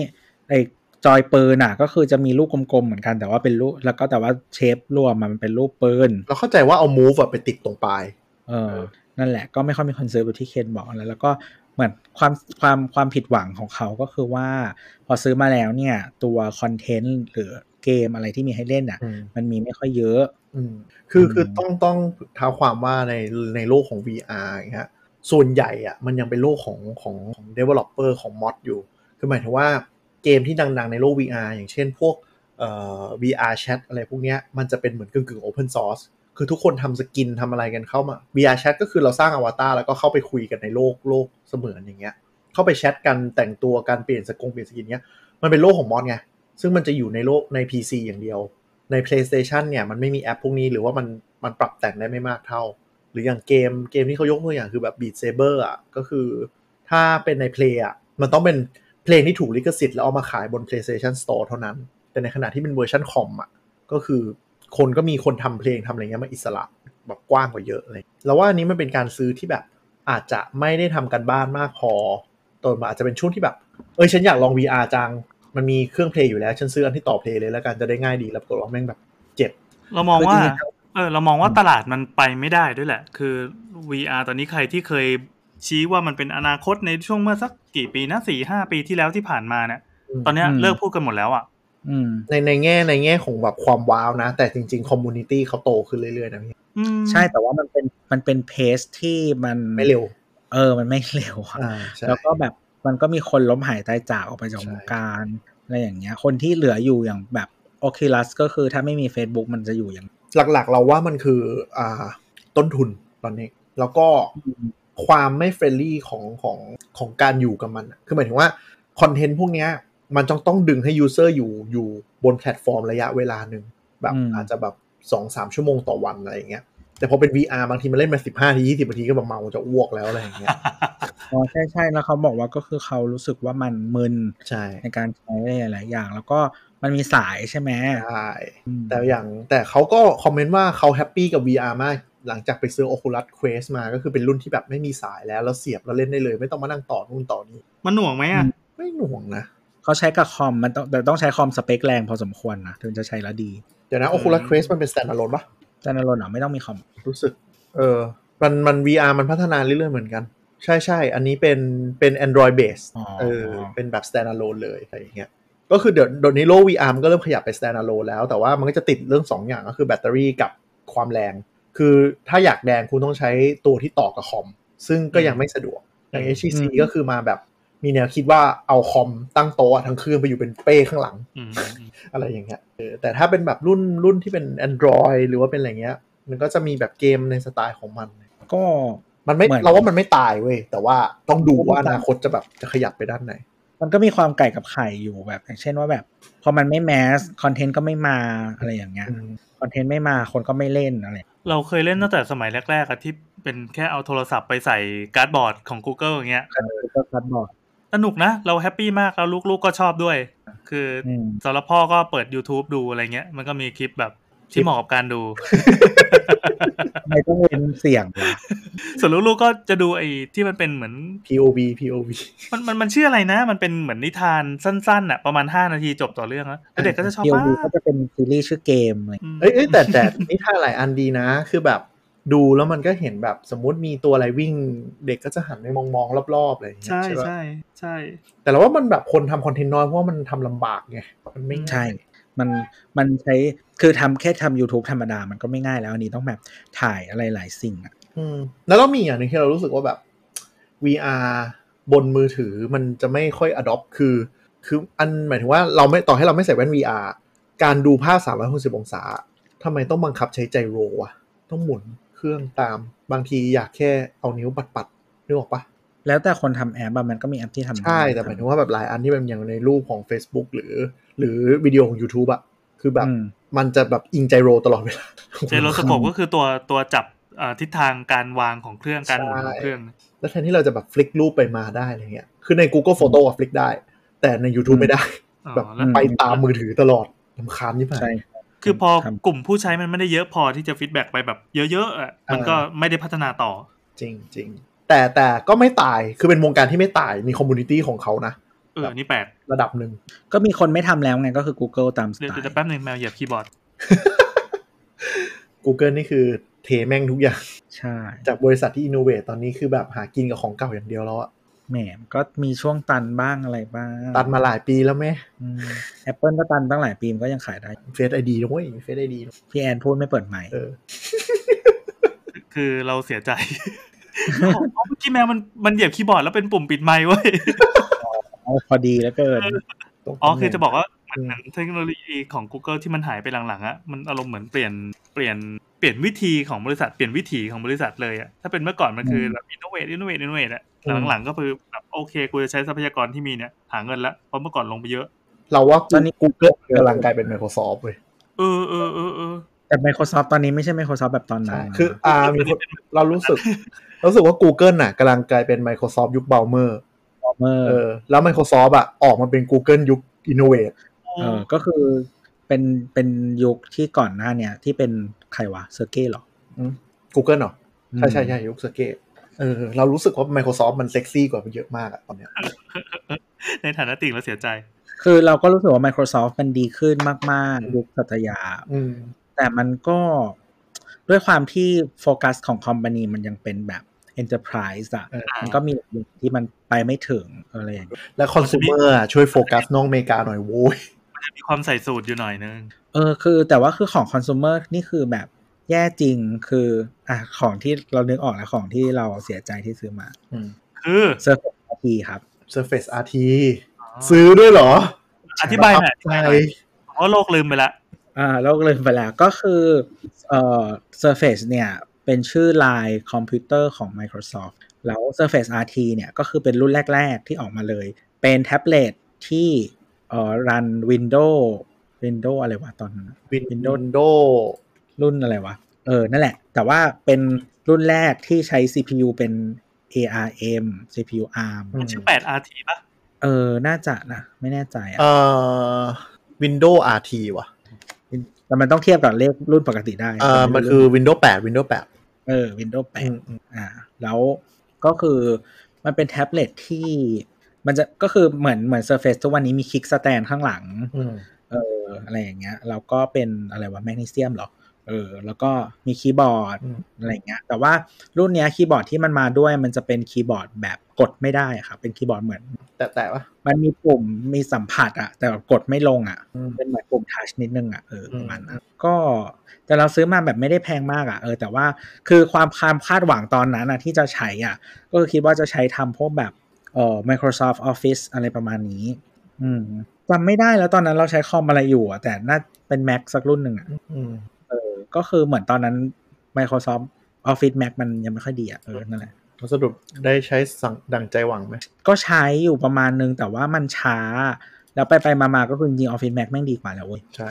Speaker 4: ไอ้จอยปืนอ่ะก็คือจะมีลูกกลมๆเหมือนกันแต่ว่าเป็นลูกแล้วก็แต่ว่าเชฟรวมอะมันเป็นรูปปืน
Speaker 2: เราเข้าใจว่าเอา move อะไปติดตรงปลาย
Speaker 4: เออนั่นแหละก็ไม่ค่อยมีคนซื้อแบบที่เคนบอกแล้วแล้วก็เหมือนความความความผิดหวังของเขาก็คือว่า พอซื้อมาแล้วเนี่ยตัวคอนเทนต์หรือเกมอะไรที่มีให้เล่นอ่ะ มันมีไม่ค่อยเยอะ
Speaker 2: อืมคืออ
Speaker 4: ม
Speaker 2: คือต้องต้องเท้าความว่าในในโลกของ VR อย่างเงี้ยส่วนใหญ่อะมันยังเป็นโลกของของของ developer ของ mod อยู่ คือหมายถึงว่าเกมที่ดัง ๆ ในโลก VR อย่างเช่นพวกเอ่อ VR chat อะไรพวกเนี้ยมันจะเป็นเหมือนกึ่งกึ่ง open source คือทุกคนทำสกินทำอะไรกันเข้ามา VR chat ก็คือเราสร้างอวตารแล้วก็เข้าไปคุยกันในโลกโลกเสมือนอย่างเงี้ย เข้าไปแชทกันแต่งตัวการเปลี่ยนสกงเปลี่ยนสกินเนี้ยมันเป็นโลกของมอดไง ซึ่งมันจะอยู่ในโลกใน PC อย่างเดียว ใน PlayStation เนี่ยมันไม่มีแอปพวกนี้หรือว่ามันมันปรับแต่งได้ไม่มากเท่า หรืออย่างเกมเกมที่เขายกตัวอย่างคือแบบ Beat Saber อ่ะก็คือถ้าเป็นใน Play อ่ะมันต้องเป็นเพลงที่ถูกลิขสิทธิ์แล้วเอามาขายบน PlayStation Store เท่านั้น แต่ในขณะที่เป็นเวอร์ชันคอมอ่ะก็คือคนก็มีคนทำเพลงทำอะไรเงี้ยมาอิสระแบบกว้างกว่าเยอะเลยเราว่าอันนี้มันเป็นการซื้อที่แบบอาจจะไม่ได้ทำกันบ้านมากพอตอนมาอาจจะเป็นช่วงที่แบบ เอ้ยฉันอยากลอง VR จัง มันมีเครื่องเพลย์อยู่แล้ว ฉันซื้ออันที่ต่อเพลย์เลยแล้วกันจะได้ง่ายดีแล้วปรากฏว่าแม่งแบบเจ็บ
Speaker 3: เรามองว่า
Speaker 4: คือจริงๆแล้ว
Speaker 3: เออ เรามองว่าตลาดมันไปไม่ได้ด้วยแหละ คือ VR ตอนนี้ใครที่เคยชี้ว่ามันเป็นอนาคตในช่วงเมื่อสักกี่ปีนะสี่ห้าปีที่แล้วที่ผ่านมาเนี่ย
Speaker 2: อืม
Speaker 3: ตอนเนี้ย
Speaker 4: อืม
Speaker 3: เลิกพูดกันหมดแล้วอ่ะ
Speaker 4: อืม
Speaker 2: ในในแง่ในแง่ของแบบความว้าวนะ แต่จริงๆคอมมูนิตี้เขาโตขึ้นเรื่อยๆนะพี่
Speaker 3: อืม
Speaker 4: ใช่แต่ว่ามันเป็นมันเป็นเพสที่มัน
Speaker 2: ไม่เร็ว
Speaker 4: เออมันไม่เร็วอะ
Speaker 2: อ่าใช่
Speaker 4: แล้วก็แบบมันก็มีคนล้มหายตายจากออกไปจาก
Speaker 2: ใช่
Speaker 4: วงการอะไรอย่างเงี้ย คนที่เหลืออยู่อย่างแบบโอคิลัสก็คือถ้าไม่มี Facebook มันจะอยู่อย่าง
Speaker 2: หลักๆเราว่ามันคืออ่าต้นทุนตอนนี้ แล้วก็ ความไม่เฟรนลี่ของของของการอยู่กับมันอะคือหมายถึงว่าคอนเทนต์พวกเนี้ยมันต้องต้องดึงให้ยูเซอร์อยู่อยู่บนแพลตฟอร์มระยะเวลาหนึ่งแบบ
Speaker 4: อืม
Speaker 2: อาจจะแบบสองสามชั่วโมงต่อวันอะไรอย่างเงี้ยแต่พอเป็น VR บางทีมันเล่นมาสิบห้าทียี่สิบนาทีก็แบบเมาจะอ้วกแล้วอะไรอย่างเงี้ย
Speaker 4: อ๋อใช่ใช่แล้วเขาบอกว่าก็คือเขารู้สึกว่ามันมึน
Speaker 2: ใช่
Speaker 4: ในการใช้หลายๆอย่าง แล้วก็มันมีสายใช่ไหม
Speaker 2: ใช่
Speaker 4: อืม
Speaker 2: แต่อย่างแต่เขาก็คอมเมนต์ว่าเขาแฮปปี้กับ VR มาก หลังจากไปซื้อ Oculus Quest มาก็คือเป็นรุ่นที่แบบไม่มีสายแล้ว แล้วเสียบแล้วเล่นได้เลย ไม่ต้องมานั่งต่อนู่นต่อนี่
Speaker 3: มันหน่วงไหมอ่ะ
Speaker 2: ไม่หน่วงนะ
Speaker 4: เขาใช้กับคอมมันต้องแต่ต้องใช้คอมสเปคแรงพอสมควรนะถึงจะใช้แล้วดี
Speaker 2: เดี๋ยวนะ Oculus Quest มันเป็น standalone ปะ
Speaker 4: จานนรนเหรอไม่ต้องมีคอม
Speaker 2: รู้สึก เออมันมัน VR มันพัฒนาเรื่อยๆเหมือนกัน ใช่ใช่อันนี้เป็นเป็น Android base
Speaker 4: อ๋อ
Speaker 2: เออเป็นแบบ standalone เลยอะไรอย่างเงี้ยก็คือเดี๋ยวเดี๋ยวนี้โลก VR มันก็เริ่มขยับไป standalone แล้วแต่ว่ามันก็จะติดเรื่องสองอย่างก็คือแบตเตอรี่กับความแรง คือถ้าอยากแรงคุณต้องใช้ตัวที่ต่อกับคอม ซึ่งก็ยังไม่สะดวก อย่าง HTC
Speaker 4: อืม
Speaker 2: ก็คือมาแบบมีแนวคิดว่าเอาคอมตั้งโต๊ะทั้งเครื่องไปอยู่เป็นเป้ข้างหลัง
Speaker 3: อืม
Speaker 2: อะไรอย่างเงี้ยเออแต่ถ้าเป็นแบบรุ่นรุ่นที่เป็น Android หรือว่าเป็นอะไรเงี้ย มันก็จะมีแบบเกมในสไตล์ของมัน
Speaker 4: ก็
Speaker 2: มันไม่
Speaker 4: เหมือน
Speaker 2: เราว่ามันไม่ตายเว้ย แต่ว่าต้องดูว่าอนาคตจะแบบจะขยับไปด้านไหน
Speaker 4: มันก็มีความไก่กับไข่อยู่แบบ อย่างเช่นว่าแบบพอมันไม่แมสคอนเทนต์ก็ไม่มาอะไรอย่างเงี้ยคอนเทนต์ไม่มาคนก็ไม่เล่นอะไร
Speaker 3: เราเคยเล่นตั้งแต่สมัยแรกๆอะที่เป็นแค่เอาโทรศัพท์ไปใส่การ์ดบอร์ดของ Google อย่างเงี้ย
Speaker 4: ก็คัดบอร์ด
Speaker 3: สนุกนะ เราแฮปปี้มากแล้วลูกๆก็ชอบด้วย คือ
Speaker 4: อืม
Speaker 3: สำหรับพ่อก็เปิด YouTube ดูอะไรเงี้ย มันก็มีคลิปแบบที่เหมาะกับการดู
Speaker 4: ทำไมต้องเว้นเสียงวะ
Speaker 3: ส่วนลูกๆก็จะดูไอ้ที่มันเป็นเหมือน
Speaker 2: POV POV
Speaker 3: มันมันมันชื่ออะไรนะ มันเป็นเหมือนนิทานสั้นๆอ่ะประมาณ 5 นาทีจบต่อเรื่องแล้วแล้วเด็กก็จะชอบ
Speaker 4: เดียว
Speaker 3: มาก
Speaker 4: ดูก็จะเป็นซีรีส์ชื่อเกมอะไร
Speaker 3: อืม
Speaker 2: เอ้ยเอ้ยแต่แต่นี่ถ้าหลายอันดีนะ คือแบบดูแล้วมันก็เห็นแบบสมมติมีตัวอะไรวิ่ง เด็กก็จะหันไปมองมองๆรอบๆอะไรอย่างเงี้ย
Speaker 3: ใช่
Speaker 2: ใช่ปะ
Speaker 3: ใช่ใช่
Speaker 2: แต่เราว่ามันแบบคนทำคอนเทนต์น้อยเพราะว่ามันทำลำบากไงมันไม่ง่าย
Speaker 4: ใช่ มันมันใช้คือทำแค่ทำ YouTube ธรรมดามันก็ไม่ง่ายแล้วอันนี้ต้องแบบถ่ายอะไรหลายสิ่งอะ
Speaker 2: อืมแล้วเรามีอย่างหนึ่งที่เรารู้สึกว่าแบบ VR บนมือถือมันจะไม่ค่อย adopt คือ คืออันหมายถึงว่าเราไม่ต่อให้เราไม่ใส่แว่น VR การดูภาพ 360 องศาทำไมต้องบังคับใช้ใจโรวะต้องหมุนเครื่องตามบางทีอยากแค่เอานิ้วปัดๆนึกออกปะ
Speaker 4: แล้วแต่คนทำแอปอะมันก็มีแอปที่ทำได้
Speaker 2: ใช่ แต่หมายถึงว่าแบบหลายอันที่มันอย่างในรูปของ Facebook หรือ หรือวิดีโอของ YouTube อะคือแบบ
Speaker 4: อืม
Speaker 2: มันจะแบบอิงใจโรตลอดเวลา
Speaker 3: เจโรสโคปก็คือตัวตัวจับเอ่อทิศทางการวางของเครื่องการหมุนของเครื่อง
Speaker 2: แล้วแทนที่เราจะแบบฟลิกรูปไปมาได้อะไรเงี้ยคือใน Google Photo อะฟลิกได้ แต่ใน YouTube
Speaker 4: อืม
Speaker 2: ไม่ได้
Speaker 3: อ๋อ
Speaker 2: แบบ
Speaker 3: แล้ว
Speaker 2: ไปตามมือถือตลอดลำคาญที่ผ่าน
Speaker 4: ใช่
Speaker 3: คือพอ
Speaker 4: ครับ
Speaker 3: กลุ่มผู้ใช้มันไม่ได้เยอะพอที่จะฟีดแบ็กไปแบบเยอะๆอ่ะมันก็ไม่ได้พัฒนาต่อ
Speaker 2: จริงจริงแต่แต่ก็ไม่ตายคือเป็นวงการที่ไม่ตายมีคอมมูนิตี้ของเขานะ
Speaker 3: เออ นี่แปลก
Speaker 2: ระดับหนึ่ง
Speaker 4: ก็มีคนไม่ทำแล้วไงก็คือ Google ตามส
Speaker 3: เดี๋ยว
Speaker 4: ไต
Speaker 3: เดี๋ยว
Speaker 4: ล์
Speaker 3: แป๊บหนึ่งแมวเหยียบคีย์บอร์ด
Speaker 2: Google นี่คือเทแม่งทุกอย่าง
Speaker 4: ใช่
Speaker 2: จากบริษัทที่อินโนเวตตอนนี้คือแบบหากินกับของเก่าอย่างเดียวแล้วอะ
Speaker 4: แหมก็มีช่วงตันบ้างอะไรบ้าง
Speaker 2: ตัดมาหลายปีแล้วแม่
Speaker 4: แอปเปิลก็ตันตั้งหลายปีมันก็ยังขายได้
Speaker 2: เฟซไอดีนะเว้ยเฟซไอดี
Speaker 4: พี่แอนพูดไม่เปิดใหม่
Speaker 2: เออ
Speaker 3: คือเราเสีย ใจ อ๋อเมื่อกี้แมวมันมันเหยียบคีย์บอร์ดแล้วเป็นปุ่มปิดไมค์เว้ย
Speaker 4: เอาพอดีแล้วเกิน
Speaker 2: ตรงตำแหน่ง
Speaker 3: อ๋อคือจะบอกว่าเหมือนเหมือนเทคโนโลยีของ Google ที่มันหายไปหลังๆอะมันอารมณ์เหมือนเปลี่ยนเปลี่ยนเปลี่ยนวิธีของบริษัทเปลี่ยนวิถีของบริษัทเลยอะถ้าเป็นเมื่อก่อนมันคือแบบอินโนเวทอินโนเวทอินโนเวทอะแต่หลังๆก็คือแบบโอเคกูจะใช้ทรัพยากรที่มีเนี่ยหาเงินละเพราะเมื่อก่อนลงไปเยอะ
Speaker 2: เราว่า
Speaker 4: ตอนนี้
Speaker 2: Google กำลังกลายเป็น Microsoft เว้ย
Speaker 3: เออเออเออเออ
Speaker 4: แต่ Microsoft ตอนนี้ไม่ใช่ Microsoft แบบตอนนั้นนะ
Speaker 2: คืออ่ามีคนเรารู้สึกเรารู้สึกว่า Google น่ะกำลังกลายเป็น Microsoft ยุคเบลเมอร์
Speaker 4: เมอ
Speaker 2: เออ
Speaker 4: ร์
Speaker 2: แล้ว Microsoft อ่ะออกมาเป็น Google ยุค Innovate
Speaker 4: เออก็คือเป็นเป็นยุคที่ก่อนหน้าเนี่ยที่เป็นใครวะเซอร์เก้หรอ
Speaker 2: Google เหรอใช่ใช่ใช่ยุคสเกตเออเรารู้สึกว่า Microsoft มันเซ็กซี่กว่าไปเยอะมากอะตอนเนี้ย
Speaker 3: ในฐานะติ่งเราเสียใจ
Speaker 4: คือเราก็รู้สึกว่า Microsoft มันดีขึ้นมาก ๆ ยุคสัตยา
Speaker 2: อืม
Speaker 4: แต่มันก็ด้วยความที่โฟกัสของคอมพานีมันยังเป็นแบบ Enterprise อะ
Speaker 2: เออ
Speaker 4: มันก็มีอย่างที่มันไปไม่ถึงอะไรอย่างเงี้ย
Speaker 2: และคอน sumer อ่ะช่วยโฟกัสน้องอเมริกาหน่อยโว้ย
Speaker 3: มีความใส่สูตรอยู่หน่อยนึง
Speaker 4: เออคือแต่ว่าคือของคอน sumer นี่คือแบบแย่จริงคืออ่ะของที่เรานึกออกแล้วของที่เราเสียใจที่ซื้อมา
Speaker 3: คือ
Speaker 4: เซอร์เฟซทีครับ
Speaker 2: Surface RT ซื้อด้วยเหรอ
Speaker 3: อ
Speaker 2: อ
Speaker 3: ธิบายหน่อยอธิ
Speaker 2: ใช่
Speaker 3: บายหน่อยเพราะโลกลืมไปละ
Speaker 4: อ่าเราก็ลืมไปแล้วก็คือเอ่อ Surface เนี่ย เป็นชื่อไลน์คอมพิวเตอร์ของ Microsoft แล้ว Surface RT เนี่ยก็คือเป็นรุ่นแรก ๆ ที่ออกมาเลย เป็นแท็บเล็ตที่เอ่อรัน Windows Windows อะไรวะตอนนั้น
Speaker 2: วิน
Speaker 4: Windows
Speaker 2: โด
Speaker 4: รุ่นอะไรวะ เออ นั่นแหละ แต่ว่าเป็นรุ่นแรกที่ใช้ CPU เป็น ARM CPU ARM
Speaker 3: มันชื่อแปด RT ป่ะ
Speaker 4: เออ น่าจะนะ ไม่แน่ใจอะ
Speaker 2: เอ่อวินโดว์อาร์ทีว่ะ
Speaker 4: แต่มันต้องเทียบกับเลขรุ่นปกติได้
Speaker 2: เอ่อมันคือวินโดว์แปดวินโดว์แปด
Speaker 4: เออ Windows 8 อ่าแล้วก็คือมันเป็นแท็บเล็ตที่มันจะก็คือเหมือนเหมือน Surface ทุกวันนี้มีคลิกสแตนข้างหลัง เอออะไรอย่างเงี้ยแล้วก็เป็นอะไรวะแมกนีเซียมเหรอเออ แล้วก็มีคีย์บอร์ดอะไรอย่างเงี้ยแต่ว่ารุ่นเนี้ยคีย์บอร์ดที่มันมาด้วยมันจะเป็นคีย์บอร์ดแบบกดไม่ได้อะค่ะเป็นคีย์บอร์ดเหมือน
Speaker 2: แต่แต่ว่า
Speaker 4: มันมีปุ่มมีสัมผัสอะแต่แบบกดไม่ลงอะ
Speaker 2: อืม
Speaker 4: เป็นเหมือนปุ่มทัชนิดนึงอะเออ
Speaker 2: อื
Speaker 4: ป
Speaker 2: ม
Speaker 4: ระมาณนั้นก็แต่เราซื้อมาแบบไม่ได้แพงมากอะเออแต่ว่าคือความความคาดหวังตอนนั้นอะที่จะใช้อะก็คือคิดว่าจะใช้ทำพวกแบบเอ่อ Microsoft Office อะไรประมาณนี้ อืมจำไม่ได้แล้วตอนนั้นเราใช้คอมอะไรอยู่อะแต่น่าเป็น Mac สักรุ่นหนึ่งอะเออก็คือเหมือนตอนนั้น Microsoft Office Mac มันยังไม่ค่อยดีอะเออนั่นแหละ
Speaker 2: สรุปได้ใช้สั่งดั่งใจหวังไหม
Speaker 4: ก็ใช้อยู่ประมาณนึง แต่ว่ามันช้า แล้วไปไปมามาก็คือจริงออฟฟิศแม็กแม่งดีกว่าแล้วเว้ย
Speaker 2: ใช่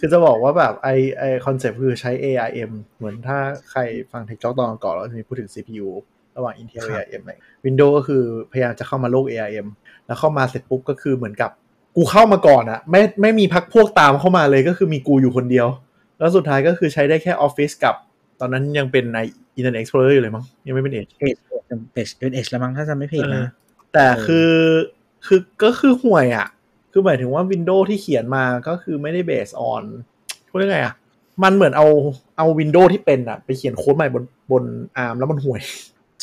Speaker 2: คือจะบอกว่าแบบไอไอคอนเซ็ปต์คือใช้ ARM เหมือนถ้าใครฟังเทคจ็อกตอนก่อนแล้วจะมีพูดถึง CPU ระหว่าง Intel ARM ไหน Windows ก็คือพยายามจะเข้ามาโลก ARM แล้วเข้ามาเสร็จปุ๊บก็คือเหมือนกับกูเข้ามาก่อนอะไม่ไม่มีพักพวกตามเข้ามาเลยก็คือมีกูอยู่คนเดียว แล้วสุดท้ายก็คือใช้ได้แค่ Office กับ ตอนนั้นยังเป็นใน Internet Explorer อยู่เลยมั้งยังไม่เป็น Edge
Speaker 4: เอชเอชเอชแล้วมั้งถ้าจำไม่ผิด
Speaker 2: เอ
Speaker 4: นะ
Speaker 2: อแต่
Speaker 4: เออ
Speaker 2: คือคือก็คือห่วยอ่ะ คือหมายถึงว่า Windows ที่เขียนมาก็คือไม่ได้เบสออนพูดยังไงอ่ะ มันเหมือนเอาเอา Windows ที่เป็นอ่ะ ไปเขียนโค้ดใหม่บนบนอาร์มแล้วมันห่วย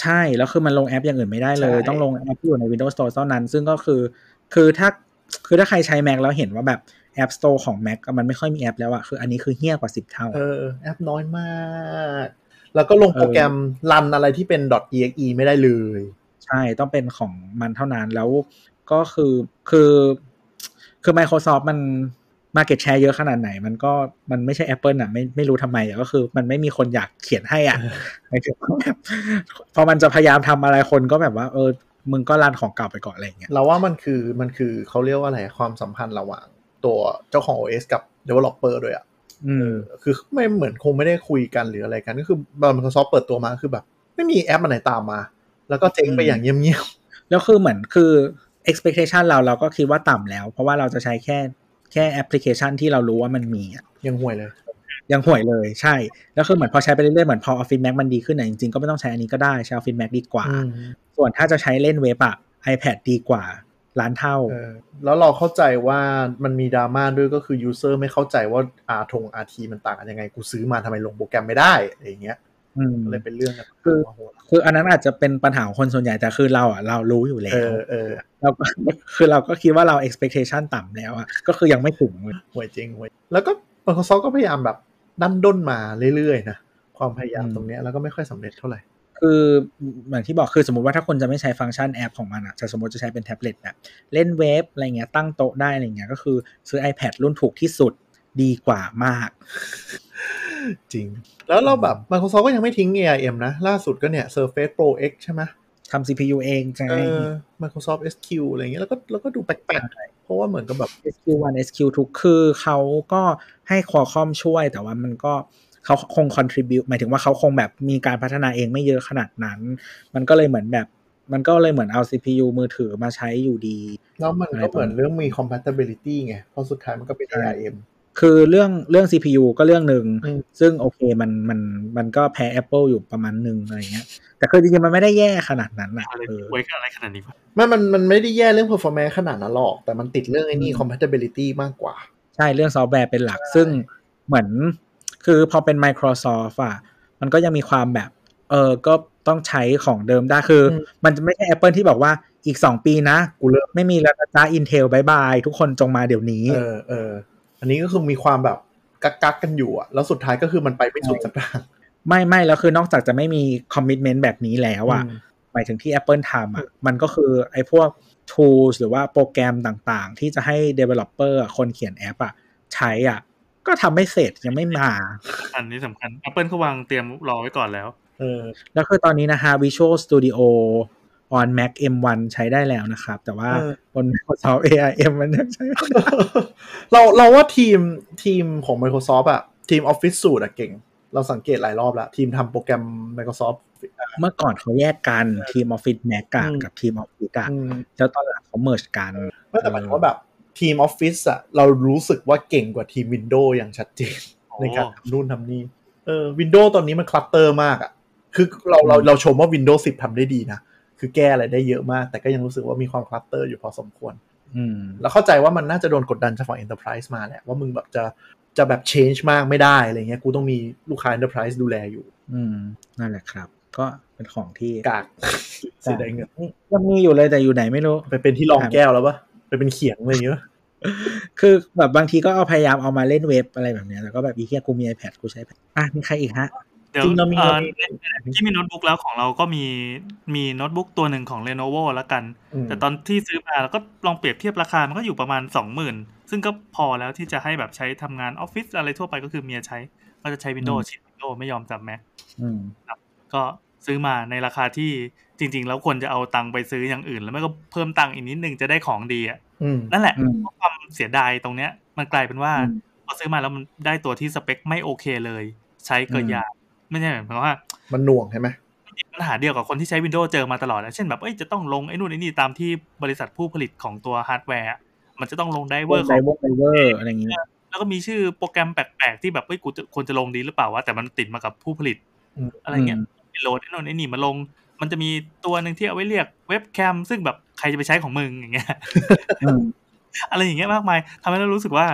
Speaker 4: ใช่ แล้วคือมันลงแอปอย่างอื่นไม่ได้เลย
Speaker 2: ใช่
Speaker 4: ต้องลงแอปที่อยู่ใน Windows Store เท่านั้น ซึ่งก็คือ คือถ้าคือถ้าใครใช้ Mac แล้วเห็นว่าแบบ App Store ของ Mac อะมันไม่ค่อยมีแอปแล้วอะคืออันนี้คือเฮี้ยกว่า 10 เท่า
Speaker 2: เออ แอปน้อยมาก แล้วก็ลงโปรแกรมรันอะไรที่เป็น .exe ไม่ได้เลย
Speaker 4: ใช่ต้องเป็นของมันเท่านั้นแล้วก็คือคือคือ Microsoft มัน Market Share เยอะขนาดไหน มันก็มันไม่ใช่ Apple อ่ะไม่ไม่รู้ทำไมอ่ะก็คือ มันไม่มีคนอยากเขียนให้อ่ะหมายถึงว่าแบบพอมันจะพยายามทำอะไรคนก็แบบว่า เออ มึงก็รันของเก่าไปก่อนอะไรอย่างเงี้ย
Speaker 2: เราว่ามันคือมันคือเขาเรียกว่าอะไรความสัมพันธ์ระหว่างตัวเจ้าของ OS กับ developer ด้วยอ่ะ
Speaker 4: อืม
Speaker 2: คือไม่เหมือนคงไม่ได้คุยกันหรืออะไรกัน ก็คือตอน Microsoft เปิดตัวมาคือแบบ ไม่มีแอปอันไหนตามมา แล้วก็เจ๊งไป
Speaker 4: อืม
Speaker 2: อย่างเงียบ
Speaker 4: แล้วคือเหมือนคือ expectation เราเราก็คิดว่าต่ำแล้ว เพราะว่าเราจะใช้แค่แค่แอปพลิเคชันที่เรารู้ว่ามันมีอ่ะ
Speaker 2: ๆยังห่วยเลย
Speaker 4: ยังห่วยเลยใช่ แล้วคือเหมือนพอใช้ไปเรื่อยๆ เหมือนพอออฟฟิศแม็กมันดีขึ้นอ่ะจริงๆ ก็ไม่ต้องใช้อันนี้ก็ได้ ใช้ออฟฟิศแม็กดีกว่า ส่วนถ้าจะใช้เล่นเว็บอะ iPad ดีกว่า ล้านเท่า
Speaker 2: เออ แล้วเราเข้าใจว่ามันมีดราม่าด้วยก็คือ user ไม่เข้าใจว่า R ทง RT มันต่างกันยังไง กูซื้อมาทำไมลงโปรแกรมไม่ได้อะไรอย่างเงี้ย
Speaker 4: อืม
Speaker 2: เลยเป็นเรื่องกัน
Speaker 4: คือ
Speaker 2: โอ้โห
Speaker 4: คืออันนั้นอาจจะเป็นปัญหาของคนส่วนใหญ่ แต่คือเราอะเรารู้อยู่แล้
Speaker 2: เอ
Speaker 4: ว
Speaker 2: อเออ
Speaker 4: เราก็ คือเราก็คิดว่าเรา expectation ต่ำแล้วอะก็คือยังไม่ถึงเลย
Speaker 2: ห่วยจริงห่วยแล้วก็ Microsoft ก็พยายามแบบดันด้นมาเรื่อยๆนะความพยายามตรงเนี้ยแล้วก็ไม่ค่อยสำเร็จเท่าไหร่
Speaker 4: คือเหมือนที่บอกคือสมมติว่าถ้าคนจะไม่ใช้ฟังก์ชันแอปของมันอะจะสมมติจะใช้เป็นแท็บเล็ตแบบเล่นเว็บอะไรเงี้ยตั้งโต๊ะได้อะไรเงี้ยก็คือซื้อ iPad รุ่นถูกที่สุดดีกว่ามาก
Speaker 2: จริง แล้วเราแบบ Microsoft ก็ยังไม่ทิ้ง ARM นะ ล่าสุดก็เนี่ย Surface Pro X ใช่ไหม
Speaker 4: ทำ CPU เองใช่
Speaker 2: เออ Microsoft SQ อะไรอย่างเงี้ยแล้วก็แล้วก็ดูแปลกๆ เพราะว่าเหมือนกับแบบ
Speaker 4: SQ1 SQ2 คือเขาก็ให้คอคอมช่วย แต่ว่ามันก็เขาคง contribute หมายถึงว่าเขาคงแบบมีการพัฒนาเองไม่เยอะขนาดนั้น มันก็เลยเหมือนแบบ มันก็เลยเหมือนเอา CPU มือถือมาใช้อยู่ดี
Speaker 2: แล้วมันก็เหมือนเรื่องมี compatibility ไง เพราะสุดท้ายมันก็เป็น
Speaker 4: ใช่
Speaker 2: ARM
Speaker 4: คือเรื่องเรื่อง CPU ก็เรื่องหนึ่ง
Speaker 2: อืม
Speaker 4: ซึ่งโอเคมันมันมันก็แพ้ Apple อยู่ประมาณหนึ่งอะไรเงี้ย แต่คือจริงๆ มันไม่ได้แย่ขนาดนั้นอะ
Speaker 3: อะไร
Speaker 4: เออ
Speaker 3: ไว้กันอะไรขนาดนี้วะ
Speaker 2: ไม่มันมันไม่ได้แย่เรื่อง performance ขนาดนั้นหรอก แต่มันติดเรื่องไอ้นี่
Speaker 4: อืม
Speaker 2: compatibility มากกว่า
Speaker 4: ใช่เรื่องซอฟต์แวร์เป็นหลักซึ่งเหมือนคือพอเป็น Microsoft อ่ะมันก็ยังมีความแบบ เออก็ต้องใช้ของเดิมได้คืออ
Speaker 2: ม
Speaker 4: มันจะไม่ใช่ Apple ที่บอกว่าอีก 2 ปีนะ
Speaker 2: กูเลิก
Speaker 4: ไม่มีแล้วนะจ้า Intel บายบาย ทุกคนจงมาเดี๋ยวนี้
Speaker 2: เออเออ อันนี้ก็คือมีความแบบกักกักๆกันอยู่อะแล้วสุดท้ายก็คือมันไปไม่สุดสักทาง
Speaker 4: ไม่ไม่แล้วคือนอกจากจะไม่มีคอมมิชเมนต์แบบนี้แล้วอ่ะ
Speaker 2: ม
Speaker 4: หมายถึงที่ Apple ทำอ่ะ มันก็คือไอ้พวก tools หรือว่าโปรแกรมต่างๆ ที่จะให้ developer อะคนเขียนแอปอ่ะใช้อ่ะ ก็ทำไม่เสร็จยังไม่มา
Speaker 3: อันนี้สำคัญ Apple เขาวางเตรียมรอไว้ก่อนแล้ว
Speaker 2: เออ
Speaker 4: แล้วคือตอนนี้นะฮะ Visual Studio on Mac M1 ใช้ได้แล้วนะครับ แต่ว่า
Speaker 2: เออ
Speaker 4: บน Microsoft ARM มันยังใช้
Speaker 2: เราเราว่าทีมทีมของ Microsoft อะทีม Office Suite อะเก่ง เราสังเกตหลายรอบแล้ว ทีมทำโปรแกรม Microsoft
Speaker 4: เมื่อก่อนเขาแยกกันทีมออฟฟิศแม็กกะ
Speaker 2: อืม
Speaker 4: กับทีมออฟฟิศอะ
Speaker 2: อืม
Speaker 4: แล้วตอนหลังเขาเมิร์กัน
Speaker 2: ไม่แต่หมายถึงว่าแบบทีม Office อะเรารู้สึกว่าเก่งกว่าทีม Windows อย่างชัดเจน
Speaker 3: โอ้
Speaker 2: ในการทำนู่นทำนี่เออ Windows ตอนนี้มันคลัตเตอร์มากอะคือเราเรา
Speaker 4: อืม
Speaker 2: เราชมว่า Windows 10ทำได้ดีนะ คือแก้อะไรได้เยอะมาก แต่ก็ยังรู้สึกว่ามีความคลัตเตอร์อยู่พอสมควร
Speaker 4: อืม
Speaker 2: แล้วเข้าใจว่ามันน่าจะโดนกดดันจากฝั่ง enterprise มาแหละว่ามึงแบบจะจะแบบ change มากไม่ได้อะไรเงี้ยกูต้องมีลูกค้า enterprise ดูแลอยู่
Speaker 4: อืม นั่นแหละครับ ก็เป็นของที่
Speaker 2: ก ากเสียดายเงิน
Speaker 4: ยังมีอยู่เลยแต่อยู่ไหนไม่รู้
Speaker 2: ไปเป็นที่รองแก้วแล้วปะไปเป็นเขียงอะไรอย่างเงี้ย
Speaker 4: คือแบบบางทีก็เอาพยายามเอามาเล่นเว็บอะไรแบบเนี้ยแล้วก็แบบอีเกียกูมี iPad กูใช้ iPad อ่ะมีใครอีกฮะ
Speaker 3: เดี๋ยว
Speaker 2: จริงเรามี
Speaker 3: เอ่อ
Speaker 2: เรามี
Speaker 3: ในในที่มีโน้ตบุ๊กแล้วของเราก็มีมีโน้ตบุ๊กตัวหนึ่งของ Lenovo แล้วกัน
Speaker 2: อืม
Speaker 3: แต่ตอนที่ซื้อมาเราก็ลองเปรียบเทียบราคา มันก็อยู่ประมาณ 20,000 ซึ่งก็พอแล้วที่จะให้แบบใช้ทำงานออฟฟิศอะไรทั่วไปก็คือเมียใช้ ก็จะใช้ Windows ชิด Windows ไม่ยอมจำแม็ก
Speaker 4: อืม
Speaker 3: ก็ซื้อมาในราคาที่จริง ๆ แล้วควรจะเอาตังค์ไปซื้ออย่างอื่น แล้วไม่ก็เพิ่มตังค์อีกนิดนึงจะได้ของดีอ่ะ
Speaker 2: อืม
Speaker 3: นั่นแหละ
Speaker 4: อืม
Speaker 3: เพราะความเสียดายตรงเนี้ยมันกลายเป็นว่า
Speaker 4: อืม
Speaker 3: พอซื้อมาแล้วมันได้ตัวที่สเปคไม่โอเคเลย ใช้ก็ยากไม่ใช่หมายความว่า
Speaker 2: มันหน่วงใช่ไหม
Speaker 3: ปัญหาเดียวกับคนที่ใช้ Windows เจอมาตลอดนะเช่นแบบเอ้ยจะต้องลงไอ้นู่นไอ้นี่ตามที่บริษัทผู้ผลิตของตัวฮาร์ดแวร์อะมันจะต้องลงไดเว
Speaker 4: เว
Speaker 3: อ
Speaker 4: อ
Speaker 3: ร์
Speaker 4: ร์
Speaker 3: ข
Speaker 4: ได
Speaker 3: อง
Speaker 4: เวอร์ไดเวอร์อะไรอย่างเงี้ย
Speaker 3: แล้วก็มีชื่อโปรแกรมแปลกๆ ที่แบบเอ้ยกูจะควรจะลงดีหรือเปล่าวะแต่มันติดมากับผู้ผลิตอะไรเงี้ยไปโหลดไอ้นู่นไอ้นี่มาลง มันจะมีตัวหนึ่งที่เอาไว้เรียกเว็บแคมซึ่งแบบใครจะไปใช้ของมึงอย่างเงี้ ย
Speaker 4: อืม
Speaker 3: อะไรอย่างเงี้ยมากมายทำให้เรารู้สึกว่า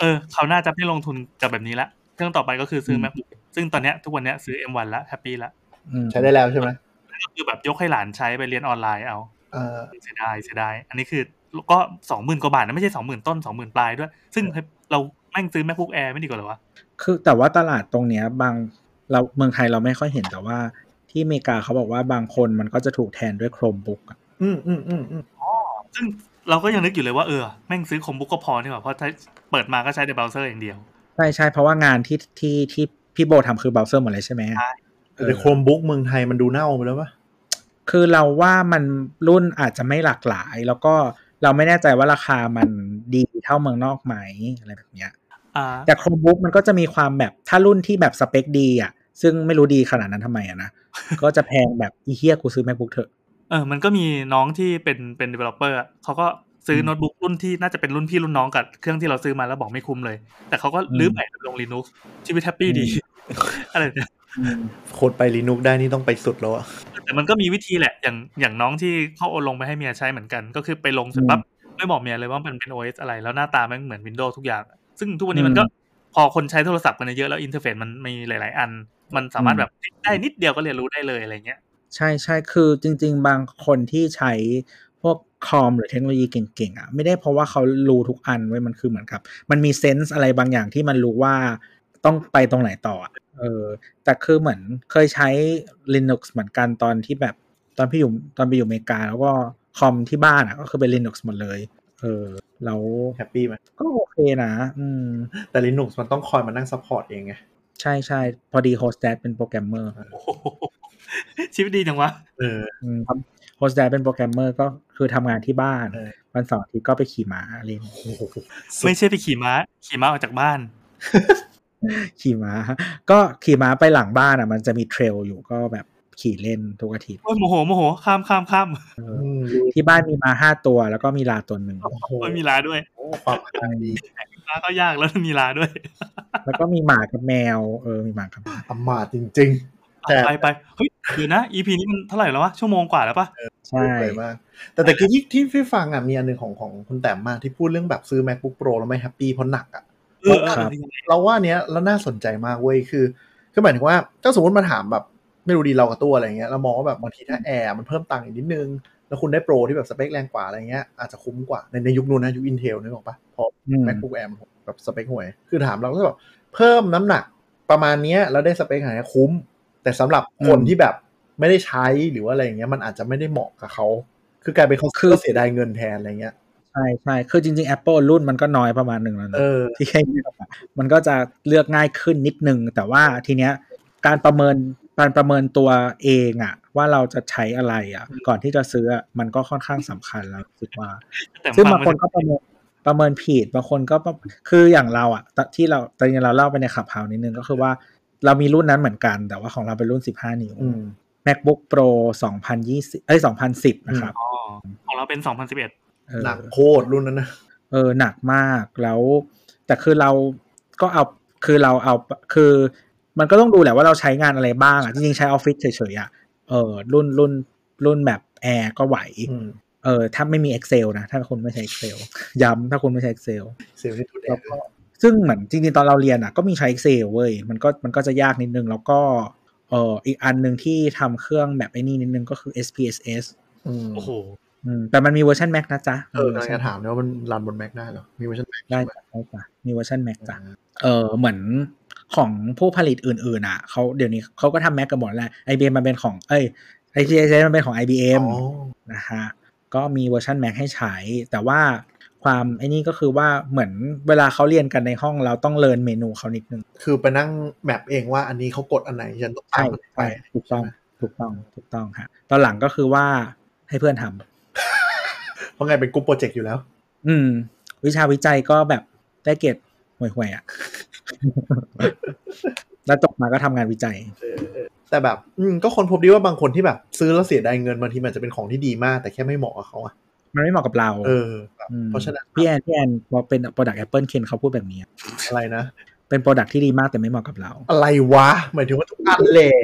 Speaker 3: เออเขาวหน่าจะไม่ลงทุนกับแบบนี้ละเครื่องต่อไปก็คือซื้อ
Speaker 4: อืม
Speaker 3: macbook ซึ่งตอนเนี้ยทุกวันเนี้ยซื้อ M1 ละแฮปปี้ละ
Speaker 4: อืม
Speaker 2: ใช้ได้แล้วใช่ไหม
Speaker 3: ก็คือแบบยกให้หลานใช้ไปเรียนออนไลน์เอา
Speaker 2: เออ
Speaker 3: เสียดายเสียดายอันนี้คือก็สองหมื่นกว่าบาทนะไม่ใช่สองหมื่นต้นสองหมื่นปลายด้วย ซึ่งเราแม่งซื้อ macbook air ไม่ดีกว่าเหรอวะ
Speaker 4: คือแต่ว่าตลาดตรงเนี้ยบางเราเมืองไทยเราไม่ค่อยเห็นแต่ว่า ที่อเมริกาเขาบอกว่าบางคนมันก็จะถูกแทนด้วย Chromebook อะ
Speaker 2: อืมอืมอืมอืม
Speaker 3: ซึ่งเราก็ยังนึกอยู่เลยว่าเออแม่งซื้อคอมบุ๊กก็พอนี่หว่าเพราะใช้เปิดมาก็ใช้แต่เบราว์เซอร์อย่างเดียว
Speaker 4: ใช่ใช่เพราะว่างานที่ที่ที่พี่โบทำคือเบราว์เซอร์หมดเลยใช่ไหม
Speaker 3: ใช่
Speaker 4: เออ
Speaker 2: แต่โครมบุ๊กเมืองไทยมันดูเน่าไปแล้วปะ
Speaker 4: คือเราว่ามันรุ่นอาจจะไม่หลากหลาย แล้วก็เราไม่แน่ใจว่าราคามันดีเท่าเมืองนอกไหมอะไรแบบเนี้ย
Speaker 3: อ่า
Speaker 4: แต่ Chromebook มันก็จะมีความแบบถ้ารุ่นที่แบบสเปคดีอ่ะ ซึ่งไม่รู้ดีขนาดนั้นทำไมอ่ะนะ ก็จะแพงแบบอีเฮียกูซื้อ MacBook เถอะ
Speaker 3: เออมันก็มีน้องที่เป็นเป็น developer อะเขาก็ซื้อ
Speaker 4: ม
Speaker 3: โน้ตบุ๊กรุ่นที่น่าจะเป็นรุ่นพี่รุ่นน้องกับเครื่องที่เราซื้อมาแล้วบอกไม่คุ้มเลย แต่เขาก็
Speaker 4: อืม
Speaker 3: ลื้อใหม่ลง Linux ชีวิตแฮปปี้
Speaker 4: อืม
Speaker 3: ดี อะไรเนี่ย
Speaker 2: โคตรไปลีนุกได้นี่ต้องไปสุดแล้วอะ
Speaker 3: แต่มันก็มีวิธีแหละ อย่างอย่างน้องที่เขาเอาลงไปให้เมียใช้เหมือนกัน ก็คือไปลงเสร็จ
Speaker 4: อืม
Speaker 3: ปั๊บไม่บอกเมียเลยว่ามันเป็น OS อะไร แล้วหน้าตามันเหมือนวินโดว์ทุกอย่าง ซึ่งทุกวันนี้
Speaker 4: อืม
Speaker 3: มันก็พอคนใช้โทรศัพท์กันเยอะแล้วอินเทอร์เฟซมันมีหลาย ๆ อัน มันสามารถ
Speaker 4: อืม
Speaker 3: แบบคลิกได้นิดเดียวก็เรียนรู้ได้เลยอะไรเงี้ย
Speaker 4: ใช่ใช่คือจริง ๆ บางคนที่ใช้พวกคอมหรือเทคโนโลยีเก่งๆอ่ะไม่ได้เพราะว่าเขารู้ทุกอันไว้ยมันคือเหมือนกับ มันมีเซนส์อะไรบางอย่างที่มันรู้ว่าต้องไปตรงไหนต่ออะเออ แต่คือเหมือนเคยใช้ Linux เหมือนกันตอนที่แบบตอนพี่อยู่ตอนไปอยู่อเมริกา แล้วก็คอมที่บ้านอ่ะก็คือเป็น Linux หมดเลย เออแล้ว
Speaker 2: แฮปปี้ไหม
Speaker 4: ก็โอเคนะ อืม
Speaker 2: แต่ลีนุกมันต้องคอยมานั่งซัพพอร์ตเองไง
Speaker 4: ใช่ใช่พอดีโฮสแ a ดเป็นโปรแกรมเมอร์
Speaker 3: โอ้โหชีวิตดีจังวะ
Speaker 2: เออ
Speaker 4: โฮสแ a ดเป็นโปรแกรมเมอร์ก็คือทำงานที่บ้าน
Speaker 2: เออ
Speaker 4: วันเสาร์อาทิตย์ก็ไปขี่ม้าเล่น
Speaker 2: โอ้โหสุด
Speaker 3: ไม่ใช่ไปขี่ม้า ขี่ม้าออกจากบ้าน
Speaker 4: ขี่ม้า ก็ขี่ม้าไปหลังบ้านอ่ะ มันจะมีเทรลอยู่ก็แบบขี่เล่นทุกอาทิตย์
Speaker 3: โอ้ยโมโหโมโห ข้ามข้ามข้าม
Speaker 2: อืม
Speaker 4: ที่บ้านมีมาห้าตัวแล้วก็มีลาตัวหนึ่ง
Speaker 2: โอ้โห
Speaker 3: โอ้ยมีลาด้วย
Speaker 2: ความหายดี
Speaker 3: ม้าก็ยากแล้วมีลาด้วย
Speaker 4: แล้วก็มีหมากับแมวเออมีหมากับแมว
Speaker 2: อำมาตย์จริง ๆ แต่
Speaker 3: ไปไปเฮ้ยเดี๋ยวนะ EP นี้มันเท่าไหร่แล้ววะชั่วโมงกว่าแล้วปะ
Speaker 4: ใช่
Speaker 2: เลยมาก แต่แต่กี้ที่ที่พี่ฟังอ่ะมีอันหนึ่งของของคุณแต้มมากที่พูดเรื่องแบบซื้อ macbook pro แล้วไม่แฮปปี้เพราะหนักอ่ะ
Speaker 3: เออเออเออ
Speaker 2: เราว่าเนี้ยแล้วน่าสนใจมากเว้ยคือคือหมายถึงว่าถ้าสมมติมาถามแบบไม่รู้ดีเรากับตัวอะไรเงี้ยเรามองว่าแบบบางทีถ้าแอร์มันเพิ่มตังค์อีกนิดนึง แล้วคุณได้โปรที่แบบสเปคแรงกว่าอะไรเงี้ยอาจจะคุ้มกว่าในในยุคนู้นนะยุค Intel นึกออกปะพอ
Speaker 4: อืม
Speaker 2: macbook air มันแบบสเปคห่วย คือถามเราก็จะแบบเพิ่มน้ำหนักประมาณเนี้ยแล้วได้สเปคขนาดเนี้ยคุ้ม แต่สำหรับคน
Speaker 4: อืม
Speaker 2: ที่แบบไม่ได้ใช้หรือว่าอะไรอย่างเงี้ยมันอาจจะไม่ได้เหมาะกับเขาคือกลายเป็นเขา
Speaker 4: คือ
Speaker 2: ก็เสียดายเงินแทนอะไรเงี้ย
Speaker 4: ใช่ใช่คือจริง ๆ Apple รุ่นมันก็น้อยประมาณหนึ่งแล้วนะ
Speaker 2: เออ
Speaker 4: ที่ให้เลือกอะมันก็จะเลือกง่ายขึ้นนิดนึง แต่ว่าทีเนี้ยการประเมิน การประเมินตัวเองอะว่าเราจะใช้อะไรอะก่อนที่จะซื้ออะมันก็ค่อนข้างสำคัญแล้วรู้สึกว่า
Speaker 3: แต่
Speaker 4: ซึ่ง
Speaker 3: ฟั
Speaker 4: บางคนก็ประเมินประเมินผิดบางคนก็ประคืออย่างเราอะตที่เราตอนนี้เราเล่าไปในขับเฮานิดนึงก็คือว่าเรามีรุ่นนั้นเหมือนกัน แต่ว่าของเราเป็นรุ่น 15 นิ้ว
Speaker 2: อืม
Speaker 4: MacBook Pro 2020เอ้ย2010 นะครับ
Speaker 3: อ๋อของเราเป็น 2011
Speaker 4: เออ
Speaker 2: หนักโคตรรุ่นนั้นนะ
Speaker 4: เออหนักมากแล้ว แต่คือเราก็เอาคือเราเอาคือ มันก็ต้องดูแหละว่าเราใช้งานอะไรบ้างอะจริงๆใช้ออฟฟิศเฉยๆอะเออรุ่นรุ่นรุ่นแบบแอร์ก็ไหว
Speaker 2: อืม
Speaker 4: เออถ้าไม่มี Excel นะ ถ้าคุณไม่ใช้ Excel ย้ำถ้าคุณไม่ใช้ Excel
Speaker 2: เสียงที่ทุดแอ
Speaker 4: แล้ว
Speaker 2: บ
Speaker 4: ก็ซึ่งเหมือนจริงๆ ตอนเราเรียนอ่ะก็มีใช้ Excel เว้ยมันก็มันก็จะยากนิดนึง แล้วก็เอออีกอันหนึ่งที่ทำเครื่องแบบไอ้นี่นิดนึงก็คือ SPSS
Speaker 2: อืม
Speaker 3: โอ้โห
Speaker 4: อืมแต่มันมีเวอร์ชัน Mac นะจ๊ะ
Speaker 2: เออกำลังจะถามเนี่ยว่ามันรันบน Mac ได้เหรอ มีเวอร์ชัน Mac
Speaker 4: ได้
Speaker 2: ไหม
Speaker 4: จ้ะได้จ้ะมีเวอร์ชัน Mac จ้ะ
Speaker 2: อ่า
Speaker 4: เออเหมือนของผู้ผลิตอื่นๆอ่ะเขาเดี๋ยวนี้เขาก็ทำ Mac กันหมดแล้ว IBM มันเป็นของเอ้ย SPSS มันเป็นของ IBM
Speaker 2: อ๋อ
Speaker 4: นะฮะก็มีเวอร์ชัน Mac ให้ใช้ แต่ว่าความไอ้นี่ก็คือว่าเหมือนเวลาเขาเรียนกันในห้องเราต้องเรียนเมนูเขานิดนึง
Speaker 2: คือไปนั่งแมปเองว่าอันนี้เขากดอันไหนฉันต้องตา
Speaker 4: ใช่
Speaker 2: มอันไหนไป
Speaker 4: ใช่ถูกต้องถูกต้องถูกต้องฮะตอนหลังก็คือว่าให้เพื่อนทำ
Speaker 2: เพราะไงเป็นกลุ่มโปรเจกต์อยู่แล้ว
Speaker 4: อืม วิชาวิจัยก็แบบได้เกรดห่วยๆอ่ะ แล้วจบมาก็ทำงานวิจัย
Speaker 2: แต่แบบอืมก็คนพบดีว่าบางคนที่แบบซื้อแล้วเสียดายเงินบางทีมันอาจจะเป็นของที่ดีมาก แต่แค่ไม่เหมาะกับเขาอะ
Speaker 4: มันไม่เหมาะกับเรา
Speaker 2: เออแบบ
Speaker 4: ม
Speaker 2: เพราะฉะนั้น
Speaker 4: พี่แอนพี่แอนพอเป็นโปรดักต์แอปเปิลเคนเขาพูดแบบนี้อะ
Speaker 2: อะไรนะ
Speaker 4: เป็นโปรดักต์ที่ดีมากแต่ไม่เหมาะกับเรา
Speaker 2: อะไรวะ หมายถึงว่าทุกอันแหละ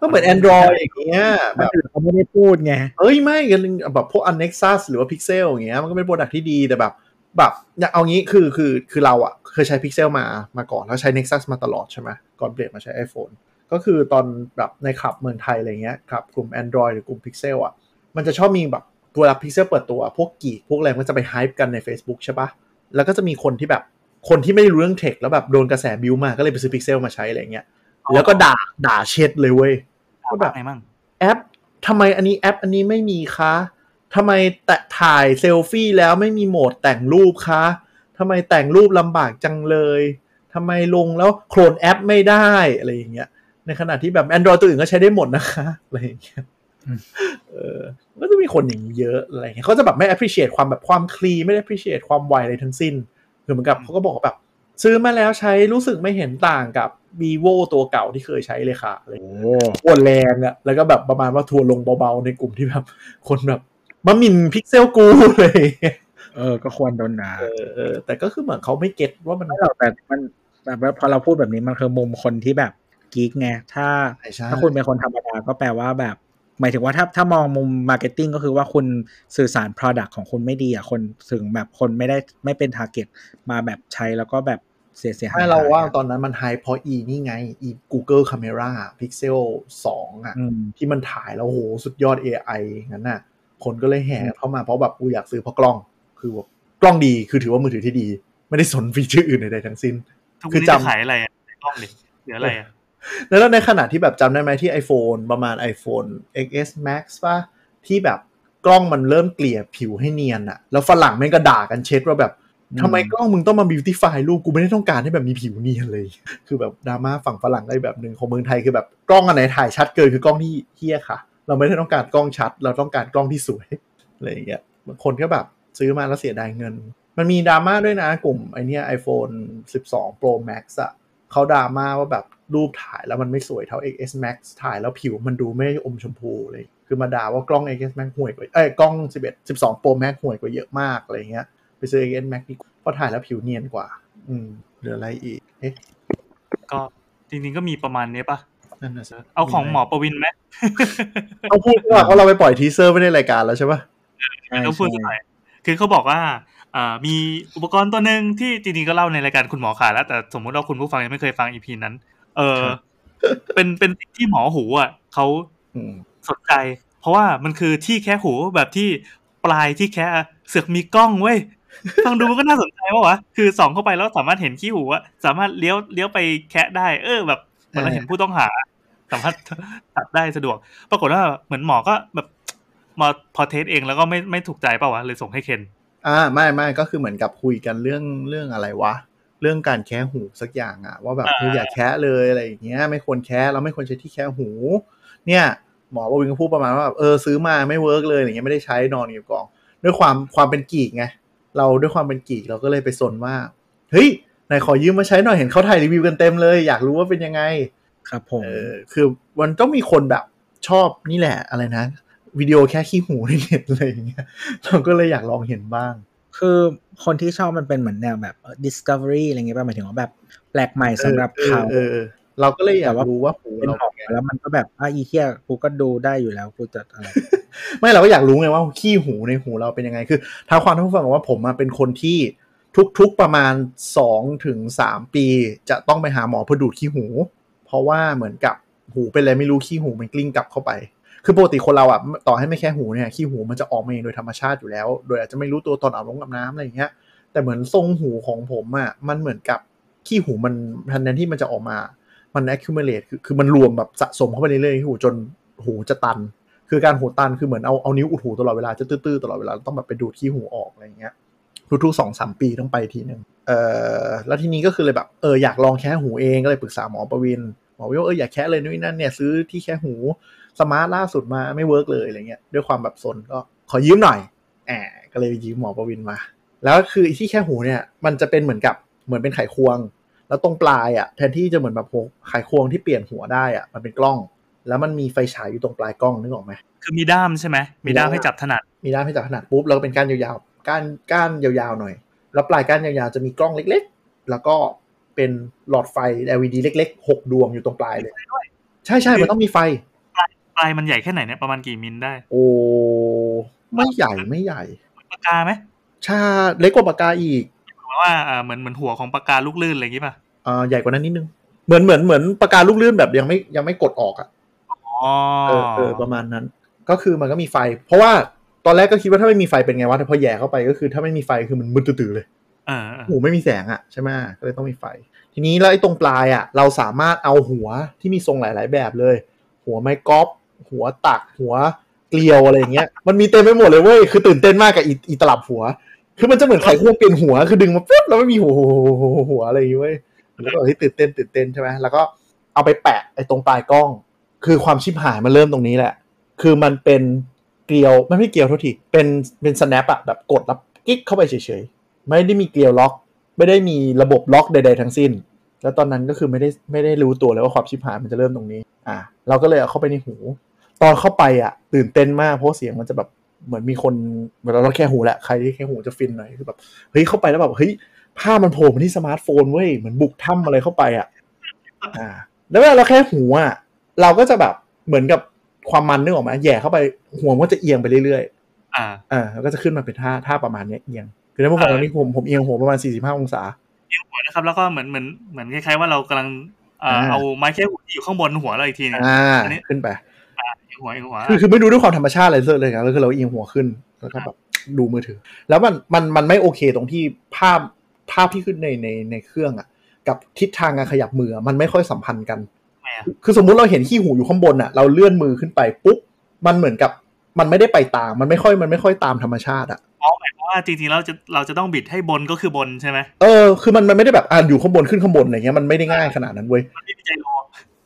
Speaker 2: ก็เหมือน Android อย่างเงี้ยแบ
Speaker 4: แต่
Speaker 2: บ
Speaker 4: เขาไม่ได้พูดไง
Speaker 2: เอ้ยไม่กันแบบพวก a n n e x u s หรือว่า Pixel อย่างเงี้ยมันก็เป็นโปรดักที่ดีแต่แบบแบบอยากเอางี้คือคือคือเราอะเคยใช้ Pixel มามาก่อน แล้วใช้ Nexus มาตลอดใช่ไหมก่อนเปลี่ยนมาใช้ iPhone ก็คือตอนแบบในคลับเมืองไทยอะไรเงี้ยคลับกลุ่ม Android หรือกลุ่ม Pixel อะมันจะชอบมีแบบเวลา Pixel เปิดตัวพวกกีกพวกอะไรมันก็จะไปไฮป์กันใน Facebook ใช่ปะ แล้วก็จะมีคนที่แบบคนที่ไม่ได้รู้เรื่องเทคแล้วแบบโดนกระแสบิวมาก็เลยไปซื้อพิกเซลมาใช้อะไรเงี้ย
Speaker 3: อ๋อ
Speaker 2: แล้วก็ด่าด่าเช็ดเลยเว้ย ก็แบบ
Speaker 3: อะไรมั่ง
Speaker 2: แอปทำไมอันนี้แอปอันนี้ไม่มีคะทำไมแต่ถ่ายเซลฟี่แล้วไม่มีโหมดแต่งรูปคะทำไมแต่งรูปลำบากจังเลยทำไมลงแล้วโคลนแอปไม่ได้อะไรอย่างเงี้ย ในขณะที่แบบ Android ตัวอื่นก็ใช้ได้หมดนะคะอะไรอย่างเงี้ย
Speaker 4: อืม
Speaker 2: เออมันก็จะมีคนอย่างนี้เยอะอะไรอย่างเงี้ยเขาจะแบบไม่ appreciate ความแบบความคลีไม่ได้ appreciate ความไวอะไรทั้งสิ้น คือเหมือนกับเขาก็บอกว่าแบบ ซื้อมาแล้วใช้รู้สึกไม่เห็นต่างกับ vivo ตัวเก่าที่เคยใช้เลยค่ะอะไรอย่างเงี้ย
Speaker 4: โอ้
Speaker 2: ทวนแรงอะแล้วก็แบบประมาณว่าทัวร์ลงเบาๆ ในกลุ่มที่แบบ คนแบบมาหมิ่นพิกเซลกูเลย
Speaker 4: เออ ก็ควรโดนด่า
Speaker 2: เออเออแต่ก็คือเหมือนเขาไม่เก็ตว่ามัน
Speaker 4: ไม่หรอกแต่มันแบบว่าพอเราพูดแบบนี้มันคือมุมคนที่แบบกิ๊กไงถ้า
Speaker 2: ใช่
Speaker 4: ถ้าคุณเป็นคนธรรมดาก็แปลว่าแบบ หมายถึงว่าถ้าถ้ามองมุมมาร์เก็ตติ้งก็คือว่าคุณสื่อสาร Product ของคุณไม่ดีอ่ะคนถึงแบบคนไม่ได้ไม่เป็น t a r g e t มาแบบใช้แล้วก็แบบเสียเสียหาย
Speaker 2: ให้เราว่า
Speaker 4: อะ
Speaker 2: ตอนนั้นมันไฮเพราะอีนี่ไง อี Google Camera Pixel 2 อ่ะ
Speaker 4: อืม
Speaker 2: ที่มันถ่ายแล้วโหสุดยอด AI งั้นน่ะ คนก็เลยแห่เข้ามาเพราะแบบกูอยากซื้อเพราะกล้อง คือแบบกล้องดีคือถือว่ามือถือที่ดี ไม่ได้สนฟีเจอร์อื่นใดๆทั้งสิ้น
Speaker 3: ทุก
Speaker 2: คือ
Speaker 3: วันนี้
Speaker 2: จำ
Speaker 3: จะขายอะไรอะในกล้องดิเหลืออะไรอะ
Speaker 2: แล้วในขณะที่แบบจำได้ไหมที่ iPhone ประมาณ iPhone XS Max ป่ะ ที่แบบกล้องมันเริ่มเกลี่ยผิวให้เนียนอะแล้วฝรั่งแม่งก็ด่ากันเช็ดว่าแบบ
Speaker 4: อืม
Speaker 2: ทำไมกล้องมึงต้องมาบิวตี้ไฟลูกกูไม่ได้ต้องการให้แบบมีผิวเนียน เลย คือแบบดราม่าฝั่งฝรั่งได้แบบหนึ่งของเมืองไทยคือแบบกล้องอันไหนถ่ายชัดเกินคือกล้องที่เฮี้ยค่ะ เราไม่ได้ต้องการกล้องชัด เราต้องการกล้องที่สวย อะไรอย่างเงี้ยบางคนก็แบบซื้อมาแล้วเสียดายเงิน มันมีดราม่าด้วยนะกลุ่มไอเนี้ย iPhone 12 Pro Max อะเขาดราม่าว่าแบบรูปถ่ายแล้วมันไม่สวยเท่า XS Max ถ่ายแล้วผิวมันดูไม่อมชมพูเลย คือมาด่าว่ากล้อง XS Max ห่วยกว่าเอ้ยกล้อง 11 12 Pro Max ห่วยกว่าเยอะมากอะไรเงี้ยไปซื้อ XS Max ดีกว่าเพราะถ่ายแล้วผิวเนียนกว่า อืมเหลืออะไรอีกเอ๊ะ
Speaker 3: ก็จริงๆก็มีประมาณนี้ปะ
Speaker 2: นั่นนะสิ
Speaker 3: เอาของหมอประวินไหม
Speaker 2: เอาพูดว่าเพราะเราไปปล่อยทีเซอร์ไม่ได้รายการแล้วใช่ปะ
Speaker 4: ใช่
Speaker 3: ต้องพูดสักหน่อยคือเขาบอกว่าอ่ามีอุปกรณ์ตัวหนึ่งที่จริงๆก็เล่าในรายการคุณหมอขาแล้ว แต่สมมุติว่าคุณผู้ฟังยังไม่เคยฟังอีพีนั้น เออ
Speaker 2: ครับ
Speaker 3: เป็นเป็นสิ่งที่หมอหูอ่ะเขา
Speaker 2: อืม
Speaker 3: สนใจ เพราะว่ามันคือที่แค่หูแบบที่ปลายที่แค่เสือกมีกล้องเว้ย ฟังดูมันก็น่าสนใจว่าวะคือส่องเข้าไปแล้วสามารถเห็นขี้หูอะสามารถเลี้ยวเลี้ยวไปแคะได้ เออ แบบเหมือนเราเห็นผู้ต้องหา สามารถ ตัดได้สะดวก ปรากฏว่าเหมือนหมอก็แบบหมาพอเทสเองแล้วก็ไม่ไม่ถูกใจเปล่าวะเลยส่งให้เคน
Speaker 2: อ่าไม่ไม่ก็คือเหมือนกับคุยกันเรื่องเรื่องอะไรวะ เรื่องการแคะหูสักอย่างอะว่าแบบ
Speaker 3: อ่า
Speaker 2: เอออย่าแคะเลยอะไรอย่างเงี้ย ไม่ควรแคะเราไม่ควรใช้ที่แคะหู เนี่ย หมอประวินก็พูดประมาณว่าแบบเออซื้อมาไม่เวิร์กเลยอย่างเงี้ยไม่ได้ใช้นอนอยู่กอง ด้วยความความเป็นกีกไงเราด้วยความเป็นกีกเราก็เลยไปสนว่าเฮ้ยไหนายขอยืมมาใช้หน่อยเห็นเขาถ่ายรีวิวกันเต็มเลย อยากรู้ว่าเป็นยังไง
Speaker 4: ครับผม
Speaker 2: เออคือมันต้องมีคนแบบชอบนี่แหละอะไรนะ วิดีโอแค่ขี้หูในเน็ตอะไรอย่างเงี้ยเราก็เลยอยากลองเห็นบ้าง
Speaker 4: คือคนที่ชอบมันเป็นเหมือนแนวแบบ discovery อะไรเงี้ยป่ะหมายถึงว่าแบบแปลกใหม่สำหรับเขา
Speaker 2: ออออเราก็เลยอยาก
Speaker 4: แต่ว่า
Speaker 2: รู้ว่าหู
Speaker 4: เป็น
Speaker 2: เรา
Speaker 4: ออกมาแล้วมันก็แบบอ่ะอีเทียกูก็ดูได้อยู่แล้วกูจะอะไร
Speaker 2: ไม่เราก็อยากรู้ไงว่าขี้หูในหูเราเป็นยังไงคือท้าความท่านผู้ฟังก่อนว่าผมอะเป็นคนที่ทุกๆประมาณสองถึงสามปีจะต้องไปหาหมอเพื่อดูดขี้หู เพราะว่าเหมือนกับหูเป็นอะไรไม่รู้ขี้หูมันกลิ้งกลับเข้าไป คือปกติคนเราอ่ะต่อให้ไม่แค่หูเนี่ยขี้หูมันจะออกมาเองโดยธรรมชาติอยู่แล้ว โดยอาจจะไม่รู้ตัวตอนอาบน้ำกับน้ำอะไรอย่างเงี้ย แต่เหมือนทรงหูของผมอ่ะมันเหมือนกับขี้หูมันทันทีที่มันจะออกมา มัน accumulate คือคือมันรวมแบบสะสมเข้าไปเรื่อยๆที่หูจนหูจะตัน คือการหูตันคือเหมือนเอาเอานิ้วอุดหูตลอดเวลาจะตื้อๆตลอดเวลาต้องแบบไปดูดขี้หูออกอะไรอย่างเงี้ยทุกๆสองสามปีต้องไปทีหนึ่งเออแล้วทีนี้ก็คือเลยแบบเอออยากลองแค่หูเองก็เลยปรึกษาหมอประวินหมอประวินว่าเอออยากแค่เลยนู่นนนั่นเนี่ยซื้อที่แค่หูสมาร์ทล่าสุดมาไม่เวิร์กเลยอะไรเงี้ยด้วยความแบบสนก็ขอยืมหน่อยแอบก็เลยยืมหมอประวินมา แล้วคือไอ้ที่แค่หูเนี่ยมันจะเป็นเหมือนกับเหมือนเป็นไขควง แล้วตรงปลายอะ่ะแทนที่จะเหมือนแบบหัวไขควงที่เปลี่ยนหัวได้อะ่ะมันเป็นกล้อง แล้วมันมีไฟฉายอยู่ตรงปลายกล้องนึกออกไหม
Speaker 3: คือมีด้ามใช่ไหมมี
Speaker 2: มี
Speaker 3: ด้าม
Speaker 2: ด้าม
Speaker 3: ให้จับถนัด
Speaker 2: มีด้ามให้จับขนาดปุ๊บแล้วก็เป็นก้านยาวๆก้านก้านยาวๆหน่อย แล้วปลายก้านยาวๆจะมีกล้องเล็กๆ แล้วก็เป็นหลอดไฟ LED เล็กๆหกดวงอยู่ตรงปลายเลย ใช่ใช่มันต้องมีไฟ
Speaker 3: ปลายมันใหญ่แค่ไหนเนี่ยประมาณกี่มิลได้
Speaker 2: โอ้ไม่ใหญ่ไม่ใหญ่
Speaker 3: ปากกาไหม
Speaker 2: ชาเล็กกว่าปากกาอีก
Speaker 3: หมายว่าเอ่อเหมือนเหมือนหัวของปากกาลูกลื่นอะไรอย่างงี้ป่ะ
Speaker 2: อ่าใหญ่กว่านั้นนิดนึง เหมือนเหมือนเหมือนปากกาลูกเลื่อนแบบยังไม่ยังไม่กดออกอ่ะ
Speaker 3: อ๋อ
Speaker 2: เออเออประมาณนั้นก็คือมันก็มีไฟ เพราะว่าตอนแรกก็คิดว่าถ้าไม่มีไฟเป็นไงวะแต่พอแหย่เข้าไปก็คือถ้าไม่มีไฟคือมันมืดตื่อๆเลย
Speaker 3: เออเออ
Speaker 2: หูไม่มีแสงอะใช่ไหมก็เลยต้องมีไฟ ทีนี้แล้วไอ้ตรงปลายอะเราสามารถเอาหัวที่มีทรงหลาย ๆ แบบเลย หัวไม้กอล์ฟหัวตักหัวเกลียวอะไรอย่างเงี้ย มันมีเต็มไปหมดเลยเว้ยคือตื่นเต้นมากกับอีอีตลับหัว คือมันจะเหมือนไขควงเปลี่ยนหัวคือดึงมาปุ๊บแล้วไม่มีหัวหัวหัวหัวหัวอะไรอย่างเงี้ยเว้ยแล้วก็เฮ้ยตื่นเต้นตื่นเต้นใช่ไหมแล้วก็เอาไปแปะไอ้ตรงปลายกล้อง คือความชิบหายมันเริ่มตรงนี้แหละ คือมันเป็นเกลียวมันไม่เกลียวเท่าทีเป็นเป็น snap อะแบบกดแล้วกิ๊กเข้าไปเฉยๆ ไม่ได้มีเกลียวล็อก ไม่ได้มีระบบล็อกใดๆทั้งสิ้น แล้วตอนนั้นก็คือไม่ได้ไม่ได้รู้ตัวเลยว่าความชิบหายมันจะเริ่มตรงนี้ อ่ะเราก็เลยเอาเข้าไปในหู ตอนเข้าไปอ่ะ ตื่นเต้นมากเพราะเสียงมันจะแบบเหมือนมีคนเหมือนเราแค่หูแหละใครที่แค่หูจะฟินหน่อยคือแบบเฮ้ยเข้าไปแล้วแบบเฮ้ยภาพมันโผล่มาที่สมาร์ทโฟนเว้ยเหมือนบุกถ้ำอะไรเข้าไปอ่ะอ่า แล้วเวลาเราแค่หูอ่ะ เราก็จะแบบเหมือนกับความมันนึกออกไหมแหย่เข้าไปหัวมันก็จะเอียงไปเรื่อย
Speaker 3: อ่า
Speaker 2: ๆอ่าแล้วก็จะขึ้นมาเป็นท่าท่าประมาณเนี้ยเอียงคือท่านผู้ฟัง
Speaker 3: อ่า
Speaker 2: ตอนนี้ผมผมเอียงหัวประมาณ 45 องศา
Speaker 3: นะครับแล้วก็เหมือนเหมือนเหมือนคล้ายๆว่าเรากำลังเอ่อ
Speaker 2: อ่า
Speaker 3: เอาไม้แค่หัวที่อยู่ข้างบนหัวเราอีกทีหนึง
Speaker 2: อ่า
Speaker 3: อันนี้
Speaker 2: ขึ้นไป
Speaker 3: อีกหัวอีกหัว
Speaker 2: คือคือไม่ดูด้วยความธรรมชาติอะไรเลยนะแล้วคือเราเอียงหัวขึ้นแล้วก็แบบดูมือถือ แล้วมันมันมันไม่โอเคตรงที่ภาพภาพที่ขึ้นในในในเครื่องอ่ะ กับทิศทางการขยับมืออะมันไม่ค่อยสัมพันธ์กัน
Speaker 3: ทำไมอ่ะ
Speaker 2: คือสมมุติเราเห็นขี้หูอยู่ข้างบนอ่ะเราเลื่อนมือขึ้นไปปุ๊บมันเหมือนกับมันไม่ได้ไปตามมันไม่ค่อยมันไม่ค่อยตามธรรมชาติอ่ะ
Speaker 3: อ๋อหมายความว่าจริงๆเราจะเราจะต้องบิดให้บนก็คือบนใช่ไหม
Speaker 2: เออ คือมันมันไม่ได้แบบอ่านอยู่ข้างบนขึ้นข้างบนอะไรเงี้ย มันไม่ได้ง่ายขนาดนั้นเว้ย
Speaker 3: มันไม่มีใจรอ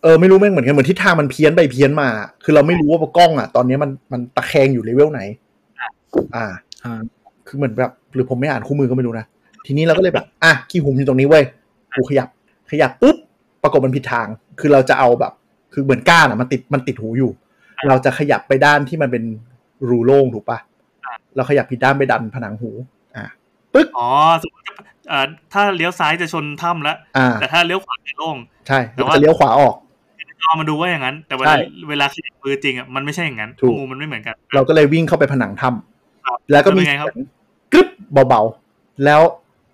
Speaker 2: เออ ไม่รู้แม่งเหมือนกัน เหมือนทิศทางมันเพี้ยนไปเพี้ยนมา คือเราไม่รู้ว่ากล้องอ่ะ ตอนเนี้ยมันมันตะแคงอยู่เลเวลไหน อ่า
Speaker 4: อ่า
Speaker 2: คือเหมือนแบบ หรือผมไม่อ่านคู่มือก็ไม่รู้นะ ทีนี้เราก็เลยแบบ อ่ะ ขี้หุมอยู่ตรงนี้เว้ย กูขยับ ขยับปุ๊บ ปรากฏมันผิดทาง คือเราจะเอาแบบ คือเหมือนก้านอ่ะ มันติด มันติดหูอยู่ เราจะขยับไปด้านที่มันเป็นรูโล่งถูกปะเราขยับผิดด้านไปดันผนังหู อ่า
Speaker 3: อ๋อสมมติจะเอ่อถ้าเลี้ยวซ้ายจะชนถ้ำแล้ว
Speaker 2: อ่า
Speaker 3: แต่ถ้าเลี้ยวขวาจะโล่ง
Speaker 2: ใช่
Speaker 3: แต่
Speaker 2: เรา
Speaker 3: ว่า
Speaker 2: จะเลี้ยวขวาออก
Speaker 3: จอมันดูว่าอย่างนั้น แต่เวลา
Speaker 2: ใช่
Speaker 3: เวลาขยับมือจริงอ่ะมันไม่ใช่อย่างนั้น
Speaker 2: ถูก
Speaker 3: มุมมันไม่เหมือนกัน
Speaker 2: เราก็เลยวิ่งเข้าไปผนังถ้
Speaker 3: ครับ
Speaker 2: ำแล้วก็มี
Speaker 3: แล้วเป็นไงครับ
Speaker 2: เสียงกรึ๊บเบาๆ แล้ว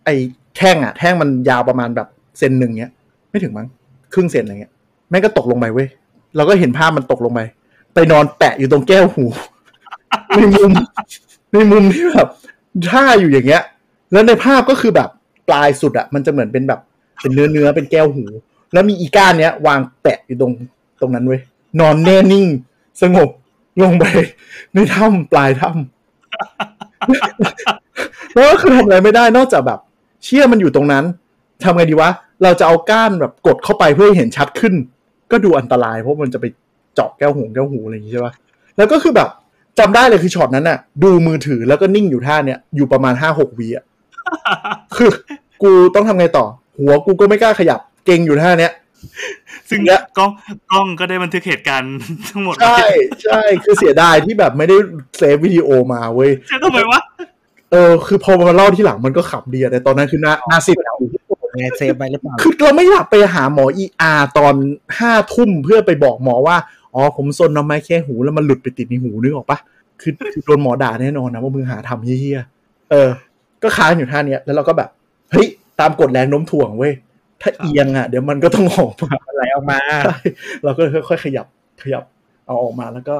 Speaker 2: ไอ้แท่งอ่ะ แท่งมันยาวประมาณแบบเซนหนึ่งเนี้ย ไม่ถึงมั้งครึ่งเซนอะไรเงี้ยแม่งก็ตกลงไปเว้ยเราก็เห็นภาพมันตกลงไป ไปนอนแปะอยู่ตรงแก้วหู ในมุมในมุมที่แบบท่าอยู่อย่างเงี้ย แล้วในภาพก็คือแบบปลายสุดอ่ะ มันจะเหมือนเป็นแบบเป็นเนื้อเนื้อๆเป็นแก้วหู แล้วมีอีก้านเนี้ย วางแปะอยู่ตรงตรงนั้นเว้ยนอนแน่นิ่ง สงบลงไป ในถ้ำป ลายถ้ำ แล้วก็คือทำอะไรไม่ได้นอกจากแบบ เชี่ยมันอยู่ตรงนั้น ทำไงดีวะ เราจะเอาก้านแบบกดเข้าไปเพื่อให้เห็นชัดขึ้น ก็ดูอันตรายเพราะมันจะไปเจาะแก้วหูแก้วหูอะไรอย่างงี้ใช่ปะแล้วก็คือแบบจำได้เลยคือช็อตนั้นอะดูมือถือแล้วก็นิ่งอยู่ท่าเนี้ยอยู่ประมาณห้าหกวิอะ คือกูต้องทำไงต่อ หัวกูก็ไม่กล้าขยับ เก่งอยู่ท่าเนี้ย
Speaker 3: ซึ่ง
Speaker 2: และ
Speaker 3: กล้องกล้องก็ได้บันทึกเหตุการณ์ ทั้งหมด
Speaker 2: ใช่ใช่คือเสียดายที่แบบไม่ได้เซฟวิดีโอมาเว้ย
Speaker 3: ใช่ทำไมวะ
Speaker 2: เออคือพอมาเล่าที่หลังมันก็ขำดีอะแต่ตอนนั้นคือหน้าหน้าสิบแล้ว
Speaker 4: ไงเซฟไปหรือเปล่า
Speaker 2: คือเราไม่อยากไปหาหมอเออาตอนห้าทุ่มเพื่อไปบอกหมอว่า อ๋อผมซนน้ำไม้แค่หูแล้วมันหลุดไปติดในหูนึกออกปะคือคือโดนหมอด่าแน่นอนนะว่ามึงหาทำเฮี้ยๆเออ ก็ค้างอยู่ท่าเนี้ยแล้วเราก็แบบ เฮ้ย ตามกฎแรงโน้มถ่วงเว้ย ถ้าเอียงอ่ะ เดี๋ยวมันก็ต้องออกมา
Speaker 4: อะไรออกมา
Speaker 2: ใช่เราก็ค่อยๆขยับขยับเอาออกมาแล้วก็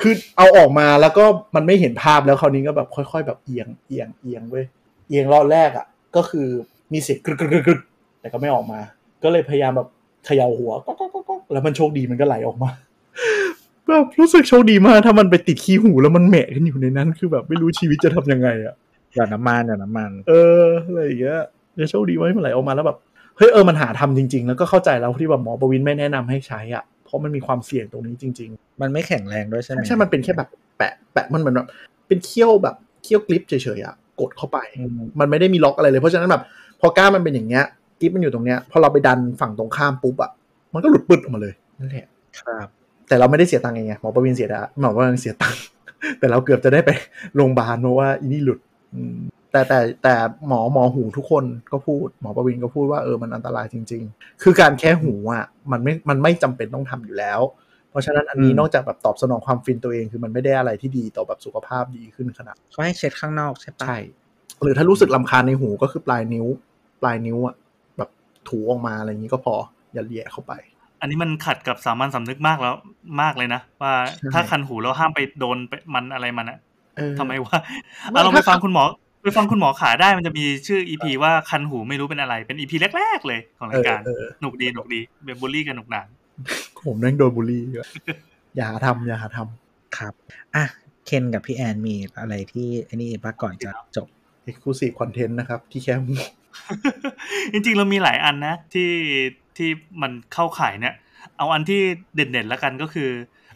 Speaker 2: คือเอาออกมาแล้วก็มันไม่เห็นภาพแล้วคราวนี้ก็แบบค่อย ๆ แบบเอียงเอียงเอียงเว้ยเอียงรอบแรกอ่ะ ก็คือมีเสียงกรึกกรึกกรึกกรึกแต่ก็ไม่ออกมา ก็เลยพยายามแบบเขย่าหัวก็ก็ก็ก็แล้วมันโชคดีมันก็ไหลออกมา แบบรู้สึกโชคดีมากถ้ามันไปติดขี้หูแล้วมันเหมะกันอยู่ในนั้น คือแบบไม่รู้ชีวิตจะทำยังไงอ่ะ
Speaker 4: หยอดน้ำมันหยอดน้ำมัน
Speaker 2: เอออะไรอย่างเงี้ยจะโชคดีไว้เมื่อไหร่ออกมาแล้วแบบเฮ้ยเออมันหาทำจริง ๆ แล้วก็เข้าใจแล้วที่แบบหมอประวินไม่แนะนำให้ใช้อ่ะเพราะมันมีความเสี่ยงตรงนี้จริง
Speaker 4: มันไม่แข็งแรงด้วยใช่ไหม
Speaker 2: ๆไม่ใช่มันเป็นแค่แบบแปะแปะมันเหมือนแบบเป็นเขี้ยวแบบเขี้ยวกลิปเฉยๆอ่ะกดเข้าไป
Speaker 4: อืม
Speaker 2: มันไม่ได้มีล็อกอะไรเลย เพราะฉะนั้นแบบพอก้ามมันเป็นอย่างเงี้ยกลิปมันอยู่ตรงเนี้ยพอเราไปดันฝั่งตรงข้ามปุ๊บอ่ะมันก็หลุดปึ๊ดออกมาเลยนั่นแหละ
Speaker 4: ครับ
Speaker 2: แต่เราไม่ได้เสียตังค์ไงหมอประวินเสียดะหมอประวินเสียตังค์ แต่เราเกือบจะได้ไปโรงพยาบาลเพราะว่าอีนี่หลุด อืมแต่แต่แต่หมอหมอหูทุกคนก็พูด หมอประวินก็พูดว่าเออมันอันตรายจริง ๆ คือการแค่หูอ่ะมันไม่มันไม่จำเป็นต้องทำอยู่แล้ว เพราะฉะนั้นอันนี้
Speaker 4: อืม
Speaker 2: นอกจากแบบตอบสนองความฟินตัวเองคือมันไม่ได้อะไรที่ดีต่อแบบสุขภาพดีขึ้นขนาด
Speaker 4: เขาให้เช็ดข้างนอกใช่ปะ
Speaker 2: ใช่หรือถ้ารู้สึกลำคาญในหูก็คือปลายนิ้ว ปลายนิ้วอ่ะแบบถูออกมาอะไรอย่างนี้ก็พออย่าเลียเข้าไป
Speaker 3: อันนี้มันขัดกับสามัญสำนึกมากแล้วมากเลยนะ ว่า
Speaker 2: ใช่
Speaker 3: ถ้าคันหูแล้วห้ามไปโดนไปมันอะไรมันอะ
Speaker 2: เออ
Speaker 3: ทำไมวะ
Speaker 2: ไม่
Speaker 3: เอาลองไป
Speaker 2: ถ้า
Speaker 3: ฟังคุณหมอไปฟังคุณหมอขาได้มันจะมีชื่ออีพีว่าคันหูไม่รู้เป็นอะไร เป็นอีพีแรก ๆ เลยของ
Speaker 2: เอ
Speaker 3: ราย
Speaker 2: อ
Speaker 3: การ
Speaker 2: เออ
Speaker 3: หนุกดีหนุกดีเบบูลลี่กันหนุกหนาน
Speaker 2: ผมนั่งโดนบูลลี่อยู่อะอย่าหาทำอย่าหาทำ
Speaker 4: ครับ อ่ะ เคนกับพี่แอนมีอะไรที่อันนี้ปะก่อนจะจบ
Speaker 2: Exclusive Content นะครับที่แค่หู
Speaker 3: จริงๆ เรามีหลายอันนะที่ที่มันเข้าข่ายเนี่ย เอาอันที่เด่นๆแล้วกันก็คือ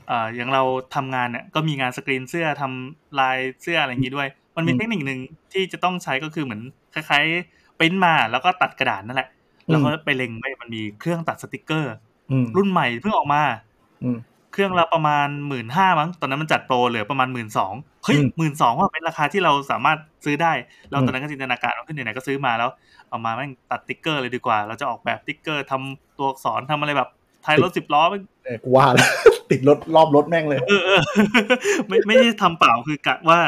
Speaker 3: เอ่ออย่างเราทำงานเนี่ยก็มีงานสกรีนเสื้อทำลายเสื้ออะไรอย่างนี้ด้วย มันมี
Speaker 2: อืม
Speaker 3: เทคนิคหนึ่งที่จะต้องใช้ก็คือเหมือนคล้ายๆปริ้นมาแล้วก็ตัดกระดาษนั่นแหละ
Speaker 2: อืม
Speaker 3: แล้วก็ไปเล็งไว้มันมีเครื่องตัดสติกเกอร์
Speaker 2: อืม
Speaker 3: รุ่นใหม่เพิ่งออกมา
Speaker 2: อืม
Speaker 3: เครื่องละประมาณหมื่นห้ามั้ง ตอนนั้นมันจัดโปรเหลือประมาณหมื่นสองเฮ้ย
Speaker 2: อืม
Speaker 3: หมื่นสองว่าเป็นราคาที่เราสามารถซื้อได้ เรา
Speaker 2: อืม
Speaker 3: ตอนนั้นก็จินตนาการว่าขึ้นไหนๆก็ซื้อมาแล้ว เอามาแม่งตัดติ๊กเกอร์เลยดีกว่า เราจะออกแบบติ๊กเกอร์ทำตัวอักษรทำอะไรแบบท้ายรถสิบล้อ
Speaker 2: เออกูว่าแล้ว ติดรถรอบรถแม่งเลย
Speaker 3: เออเอ อ ไม่ไม่ได้ทำเปล่าคือกะว่า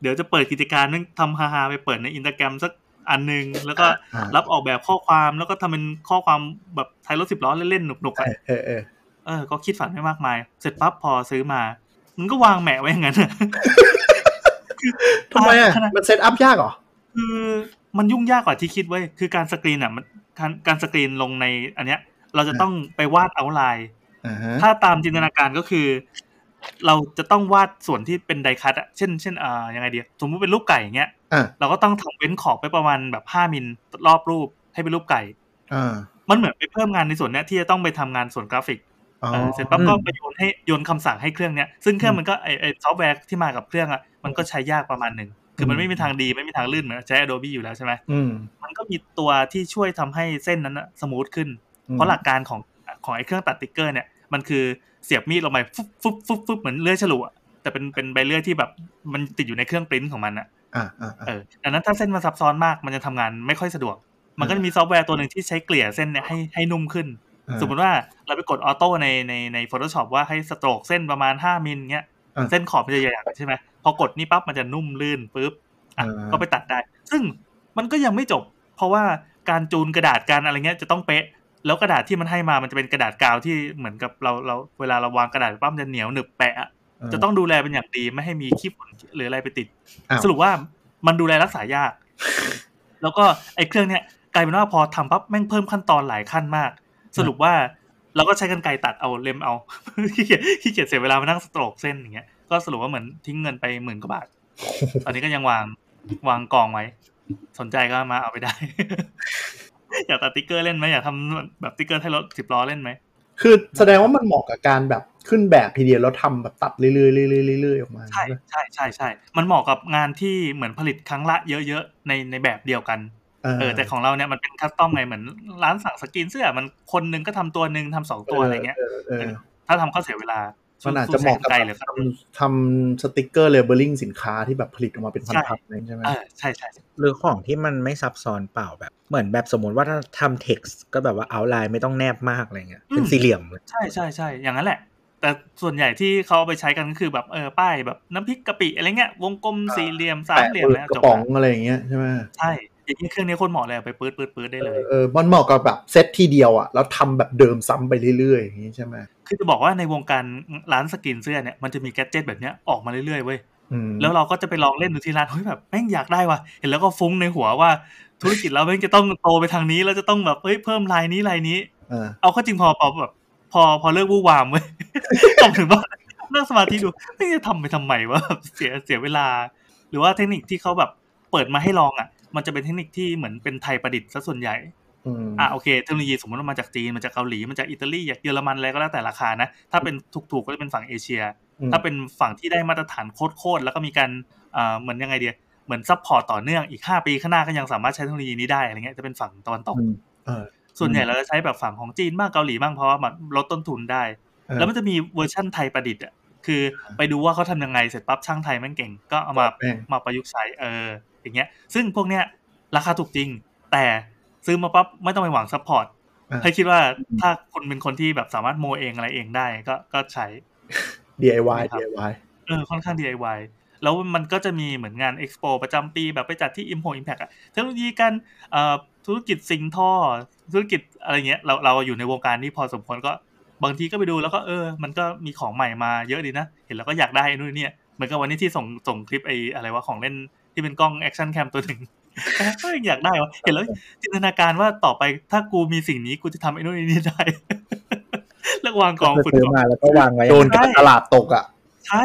Speaker 3: เดี๋ยวจะเปิดกิจการนั่งทำฮาฮาๆไปเปิดในอินสตาแกรมสักอันหนึง แล้วก็
Speaker 2: อ่ารั
Speaker 3: รับออกแบบข้อความแล้วก็ทำเป็นข้อความแบบท้ายรถสิบล้อเล่นๆหนุกๆอะ
Speaker 2: เออเออ
Speaker 3: เออ ก็คิดฝันไม่มากมาย เสร็จปั๊บพอซื้อมา มันก็วางแหมะไว้อย่างนั้น
Speaker 2: ทำไมอ่ะ
Speaker 3: ขนาด
Speaker 2: มันเซตอัพยากเหรอ
Speaker 3: คือมันยุ่งยากกว่าที่คิดไว้ยคือการสกรีนอ่ะมันการการสกรีนลงในอันเนี้ย เราจะต้องไปวาดเอาไลน์
Speaker 2: อ่าฮะ
Speaker 3: ถ้าตามจินตนาการก็คือ เราจะต้องวาดส่วนที่เป็นไดคัตอะเช่น เช่นอ่ายังไงดีสมมุติเป็นรูปไก่อย่างเงี้ย
Speaker 2: อ่า
Speaker 3: เราก็ต้องทำเว้นขอบไปประมาณแบบห้ามิลรอบรูปให้เป็นรูปไก่
Speaker 2: อ่า
Speaker 3: มันเหมือนไปเพิ่มงานในส่วนเนี้ยที่จะต้องไปทำงานส่วนกราฟิก
Speaker 2: อ๋อ
Speaker 3: เออเสร็จปั๊บก็
Speaker 4: อืม
Speaker 3: ไปโยนให้โยนคำสั่งให้เครื่องเนี้ยซึ่งเครื่องมันก็ไอไอซอฟต์แวร์ที่มากับเครื่องอ่ะมันก็ใช้ยากประมาณหนึ่งคือมันไม่มีทางดีไม่มีทางลื่นเหมือนใช้ Adobe อยู่แล้วใช่ไหม
Speaker 2: อืม
Speaker 3: มันก็มีตัวที่ช่วยทำให้เส้นนั้นอะสมูทขึ้น
Speaker 2: อืม
Speaker 3: เพราะหลักการของของไอเครื่องตัดติ๊กเกอร์เนี่ยมันคือเสียบมีดลงไปฟุบฟุบฟุบฟุบเหมือนเลื่อยฉลุอะแต่เป็นเป็นใบเลื่อยที่แบบมันติดอยู่ในเครื่องปริ้นของมันอะ
Speaker 2: อ่าอ่าอ่า
Speaker 3: เออดังนั้นถ้าเส้นมันซับซ้อนมากมันจะทำงานไม่ค่อยสะดวก มันก็จะมีซอฟต์แวร์ตัวหนึ่งที่ใช้เกลี่ยเส้นเนี่ยให้ให้นุ่มขึ้น
Speaker 2: อ่า
Speaker 3: สมมติว่าเราไปกดออโต้ในในใน Photoshop ว่าให้สโตรกเส้นประมาณ 5 มิลเงี้ย
Speaker 2: อ่า
Speaker 3: เส้นขอบมันจะใหญ่ๆใช่ไหมพอกดนี่ปั๊บมันจะนุ่มลื่นปุ๊บอ่ะ
Speaker 2: อ่า
Speaker 3: ก็ไปตัดได้ ซึ่งมันก็ยังไม่จบ เพราะว่าการจูนกระดาษการอะไรเงี้ยจะต้องเป๊ะ แล้วกระดาษที่มันให้มามันจะเป็นกระดาษกาวที่เหมือนกับเราเราเวลาเราวางกระดาษปั๊บมันจะเหนียวหนึบแปะอะ จะต้องดูแลเป็นอย่างดีไม่ให้มีขี้ฝุ่นหรืออะไรไปติด
Speaker 2: อ้าว
Speaker 3: สรุปว่ามันดูแลรักษายาก แล้วก็ไอ้เครื่องเนี้ยกลายเป็นว่าพอทำปั๊บแม่งเพิ่มขั้นตอนหลายขั้นมาก สรุปว่าเราก็ใช้กันไกรตัดเอาเล็มเอา ขี้เกียจขี้เกียจเสียเวลามานั่งสโตรกเส้นอย่างเงี้ยก็สรุปว่าเหมือนทิ้งเงินไปหมื่นกว่าบาท ตอนนี้ก็ยังวางวางกองไว้ สนใจก็มาเอาไปได้ อยากตัดติ๊กเกอร์เล่นไหมอยากทำแบบติ๊กเกอร์ให้รถสิบล้อเล่นไหม
Speaker 2: คือแสดงว่ามันเหมาะกับการแบบขึ้นแบบทีเดียวแล้วทำแบบตัดเรื่อยๆเรื่อยๆเรื่อยๆออกมา
Speaker 3: ใช่ใช่ใช่ใช่มันเหมาะกับงานที่เหมือนผลิตครั้งละเยอะๆในในแบบเดียวกัน เออแต่ของเราเนี่ยมันเป็นคัสตอมไงเหมือนร้านสั่งสกรีนเสื้อมันคนหนึงก็ทำตัวหนึ่งทำสองตัวอะไรเงี้ย
Speaker 2: เอเออเออ
Speaker 3: ถ้าทำก็เสียเวลา
Speaker 2: มันอาจ
Speaker 3: สู้
Speaker 2: จะเหมาะกับ
Speaker 3: แสงไกลหรือครั
Speaker 2: ท
Speaker 3: บ
Speaker 2: ำทำสติกเกอร์เลเบลลิ่งสินค้าที่แบบผลิตออกมาเป็น
Speaker 3: ใช่
Speaker 2: พันๆอะไรอย่างเงี้ยใช่ไหม
Speaker 3: เออใช่ใช่ใช่
Speaker 4: หรือของที่มันไม่ซับซ้อนเปล่าแบบ เหมือนแบบสมมติว่าถ้าทำ text ก็แบบว่า outline ไม่ต้องแนบมากอะไรเงี้ยเป็นสี่เหลี่ยมเลย
Speaker 3: ใช่ใช่ใช่อย่างนั้นแหละ แต่ส่วนใหญ่ที่เขาเอาไปใช้กันก็คือแบบเออป้ายแบบน้ำพริกกะปิอะไรเงี้ยวงกลมสี่เหลี่ยมสาม
Speaker 2: แปะ
Speaker 3: เหลี่ยม
Speaker 2: บน
Speaker 3: นะ
Speaker 2: ก
Speaker 3: จ
Speaker 2: ระ
Speaker 3: บ
Speaker 2: ป๋อง
Speaker 3: ละ
Speaker 2: อะไรอย่างเงี้ยใช่ไหม
Speaker 3: ใช่อย่างนี้เครื่องนี้โคนเหมาะเลยเอาไปปื๊ดปื๊ดปื๊ดได้
Speaker 2: เอ
Speaker 3: เล
Speaker 2: อย เออมันเหมาะกับแบบเซตทีเดียวอ่ะแล้วทำแบบเดิมซ้ำไปเรื่อยๆอย่างงี้ใช่ไหม
Speaker 3: คือจะบอกว่าในวงการร้านสกรีนเสื้อเนี่ยมันจะมีแกดเจิตแบบเนี้ยออกมาเรื่อยๆเว้ย
Speaker 2: อืม
Speaker 3: แล้วเราก็จะไปลองเล่นดูที่ร้านเฮ้ยแบบแม่งอยากได้ว่ะเห็นแล้วก็ฟุ้งในหัวว่า ธุรกิจเราแม่งจะต้องโตไปทางนี้แล้วจะต้องแบบเฮ้ยเพิ่มลายนี้ลายนี้
Speaker 2: เอ่า
Speaker 3: เอาเข้าจริงพอพอแบบพอพอเลิกวู่วามเว้ย ตกถึงว่าเลิกสมาธิดูไม่จะทำไปทำไมวะแบบเสียเสียเวลา หรือว่าเทคนิคที่เขาแบบเปิดมาให้ลองอ่ะ มันจะเป็นเทคนิคที่เหมือนเป็นไทยประดิษฐ์ซะส่วนใหญ่
Speaker 2: อืม
Speaker 3: อ่ะโอเคเทคโนโลยีสมมติว่ามาจากจีนมาจากเกาหลีมาจากอิตาลีจากเยอรมันอะไรก็แล้วแต่ราคานะถ้าเป็นถูกๆก็จะเป็นฝั่งเอเชีย ถ้าเป็นฝั่งที่ได้มาตรฐานโคตรๆแล้วก็มีการเอ่อเหมือนยังไงเดียเหมือนซัพพอร์ตต่อเนื่องอีก 5 ปีข้างหน้าก็ยังสามารถใช้เทคโนโลยีนี้ได้อะไรเงี้ยจะเป็นฝั่งตะวันตก
Speaker 2: อืมเออ
Speaker 3: ส่วนใหญ่เราจะใช้แบบฝั่งของจีนบ้างเกาหลีบ้างเพราะว่ามันลดต้นทุนได้
Speaker 2: เออ
Speaker 3: แล้วมันจะมีเวอร์ชั่นไทยประดิษฐ์อ่ะคือไปดูว่าเขาทำยังไงเสร็จปั๊บช่างไทยแม่งเก่งก็เอามา
Speaker 2: แม่ง
Speaker 3: มาประยุกต์ใช้เอออย่างเงี้ย ซึ่งพวกเนี้ยราคาถูกจริง แต่ซื้อมาปั๊บไม่ต้องไปหวังซัพพอร์ต
Speaker 2: ะ
Speaker 3: ให้คิดว่าถ้าคุณเป็นคนที่แบบสามารถโมเองอะไรเองได้ก็ก็ใช้
Speaker 2: DIY
Speaker 3: ครับ
Speaker 2: DIY
Speaker 3: เออค่อนข้าง DIY แล้วมันก็จะมีเหมือนงานเอ็กซ์โปประจำปีแบบไปจัดที่ Import Impact อะเทคโนโลยีการเอ่อธุรกิจสิงท่อ ธุรกิจอะไรเงี้ยเราเราอยู่ในวงการนี้พอสมควรก็บางทีก็ไปดูแล้วก็เออ มันก็มีของใหม่มาเยอะดีนะ เห็นแล้วก็อยากได้ไอ้นู่นเนี่ยเหมือนกับวันนี้ที่ส่งส่งคลิปไอ้อะไรวะของเล่นที่เป็นกล้องแอคชั่นแคมตัวหนึ่ง ก็ยังอยากได้วะเห็นแล้วจินตนาการว่าต่อไปถ้ากูมีสิ่งนี้กูจะทำไอ้นู่นไอ้นี่ได้ แล้ววางกองฝุ่น
Speaker 4: ซื้อก
Speaker 3: อง
Speaker 4: มาแล้วก็วางไว้
Speaker 2: โดนการตลาดตกอ่ะ
Speaker 3: ใช่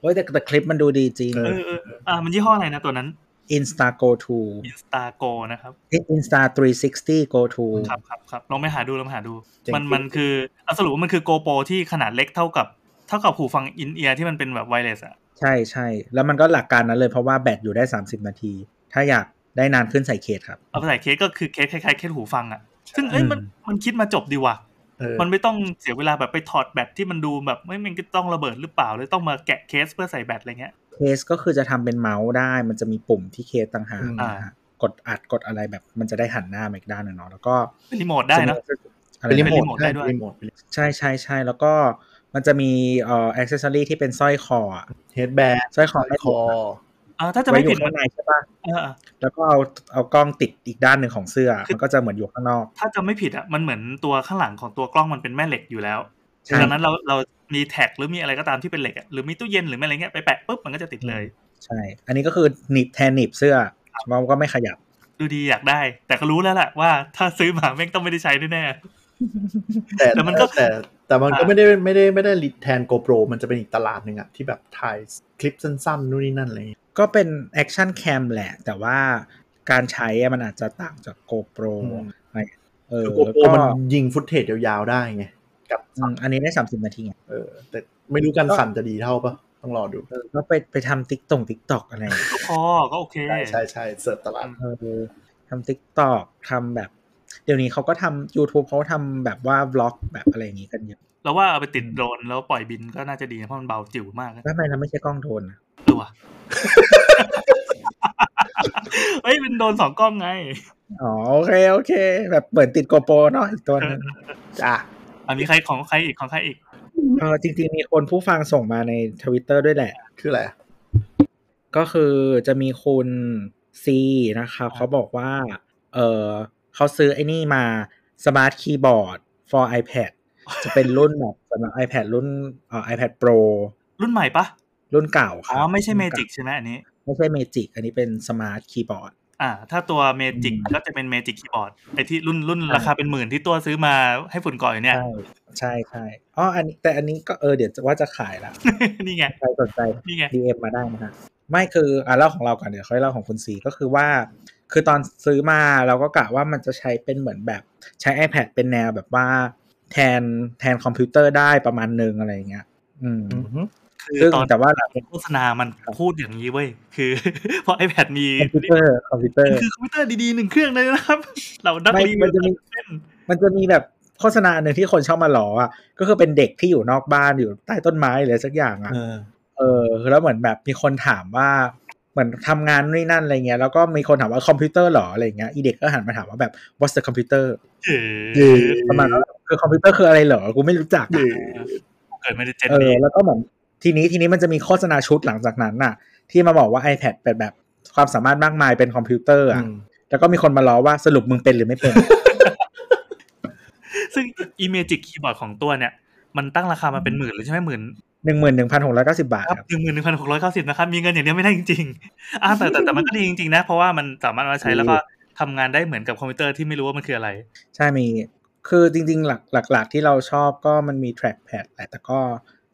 Speaker 4: เฮ้ยแต่แต่คลิปมันดูดีจริง
Speaker 2: เอ
Speaker 3: เออเอออ่ามันยี่ห้ออะไรนะตัวนั้น
Speaker 4: Insta Go To
Speaker 3: อินสตาโกนะครับ
Speaker 4: เอ้ย Insta 360 Go To
Speaker 3: ครับครับครับลองไปหาดูลองไปหาดู
Speaker 2: เจ๋ง
Speaker 3: มัน
Speaker 2: จริง
Speaker 3: มันคือเอาสรุปว่ามันคือโกโปรที่ขนาดเล็กเท่ากับ เท่ากับหูฟังอินเอียร์ที่มันเป็นแบบไวเลสอะ
Speaker 4: ใช่ใช่แล้วมันก็หลักการนั้นเลยเพราะว่าแบตอยู่ได้ 30 นาที ถ้าอยากได้นานขึ้นใส่เคสครับ
Speaker 3: เอาไปใส่เคสก็คือเคสคล้ายๆเคสหูฟังอะซึ่งเอ้ยมันมันคิดมาจบดีว่ะ
Speaker 2: เออ
Speaker 3: มันไม่ต้องเสียเวลาแบบไปถอดแบตที่มันดูแบบไม่มันก็ต้องระเบิดหรือเปล่าหรือต้องมาแกะเคสเพื่อใส่แบตอะไรเงี้ย
Speaker 4: เคสก็คือจะทำเป็นเมาส์ได้ มันจะมีปุ่มที่เคสต่างหาก
Speaker 3: อ่า
Speaker 4: นะฮะกดอัดกดอะไรแบบ มันจะได้หันหน้ามาอีกด้านหนึ่งเนาะแล้วก็
Speaker 3: เป็นรีโมทได้เนอะ
Speaker 4: อะไร
Speaker 2: เป็นรี
Speaker 4: นะ
Speaker 2: โมทได้
Speaker 3: เป็นรีโมทได้ด้วย
Speaker 2: รีโมท
Speaker 4: ใช่ใช่ใช่แล้วก็มันจะมีเอ่อแอ c เซสซอรี่ที่เป็นสร้อยคออะ
Speaker 2: เฮดแบน
Speaker 4: สร้อยคอ
Speaker 2: คอ
Speaker 3: อ่าถ้าจะ
Speaker 4: ไว้
Speaker 3: ไม่
Speaker 4: อยู่
Speaker 3: ผิดมั
Speaker 4: ข้านงในใช่ปะ
Speaker 3: เออ
Speaker 4: แล้วก็เอาเอากล้องติดอีกด้านหนึ่งของเสื้อ
Speaker 3: คือ
Speaker 4: มันก็จะเหมือนอยู่ข้างนอก
Speaker 3: ถ้าจะไม่ผิดอะมันเหมือนตัวข้างหลังของตัวกล้องมันเป็นแม่เหล็กอยู่แล้ว
Speaker 4: ใช่
Speaker 3: ดังนั้นเราเรามีแท็กหรือมีอะไรก็ตามที่เป็นเหล็กอะหรือมีตู้เย็นหรือมีอะไรเงี้ยไปแปะปุ๊บมันก็จะติดเลย
Speaker 4: ใช่ อันนี้ก็คือหนีบแทนหนีบเสื้อมันก็ไม่ขยับ
Speaker 3: ดูดีอยากได้ แต่ก็รู้แล้วแหละว่าถ้าซื้อมาแม่งต้องไม่ได้ใช้แน่
Speaker 2: แต่
Speaker 3: แต่
Speaker 2: แต่
Speaker 3: มั
Speaker 2: มัน น
Speaker 3: ก็
Speaker 2: ก็แต่แต่มันก็
Speaker 3: อ่า
Speaker 2: ไม่ได้ไม่ได้ไม่ได้ลิแทนโกโปรมันจะเป็นอีกตลาดหนึ่งอ่ะที่แบบถ่ายคลิปสั้นๆนู่นนี่นั่นอะไรอย่างเงี้ย
Speaker 4: ก็เป็นแอคชั่นแคมแหละ แต่ว่าการใช้อะมันอาจจะต่างจาก GoPro อะไรเออ
Speaker 2: คือโก
Speaker 4: แล้ว
Speaker 2: โปร
Speaker 4: ก็
Speaker 2: มันยิงฟุตเทจยาวๆได้ไงกับ
Speaker 4: อืมอันนี้ได้ 30 นาทีไง
Speaker 2: เออแต่ไม่รู้การ
Speaker 4: ก็
Speaker 2: สั่นจะดีเท่าปะต้องรอดู
Speaker 4: เออก็ไปไปทำติ๊กตงติ๊กตอกอะไร
Speaker 3: ๆก็พอก็โอเค
Speaker 2: ใช่ใช่ใช่เสิร์ฟตลาด
Speaker 4: เออทำติ๊กตอกทำแบบ เดี๋ยวนี้เขาก็ทำ YouTube เขาทำแบบว่า v ล็อกแบบอะไรอย่างนี้กันเยอะ
Speaker 3: แล้วว่าเอาไปติดโดรนแล้วปล่อยบินก็น่าจะดีนะเพราะมันเบาจิ๋วมากนะ
Speaker 4: แล้วทำไมเราไม่ใช่กล้องโทนอะ
Speaker 3: เออว่ะ เฮ้ยเป็นโดรนสองกล้อง ไง
Speaker 4: อ๋อโอเคโอเค แบบเหมือนติด GoPro เนาะอีกตัวหนึง
Speaker 2: จ้ะ
Speaker 3: อ่ะมีใครของใครอีกของใครอีก
Speaker 4: เออจริงๆมีคนผู้ฟังส่งมาในทวิตเตอร์ด้วยแหละ
Speaker 2: คืออะไร
Speaker 4: ก็คือจะมีคุณซีนะครับเขาบอกว่า เออเขาซื้อไอ้นี่มาสมาร์ทคีย์บอร์ด for iPad จะเป็นรุ่นแบบสำหรับ iPad รุ่นเอ่อ iPad Pro
Speaker 3: รุ่นใหม่ปะ
Speaker 4: รุ่นเก่าค
Speaker 3: อ๋
Speaker 4: รั
Speaker 3: อบไม่ใช่เม
Speaker 4: รุ่น
Speaker 3: จิก
Speaker 4: เา
Speaker 3: ใช่ไหมอันนี้
Speaker 4: ไม่ใช่เมจิกอันนี้เป็นสมาร์ทคีย์บอร์ด
Speaker 3: อ่า ถ้าตัวเมจิก
Speaker 4: อืม
Speaker 3: ก็จะเป็นเมจิกคีย์บอร์ดไอที่รุ่นรุ่นราคาเป็นหมื่นที่ตัวซื้อมาให้ฝุ่นก่อยอยู่เนี่ย
Speaker 4: ใช่ใช่ใช่อ๋ออันนี้แต่อันนี้ก็เออเดี๋ยวจะว่าจะขายละ
Speaker 3: นี่ไง
Speaker 4: ใครสนใจ
Speaker 3: นี่ไง
Speaker 4: DM มาได้นะฮะ ไม่คืออ่ะเล่าของเราก่อนเดี๋ยวค่อยเล่าของคุณสีก็คือว่า คือตอนซื้อมาเราก็กะว่ามันจะใช้เป็นเหมือนแบบใช้ iPad เป็นแนวแบบว่าแทนแทนคอมพิวเตอร์ได้ประมาณหนึ่งอะไรอย่างเงี้ย อืม
Speaker 2: อือฮึ
Speaker 3: คือ
Speaker 4: ซึ่ง
Speaker 3: ตอน
Speaker 4: แต่ว่าหลัง
Speaker 3: โฆษณามันพูดอย่างนี้เว้ยคือ เพราะ iPad มี
Speaker 4: คอมพิวเตอร์คอมพิวเตอร์
Speaker 3: คือคอมพิวเตอร์ดีๆหนึ่งเครื่องเลยนะครับ เรานัก
Speaker 4: ไม่
Speaker 3: รีวิ
Speaker 4: มั
Speaker 3: วน
Speaker 4: จะมี
Speaker 3: เล่น
Speaker 4: มันจะมีแบบโฆษณาหนึ่งที่คนชอบมาหลออ่ะ ก็คือเป็นเด็กที่อยู่นอกบ้านอยู่ใต้ต้นไม้หรือสักอย่างอ่ะ
Speaker 2: เออ
Speaker 4: เออแล้วเหมือนแบบมีคนถามว่าเหมือนทำงานนู่นนี่นั่นอะไรเงี้ยแล้วก็มีคนถามว่าคอมพิวเตอร์หรออะไรเงี้ยอีเด็กก็หันมาถามว่าแบบ what's the computer
Speaker 3: เอ๋
Speaker 2: เย้
Speaker 4: ประมาณว่าคือคอมพิวเตอร์คืออะไรเหรอกูไม่รู้จักอะ
Speaker 3: เกิดไม่ได้เจน
Speaker 4: เออ
Speaker 3: นี้
Speaker 4: แล้วก็เหมือนทีนี้ทีนี้มันจะมีโฆษณาชุดหลังจากนั้นน่ะ ที่มาบอกว่า iPad เป็นแบบความสามารถมากมายเป็นคอมพิวเตอร์อ่ะ
Speaker 2: อืม
Speaker 4: แล้วก็มีคนมาล้อว่าสรุปมึงเป็นหรือไม่ เป็น
Speaker 3: ซึ่งอีเมจิกคีย์บอร์ดของตัวเนี่ย มันตั้งราคามาเป็นหมื่นเลยใช่ไหมหมื่น
Speaker 4: หนึ่งหมื่นหนึ่งพันหกร้อยเก้าสิบาท
Speaker 3: ครับ
Speaker 4: ครับ
Speaker 3: หนึ่งหมื่นหนึ่งพันหกร้อยเก้าสิบนะครับ มีเงินอย่างเดียวไม่ได้จริงๆอ่าแต่แต่แต่มันก็ดีจริงๆนะ เพราะว่ามันสามารถเอามาใช้แล้วก็ทำงานได้เหมือนกับคอมพิวเตอร์ที่ไม่รู้ว่ามันคืออะไร
Speaker 4: ใช่มีคือจริง ๆ หลักหลักหลักที่เราชอบก็มันมีแทร็กแพดแหละแต่ก็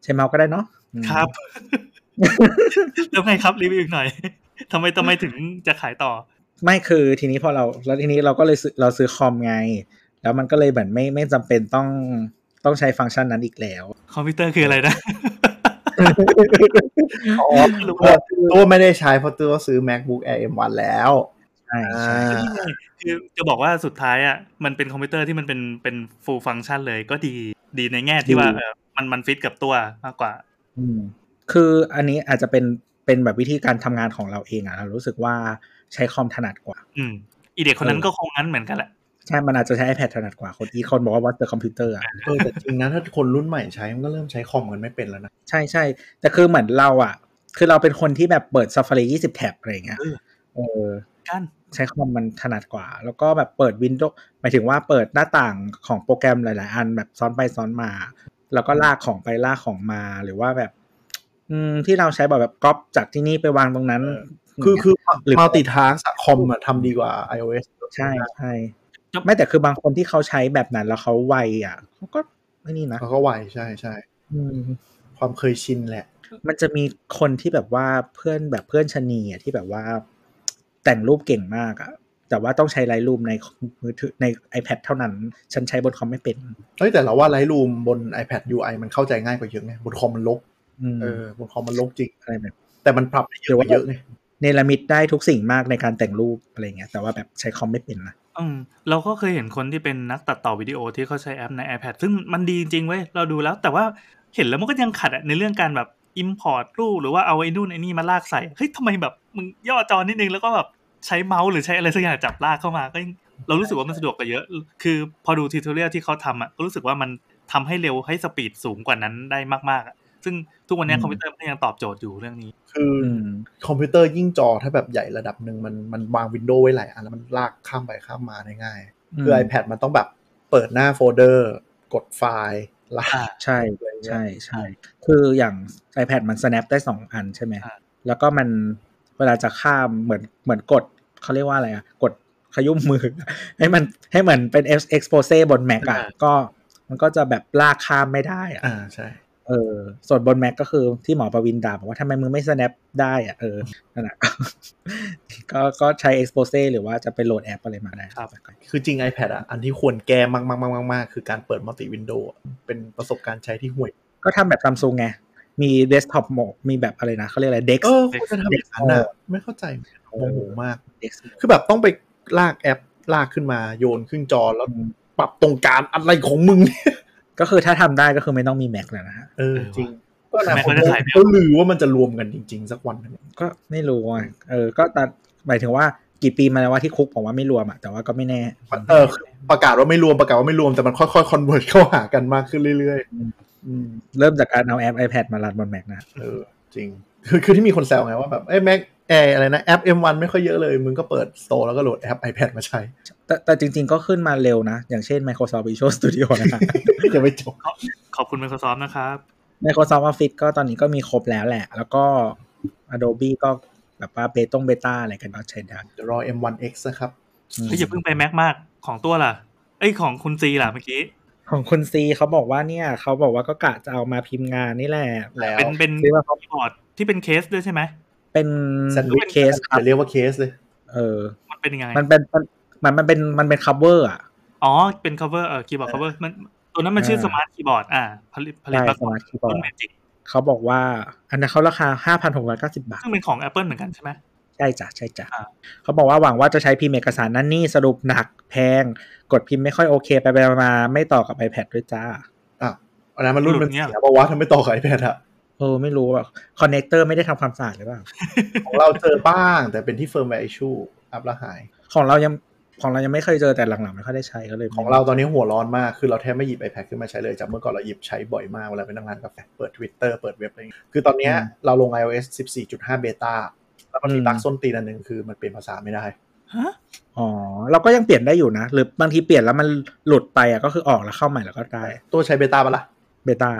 Speaker 4: ใช้เมาส์ก็ได้เนาะอืม
Speaker 3: ครับ แล้วไงครับรีวิวอีกหน่อยทำไมทำไมถึงจะขายต่อ
Speaker 4: ไม่คือทีนี้พอเราแล้วทีนี้เราก็เลยซื้อเราซื้อคอมไง แล้วมันก็เลยเหมือนไม่ไม่จำเป็นต้องต้องใช้ฟังก์ชันนั้นอีกแล้ว
Speaker 3: คอมพิวเตอร์คืออะไรนะ
Speaker 2: อ๋อตัวไม่ได้ใช้เพราะตัวซื้อ macbook air m1 แล้ว
Speaker 4: ใช่
Speaker 2: อ่า
Speaker 4: ใช่
Speaker 3: คือจะบอกว่าสุดท้ายอ่ะมันเป็นคอมพิวเตอร์ที่มันเป็นเป็นฟูลฟังก์ชันเลยก็ดีดีในแง่ที่ว่าเออมันมันฟิตกับตัวมากกว่า
Speaker 4: อืมคืออันนี้อาจจะเป็นเป็นแบบวิธีการทำงานของเราเองอะเรารู้สึกว่าใช้คอมถนัดกว่า
Speaker 3: อืมอีเด็กคนนั้น
Speaker 4: เออ
Speaker 3: ก็คงงั้นเหมือนกันแหละ
Speaker 4: ใช่มันอาจจะใช้ iPad ถนัดกว่าคนอีกคนบอกว่าวัดเตอร์คอมพิวเตอร์อะ
Speaker 2: เออแต่จริงนะถ้าคนรุ่นใหม่ใช้มันก็เริ่มใช้คอมกันไม่เป็นแล้วนะ
Speaker 4: ใช่ใช่แต่คือเหมือนเราอ่ะ คือเราเป็นคนที่แบบเปิด Safari 20 แท็บอะไรอย่างเงี้ย
Speaker 3: เออ
Speaker 4: เออ
Speaker 3: กัน
Speaker 4: ใช้คอมมันถนัดกว่า แล้วก็แบบเปิด Windows หมายถึงว่าเปิดหน้าต่างของโปรแกรมหลาย ๆ อันแบบซ้อนไปซ้อนมา แล้วก็ลากของไปลากของมาหรือว่าแบบ อืมที่เราใช้แบบแบบก๊อปจากที่นี่ไปวางตรงนั้น
Speaker 2: เอ คือคือ multitask อะคอมอะทำดีกว่า iOS
Speaker 4: ใช่ใช่ไม่แต่คือบางคนที่เขาใช้แบบนั้นแล้วเขาไวอ่ะเขาก็ไม่นี่นะ
Speaker 2: เขาก็ไวใช่ใช่
Speaker 4: อืม
Speaker 2: ความเคยชินแหละ
Speaker 4: มันจะมีคนที่แบบว่าเพื่อนแบบเพื่อนชะนีอ่ะที่แบบว่า แต่งรูปเก่งมากอ่ะ แต่ว่าต้องใช้ไลท์รูมในมือถือใน iPad เท่านั้น ฉันใช้บนคอมไม่เป็น
Speaker 2: เฮ้ยแต่เราว่า Lightroom บน iPad UI มันเข้าใจง่ายกว่าเยอะไงบนคอมมันลก
Speaker 4: อืม
Speaker 2: เออบนคอมมันลกจริง
Speaker 4: อะไรแบบ
Speaker 2: แต่มันปรับได้เยอะกว่าเยอะไง
Speaker 4: เนรมิตได้ทุกสิ่งมากในการแต่งรูปอะไรเงี้ยแต่ว่าแบบใช้คอมไม่เป็นนะ
Speaker 3: อืมเราก็เคยเห็นคนที่เป็นนักตัดต่อวิดีโอที่เขาใช้แอปใน iPad ซึ่งมันดีจริงเว้ยเราดูแล้ว แต่ว่าเห็นแล้วมันก็ยังขัดอะในเรื่องการแบบ Import รูปหรือว่าเอาไอ้นู่นไอ้นี่มาลากใส่เฮ้ยทำไมแบบมึงย่อจอนิดนึงแล้วก็แบบใช้เมาส์หรือใช้อะไรสักอย่างจับลากเข้ามาก็ยังเรารู้สึกว่ามันสะดวกกว่าเยอะ คือพอดูทิวทอเรียลที่เขาทำอ่ะก็รู้สึกว่ามันทำให้เร็วให้สปีดสูงกว่านั้นได้มากๆอะซึ่งทุกวันนี้คอมพิวเตอร์มันก็ยังตอบโจทย์อยู่เรื่องนี้
Speaker 2: คืออ
Speaker 4: อืม
Speaker 2: คอมพิวเตอร์ยิ่งจอถ้าแบบใหญ่ระดับหนึ่งมันมันวางวินโดว์ไว้หลายอันแล้วมันลากข้ามไปข้ามมาได้ง่าย คือ iPad มันต้องแบบเปิดหน้าโฟลเดอร์ กดไฟล์ลาก
Speaker 4: ใช่ใช่ใช่คืออย่าง iPad มัน snap ได้สองอันใช่ไหม
Speaker 3: อ่า
Speaker 4: แล้วก็มันเวลาจะข้ามเหมือนเหมือนกดเขาเรียกว่าอะไรอะกดขยุ้มมือ ให้มันให้เหมือนเป็น expose บน Mac อะ
Speaker 2: อ่า
Speaker 4: ก็มันก็จะแบบลากข้ามไม่ได้อะ
Speaker 2: อ่าใช่
Speaker 4: เออส่วนบน Mac ก็คือที่หมอประวินด่าบอกว่าทำไมมึงไม่ snap ได้อะเออนั่นแหละก็ ก็ก็ใช้ expose หรือว่าจะไปโหลดแอปอะไรมาได้
Speaker 3: ครับ
Speaker 2: คือจริง iPad อ่ะ อันที่ควรแก้มากๆๆๆ คือการเปิดมัลติวินโดว์เป็นประสบการณ์ใช้ที่ห่วย
Speaker 4: ก็ทำแบบซัมซุงไงมี desktop mode มีแบบอะไรนะเขาเรียกอะไร dex
Speaker 2: เออควรจะทำอย่างนั้นอ่ะ ไม่เข้าใจโมโหมาก
Speaker 4: dex
Speaker 2: คือแบบต้องไปลากแอปลากขึ้นมาโยนขึ้นจอแล้ว
Speaker 4: อืม
Speaker 2: ปรับตรงกลางอะไรของมึงเนี่ย
Speaker 4: ก็คือถ้าทำได้ก็คือไม่ต้องมี Mac แล้วนะฮะ
Speaker 2: เออจริง
Speaker 4: ก็อ
Speaker 3: ทำ
Speaker 4: นา
Speaker 3: ไม
Speaker 4: คต
Speaker 3: เขาจะขายไม่อ
Speaker 2: ก็
Speaker 3: อก
Speaker 2: ลือว่ามันจะรวมกันจริง ๆ สักวันหนึง
Speaker 4: ก็ไม่รู้อ่ะเออ ก็ตัดหมายถึงว่ากี่ปีมาแล้วว่าที่คุกบอกว่าไม่รวมอ่ะ แต่ว่าก็ไม่แน่
Speaker 2: เออประกาศว่าไม่รวมประกาศว่าไม่รวมแต่มันค่อยๆคอนเวิร์ตเข้าหากันมากขึ้นเรื่อยๆอืม
Speaker 4: เริ่มจากการเอาแอป iPad มารันบน Mac นะ
Speaker 2: เออจริง คือคือที่มีคนแซวไงว่าแบบเอ้แม็กแออะไรนะ แอป M1 ไม่ค่อยเยอะเลย มึงก็เปิด Store แล้วก็โหลดแอป iPad มาใช้
Speaker 4: แต่แต่จริงๆก็ขึ้นมาเร็วนะ อย่างเช่น Microsoft Visual Studio นะฮะ
Speaker 2: จะไม่จบ
Speaker 3: ขอบคุณ Microsoft นะครับ
Speaker 4: Microsoft Office ก็ตอนนี้ก็มีครบแล้วแหละ แล้วก็ Adobe ก็แบบว่าเบต้งเบต้าอะไรกันก็ใช้ได้
Speaker 2: เดี๋ยวรอ M1X นะครับ
Speaker 4: อืม
Speaker 3: เฮ้ยอย่าเพิ่งไปแม็กมากของตัวล่ะเอ้ยของคุณซีล่ะเมื่อกี้
Speaker 4: ของคุณซีเขาบอกว่าเนี่ยเขาบอกว่าก็กะจะเอามาพิมพ์งานนี่แหละ
Speaker 2: แล้ว
Speaker 3: เป็นเป็น
Speaker 4: ซื้อมา
Speaker 3: คีย์บอร์ดที่เป็นเคสด้วยใช่ไหม
Speaker 4: เป็น
Speaker 2: แซนด์วิชเคส
Speaker 4: ครับ
Speaker 2: จะเรียกว่าเคสเลย
Speaker 4: เออ
Speaker 3: มันเป็นยังไง
Speaker 4: มันเป็นมันมันมันเป็นมันเป็น cover อ่ะ
Speaker 3: อ๋อเป็น cover เออคีย์บอร์ด cover มันตัวนั้นมันชื่อ
Speaker 4: อ่า
Speaker 3: smart keyboard อ่าผลิตผลิต
Speaker 4: ใช่
Speaker 3: มา
Speaker 4: ส
Speaker 3: ก่อน
Speaker 4: มาร์ทคีย์บอ
Speaker 3: รุ่
Speaker 4: ร์
Speaker 3: น
Speaker 4: ด
Speaker 3: เมจิก
Speaker 4: เขาบอกว่า อันนั้นเขาราคาห้าพันหกร้อยเก้าสิบาท
Speaker 3: ซึ่งเป็นของ Apple เหมือนกันใช่ไหม
Speaker 4: ใช่จ้ะใช่จ้ะ
Speaker 3: อ่า
Speaker 4: เขาบอกว่าหวังว่าจะใช้พิมพ์เอกสารนั่นนี่สรุปหนักแพง กดพิมพ์ไม่ค่อยโอเค ไปไปมาๆไม่ต่อกับ iPad ด้วยจ้า
Speaker 2: อันนั้นมันรุ่นมัน
Speaker 3: รุ่นเนี้ย
Speaker 2: เสียเพราะว่าทำไม่ต่อกับไอแพดอะ
Speaker 4: เออ ไม่รู้แบบคอนเนคเตอร์ไม่ได้ทำความสะอาดหรือเปล่า
Speaker 2: ของเราเจอบ้าง แต่เป็นที่เฟิร์มแวร์อิชูอัพละหาย
Speaker 4: ของเรายังของเรายังไม่เคยเจอแต่หลังๆไม่ค่อยได้ใช้ก็เลยไม่
Speaker 2: ของเราตอนนี้หัวร้อนมาก คือเราแทบไม่หยิบ iPad ขึ้นมาใช้เลยจากเมื่อก่อนเราหยิบใช้บ่อยมาก เวลาไปนั่งร้านกาแฟ เปิด Twitter เปิดเว็บอะไรอย่างเงี้ยคือตอนเนี้ยเราลง iOS 14.5 เบต้าแล้วมันมีบั๊กส้นตีนอันหนึ่งคือมันเปลี่ยนภาษาไม่ได้
Speaker 3: ฮะ
Speaker 4: อ๋อเราก็ยังเปลี่ยนได้อยู่นะ หรือบางทีเปลี่ยนแล้วมันหลุดไปอ่ะก็คือออกแล้วเข้าใหม่แล้วก็ได้
Speaker 2: ตัวใช้เบต้าปะล่ะ
Speaker 4: เบต้า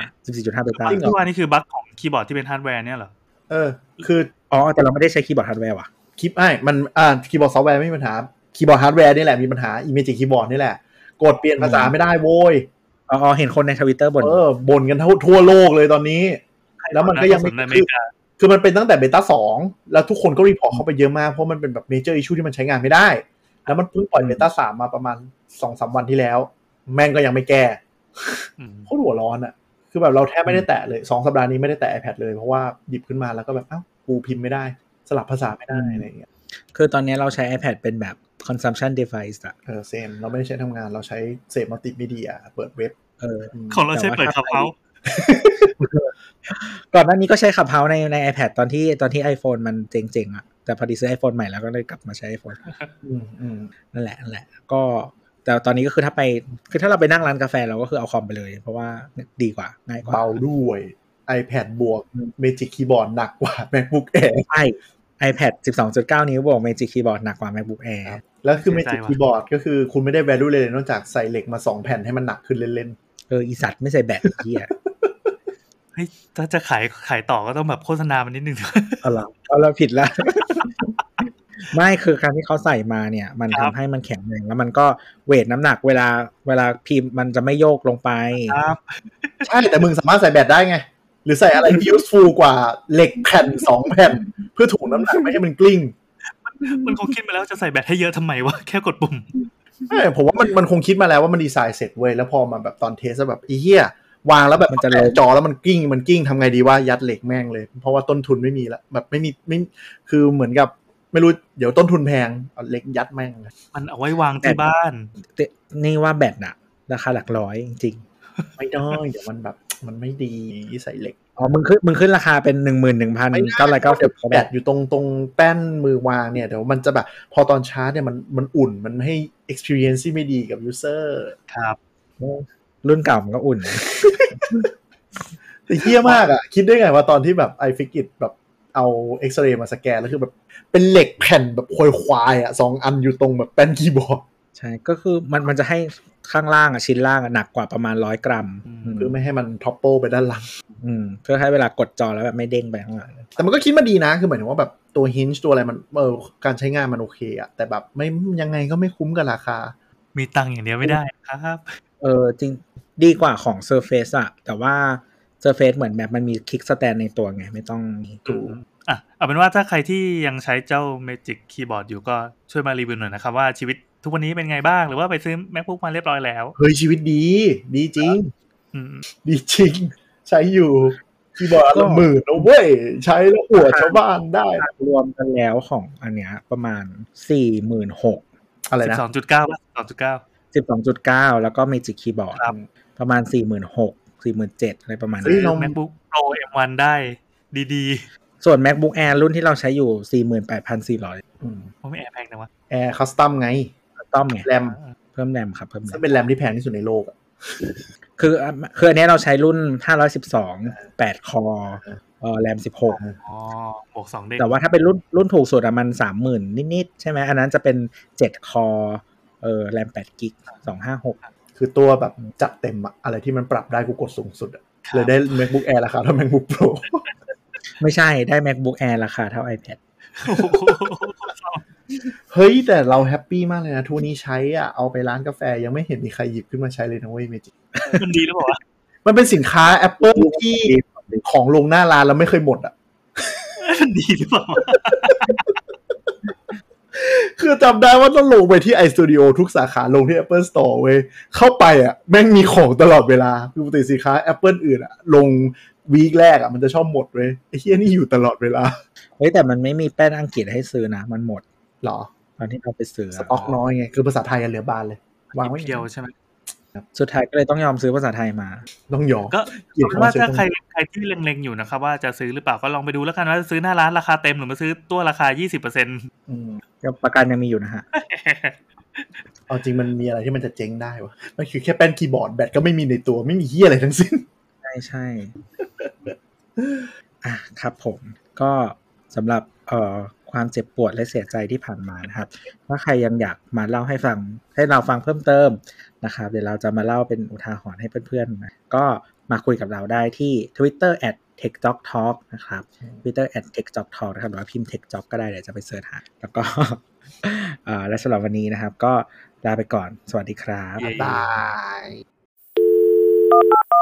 Speaker 4: 14.5เบต้า
Speaker 2: จริงเหรอ
Speaker 3: ที่ว่านี่คือบั๊กของคีย์บอร์ดที่เป็นฮาร์ดแวร์เนี่ยเหรอ
Speaker 2: เออ คือ
Speaker 4: อ๋อแต่เราไม่ได้ใช้คีย์บอร์ดฮาร์ดแวร์ว่ะ
Speaker 2: คลิปไอ้มันอ่าคีย์บอร์ดซอฟต์แวร์ไม่มีปัญหา คีย์บอร์ดฮาร์ดแวร์นี่แหละมีปัญหาอีเมจิคีย์บอร์ดนี่แหละ กดเปลี่ยนภาษาไม่ได้โว้ย
Speaker 4: อ๋ออ๋อเห็นคนในทวิตเตอร์บ่น
Speaker 2: เออบ่นกันทั่วทั่วโลกเลยตอนนี้ แล้วมันก็ยัง
Speaker 3: ส
Speaker 2: ไม่
Speaker 3: นในอเม
Speaker 2: คือ
Speaker 3: ริกา
Speaker 2: คือมันเป็นตั้งแต่เบต้าสองแล้วทุกคนก็รีพอร์ตเข้าไปเยอะมาก เพราะมันเป็นแบบเมเจอร์อิชูที่มันใช้งานไม่ได้ แล้วมันเพิ่งปล่อยเบต้าสามมาประมาณสองสามวันที่แล้ว แม่งก็ยังไม่แก้
Speaker 3: อืม
Speaker 2: โคตรหัวร้อนอะคือแบบเราแทบไม่ได้แตะเลยสองสัปดาห์นี้ไม่ได้แตะ iPad เลย เพราะว่าหยิบขึ้นมาแล้วก็แบบอ้าวกูพิมพ์ไม่ได้ สลับภาษาไม่ได้อะไรอย่างเงี้ย
Speaker 4: คือตอนนี้เราใช้ iPad เป็นแบบ consumption device อะ
Speaker 2: เออเซมเราไม่ได้ใช้ทำงานเราใช้เสพมัลติมีเดียเปิดเว็บ
Speaker 4: เออ
Speaker 2: อืม
Speaker 3: ของเราใช้เปิด
Speaker 4: แต่
Speaker 3: คับ
Speaker 4: ว่า
Speaker 3: เฮา
Speaker 4: ก่อนหน้านี้ก็ใช้ขับเฮาในใน iPad ตอนที่ตอนที่ iPhone มันเจ๋งๆอะแต่พอดีซื้อ iPhone ใหม่แล้วก็เลยกลับมาใช้ iPhone
Speaker 2: อืมอืม
Speaker 4: นั่นแหละนั่นแหละก็แต่ตอนนี้ก็คือถ้าไปคือถ้าเราไปนั่งร้านกาแฟเราก็คือเอาคอมไปเลย เพราะว่าดีกว่าง่ายกว่า
Speaker 2: เบาด้วย iPad บวกเมจิกคีย์บอร์ดหนักกว่า MacBook Air
Speaker 4: ใช่ iPad 12.9 นิ้วบวก Magic Keyboard หนักกว่า MacBook Air
Speaker 2: ครับ แล้วคือ Magic Keyboard ก็คือคุณไม่ได้ value เลยนอกจากใส่เหล็กมา 2 แผ่นให้มันหนักขึ้นเล่น
Speaker 4: เอออีสัตว์ไม่ใส่แบตไอ้เหี้ย
Speaker 3: เฮ้ยถ้าจะขายขายต่อก็ต้องแบบโฆษณามันนิดนึง
Speaker 4: เอาละเอาละผิดละ ไม่คือการที่เขาใส่มาเนี่ย มัน
Speaker 3: ค
Speaker 4: ทำ
Speaker 3: รับ
Speaker 4: ให้มันแข็งแรงแล้วมันก็เวทน้ำหนักเวลาเวลาพิมพ์มันจะไม่โยกลงไป
Speaker 3: ครับ
Speaker 2: ๆ ใช่แต่มึงสามารถใส่แบตได้ไง หรือใส่อะไร ที่ useful กว่าเหล็ก แผ่น 2 แผ่น เพื่อถ่วงน้ำหนักไม่ให้มันกลิ้ง
Speaker 3: มันคงคิดไปแล้วจะใส่แบตให้เยอะทำไมวะแค่กดปุ่ม
Speaker 2: ใช่ผมว่ามันมันคงคิดมาแล้วว่ามันดีไซน์เสร็จเว้ย แล้วพอมาแบบตอนเทสแบบไอีเหี้ยวางแล้วแบบ
Speaker 4: มันจะลง
Speaker 2: แตจอแล้วมันกลิ้ง มันกลิ้งทำไงดีว่ายัดเหล็กแม่งเลย เพราะว่าต้นทุนไม่มีละแบบไม่มีไม่คือเหมือนกับไม่รู้เดี๋ยวต้นทุนแพงเอาเหล็กยัดแม่ง
Speaker 3: มันเอาไว้วางที่บ้าน
Speaker 4: แต่นี่ว่าแบตน่ะ ราคาหลักร้อยจริง
Speaker 2: ไม่ได้เดี๋ยวมันแบบมันไม่ดีใส่เหล็ก
Speaker 4: ๆอ๋อมึงขึ้นมึงขึ้นราคาเป็นหนึ่งหมื่นหนึ่งพัน
Speaker 2: ไม่ได้
Speaker 4: เก้าร้อยเก้าสิบ
Speaker 2: แบตอยู่ตรงตรงแป้นมือวางเนี่ยเดี๋ยวมันจะแบบ พอตอนชาร์จเนี่ยมันมันอุ่นมันให้ experience ที่ไม่ดีกับ user
Speaker 3: ครับ
Speaker 4: รุ่นเก่ามันก็อุ่น
Speaker 2: แต่เฮี้ยมากอะคิดได้ไงว่าตอนที่แบบ i f i ก i t แบบเอาเอ็กซเรย์มาสแกน แล้วคือแบบ เป็นเหล็กแผ่นแบบควายควายๆอะสองอันอยู่ตรงแบบแป้นคีย์บอร์ด
Speaker 4: ใช่ก็คือมันมันจะให้ข้างล่างอะชิ้นล่างอะหนักกว่าประมาณร้อยกรัมอืม
Speaker 2: เพื่อไม่ให้มันท็อปโปไปด้านหลัง
Speaker 4: อืมเพื่อให้เวลากดจอแล้วแบบไม่เด้งไปข้างหลัง
Speaker 2: แต่มันก็คิดมาดีนะ คือหมายถึงว่าแบบตัว hinge ตัวอะไรมันเออการใช้งานมันโอเคอะแต่แบบไม่ยังไงก็ไม่คุ้มกับราคา
Speaker 3: มีตังค์อย่างเดียวไม่ได้ครับ
Speaker 4: เออจริงดีกว่าของ Surface อะแต่ว่า Surface เหมือนแบบมันมีคลิกสแตนในตัวไง ไม่ต้อง
Speaker 2: ถูก
Speaker 3: อ่ะเอาเป็นว่าถ้าใครที่ยังใช้เจ้า Magic Keyboard อยู่ก็ช่วยมารีวิวหน่อยนะครับ ว่าชีวิตทุกวันนี้เป็นไงบ้าง หรือว่าไปซื้อ MacBook มาเรียบร้อยแล้ว
Speaker 2: เฮ้ยชีวิตดี ดีจริง
Speaker 3: อืม
Speaker 2: ดีจริง ใช้อยู่คีย์บอร์ดละหมื่นนะเว้ย ใช้แล้วหัวชาวบ้านได้
Speaker 4: รวมกันแล้วของอันเนี้ยประมาณสี่หมื่นหก
Speaker 2: อะไร
Speaker 3: สิ
Speaker 2: นะ
Speaker 3: บสองจุดเก้าสองจุดเก้า
Speaker 4: สิบสองจุดเก้าแล้วก็เมจิกคีย์บอร์ด
Speaker 3: ครับ
Speaker 4: ประมาณสี่หมื่นหกสี่หมื่นเจ็ดอะไรประมาณ
Speaker 2: เฮ้ย
Speaker 4: นั้น
Speaker 2: เรา
Speaker 3: MacBook Pro M1 ได้ดี
Speaker 4: ส่วน macbook air รุ่นที่เราใช้อยู่สี่หมื่นแปดพันสี่ร้อย
Speaker 3: ๆผมไม่แอร์แพงนะวะ
Speaker 2: แอร์คัสตัมไง
Speaker 4: ต้อมไง
Speaker 2: แรม
Speaker 4: เพิ่มแรมครับเพิ่มแร
Speaker 2: ซึ่ง
Speaker 4: ม
Speaker 2: เป็นแรมที่แพงที่สุดในโลกอะ
Speaker 4: คืออ่ะคืออันเนี้ยเราใช้รุ่นห้าร้อยสิบสองแปดคอเออแรมสิบหก
Speaker 3: อ๋อบวกสองเด้ง
Speaker 4: แต่ว่าถ้าเป็นรุ่นรุ่นถูกสุดอะมันสามหมื่นนิด ๆ ใช่ไหมอันนั้นจะเป็นเจ็ดคอเออแรมแปดกิกสองห้าหก
Speaker 2: คือตัวแบบจัดเต็มอะอะไรที่มันปรับได้กูกดสูงสุดอะเลยได้ MacBook Air ราคาเท่า MacBook Pro
Speaker 4: ไม่ใช่ได้ macbook air ราคาเท่า ipad
Speaker 3: โอ้โห
Speaker 2: เฮ้ย แต่เราแฮปปี้มากเลยนะทุกวันนี้ใช้อะเอาไปร้านกาแฟยังไม่เห็นมีใครหยิบขึ้นมาใช้เลยนะเว้ยเมจิ
Speaker 3: มันดีแล้วบอกว่า
Speaker 2: มันเป็นสินค้า Apple ที่ของลงหน้าร้านแล้วไม่เคยหมดอะ
Speaker 3: เ ดีหรือเปล่า
Speaker 2: คือจำได้ว่าต้องลงไปที่ iStudio ทุกสาขาลงที่ Apple Store เว้ยเข้าไปอ่ะ แม่งมีของตลอดเวลาคือปกติสินค้า Apple อื่นอ่ะ ลงวีคแรกอ่ะ มันจะชอบหมดเว้ยไอ้เฮียนี่อยู่ตลอดเวลา
Speaker 4: เฮ้ยแต่มันไม่มีแป้นอังกฤษให้ซื้อนะ มันหมด
Speaker 2: หรอ
Speaker 4: ตอนที่เราไปซื้ออะ
Speaker 2: สต็อกน้อยไง คือภาษาไทยอะเหลือบานเลย วางไว้
Speaker 3: เดียวใช่ไหม
Speaker 4: สุดท้ายก็เลยต้องยอมซื้อภาษาไทยมา
Speaker 2: ต้องยอม
Speaker 3: ก็
Speaker 2: เกลียด
Speaker 3: ผมว่า
Speaker 2: เชื่อ
Speaker 3: ถ้าใครใครที่เล็งๆอยู่นะครับ ว่าจะซื้อหรือเปล่าก็ลองไปดูแล้วกันว่าจะซื้อหน้าร้านราคาเต็มหรือมาซื้อตัวราคา 20%เปอร์เซ็นต์
Speaker 2: อืม
Speaker 4: ยังประกันยังมีอยู่นะฮะ
Speaker 2: เอาจริงมันมีอะไรที่มันจะเจ๊งได้วะมันคือแค่แป้นคีย์บอร์ดแบตก็ไม่มีในตัวไม่มีเฮียอะไรทั้งสิ้น
Speaker 4: ใช่ใช่ อ่ะครับผมก็สำหรับเอ่อความเจ็บปวดและเสียใจที่ผ่านมานะครับ ถ้าใครยังอยากมาเล่าให้ฟังให้เราฟังเพิ่มเติมนะครับ เดี๋ยวเราจะมาเล่าเป็นอุทาหรณ์ให้เพื่อนๆนะก็มาคุยกับเราได้ที่ Twitter at t e c h t o k t a l k นะครับ Twitter at t e c h t o k t a l k นะครับหรือว่าพิมพ์ t e c h j o b ก็ได้เดี๋ยวจะไปเสิร์ชหาแล้วก็ เอ่อและสำหรับวันนี้นะครับ ก็ลาไปก่อนสวัสดีครับ
Speaker 2: บาย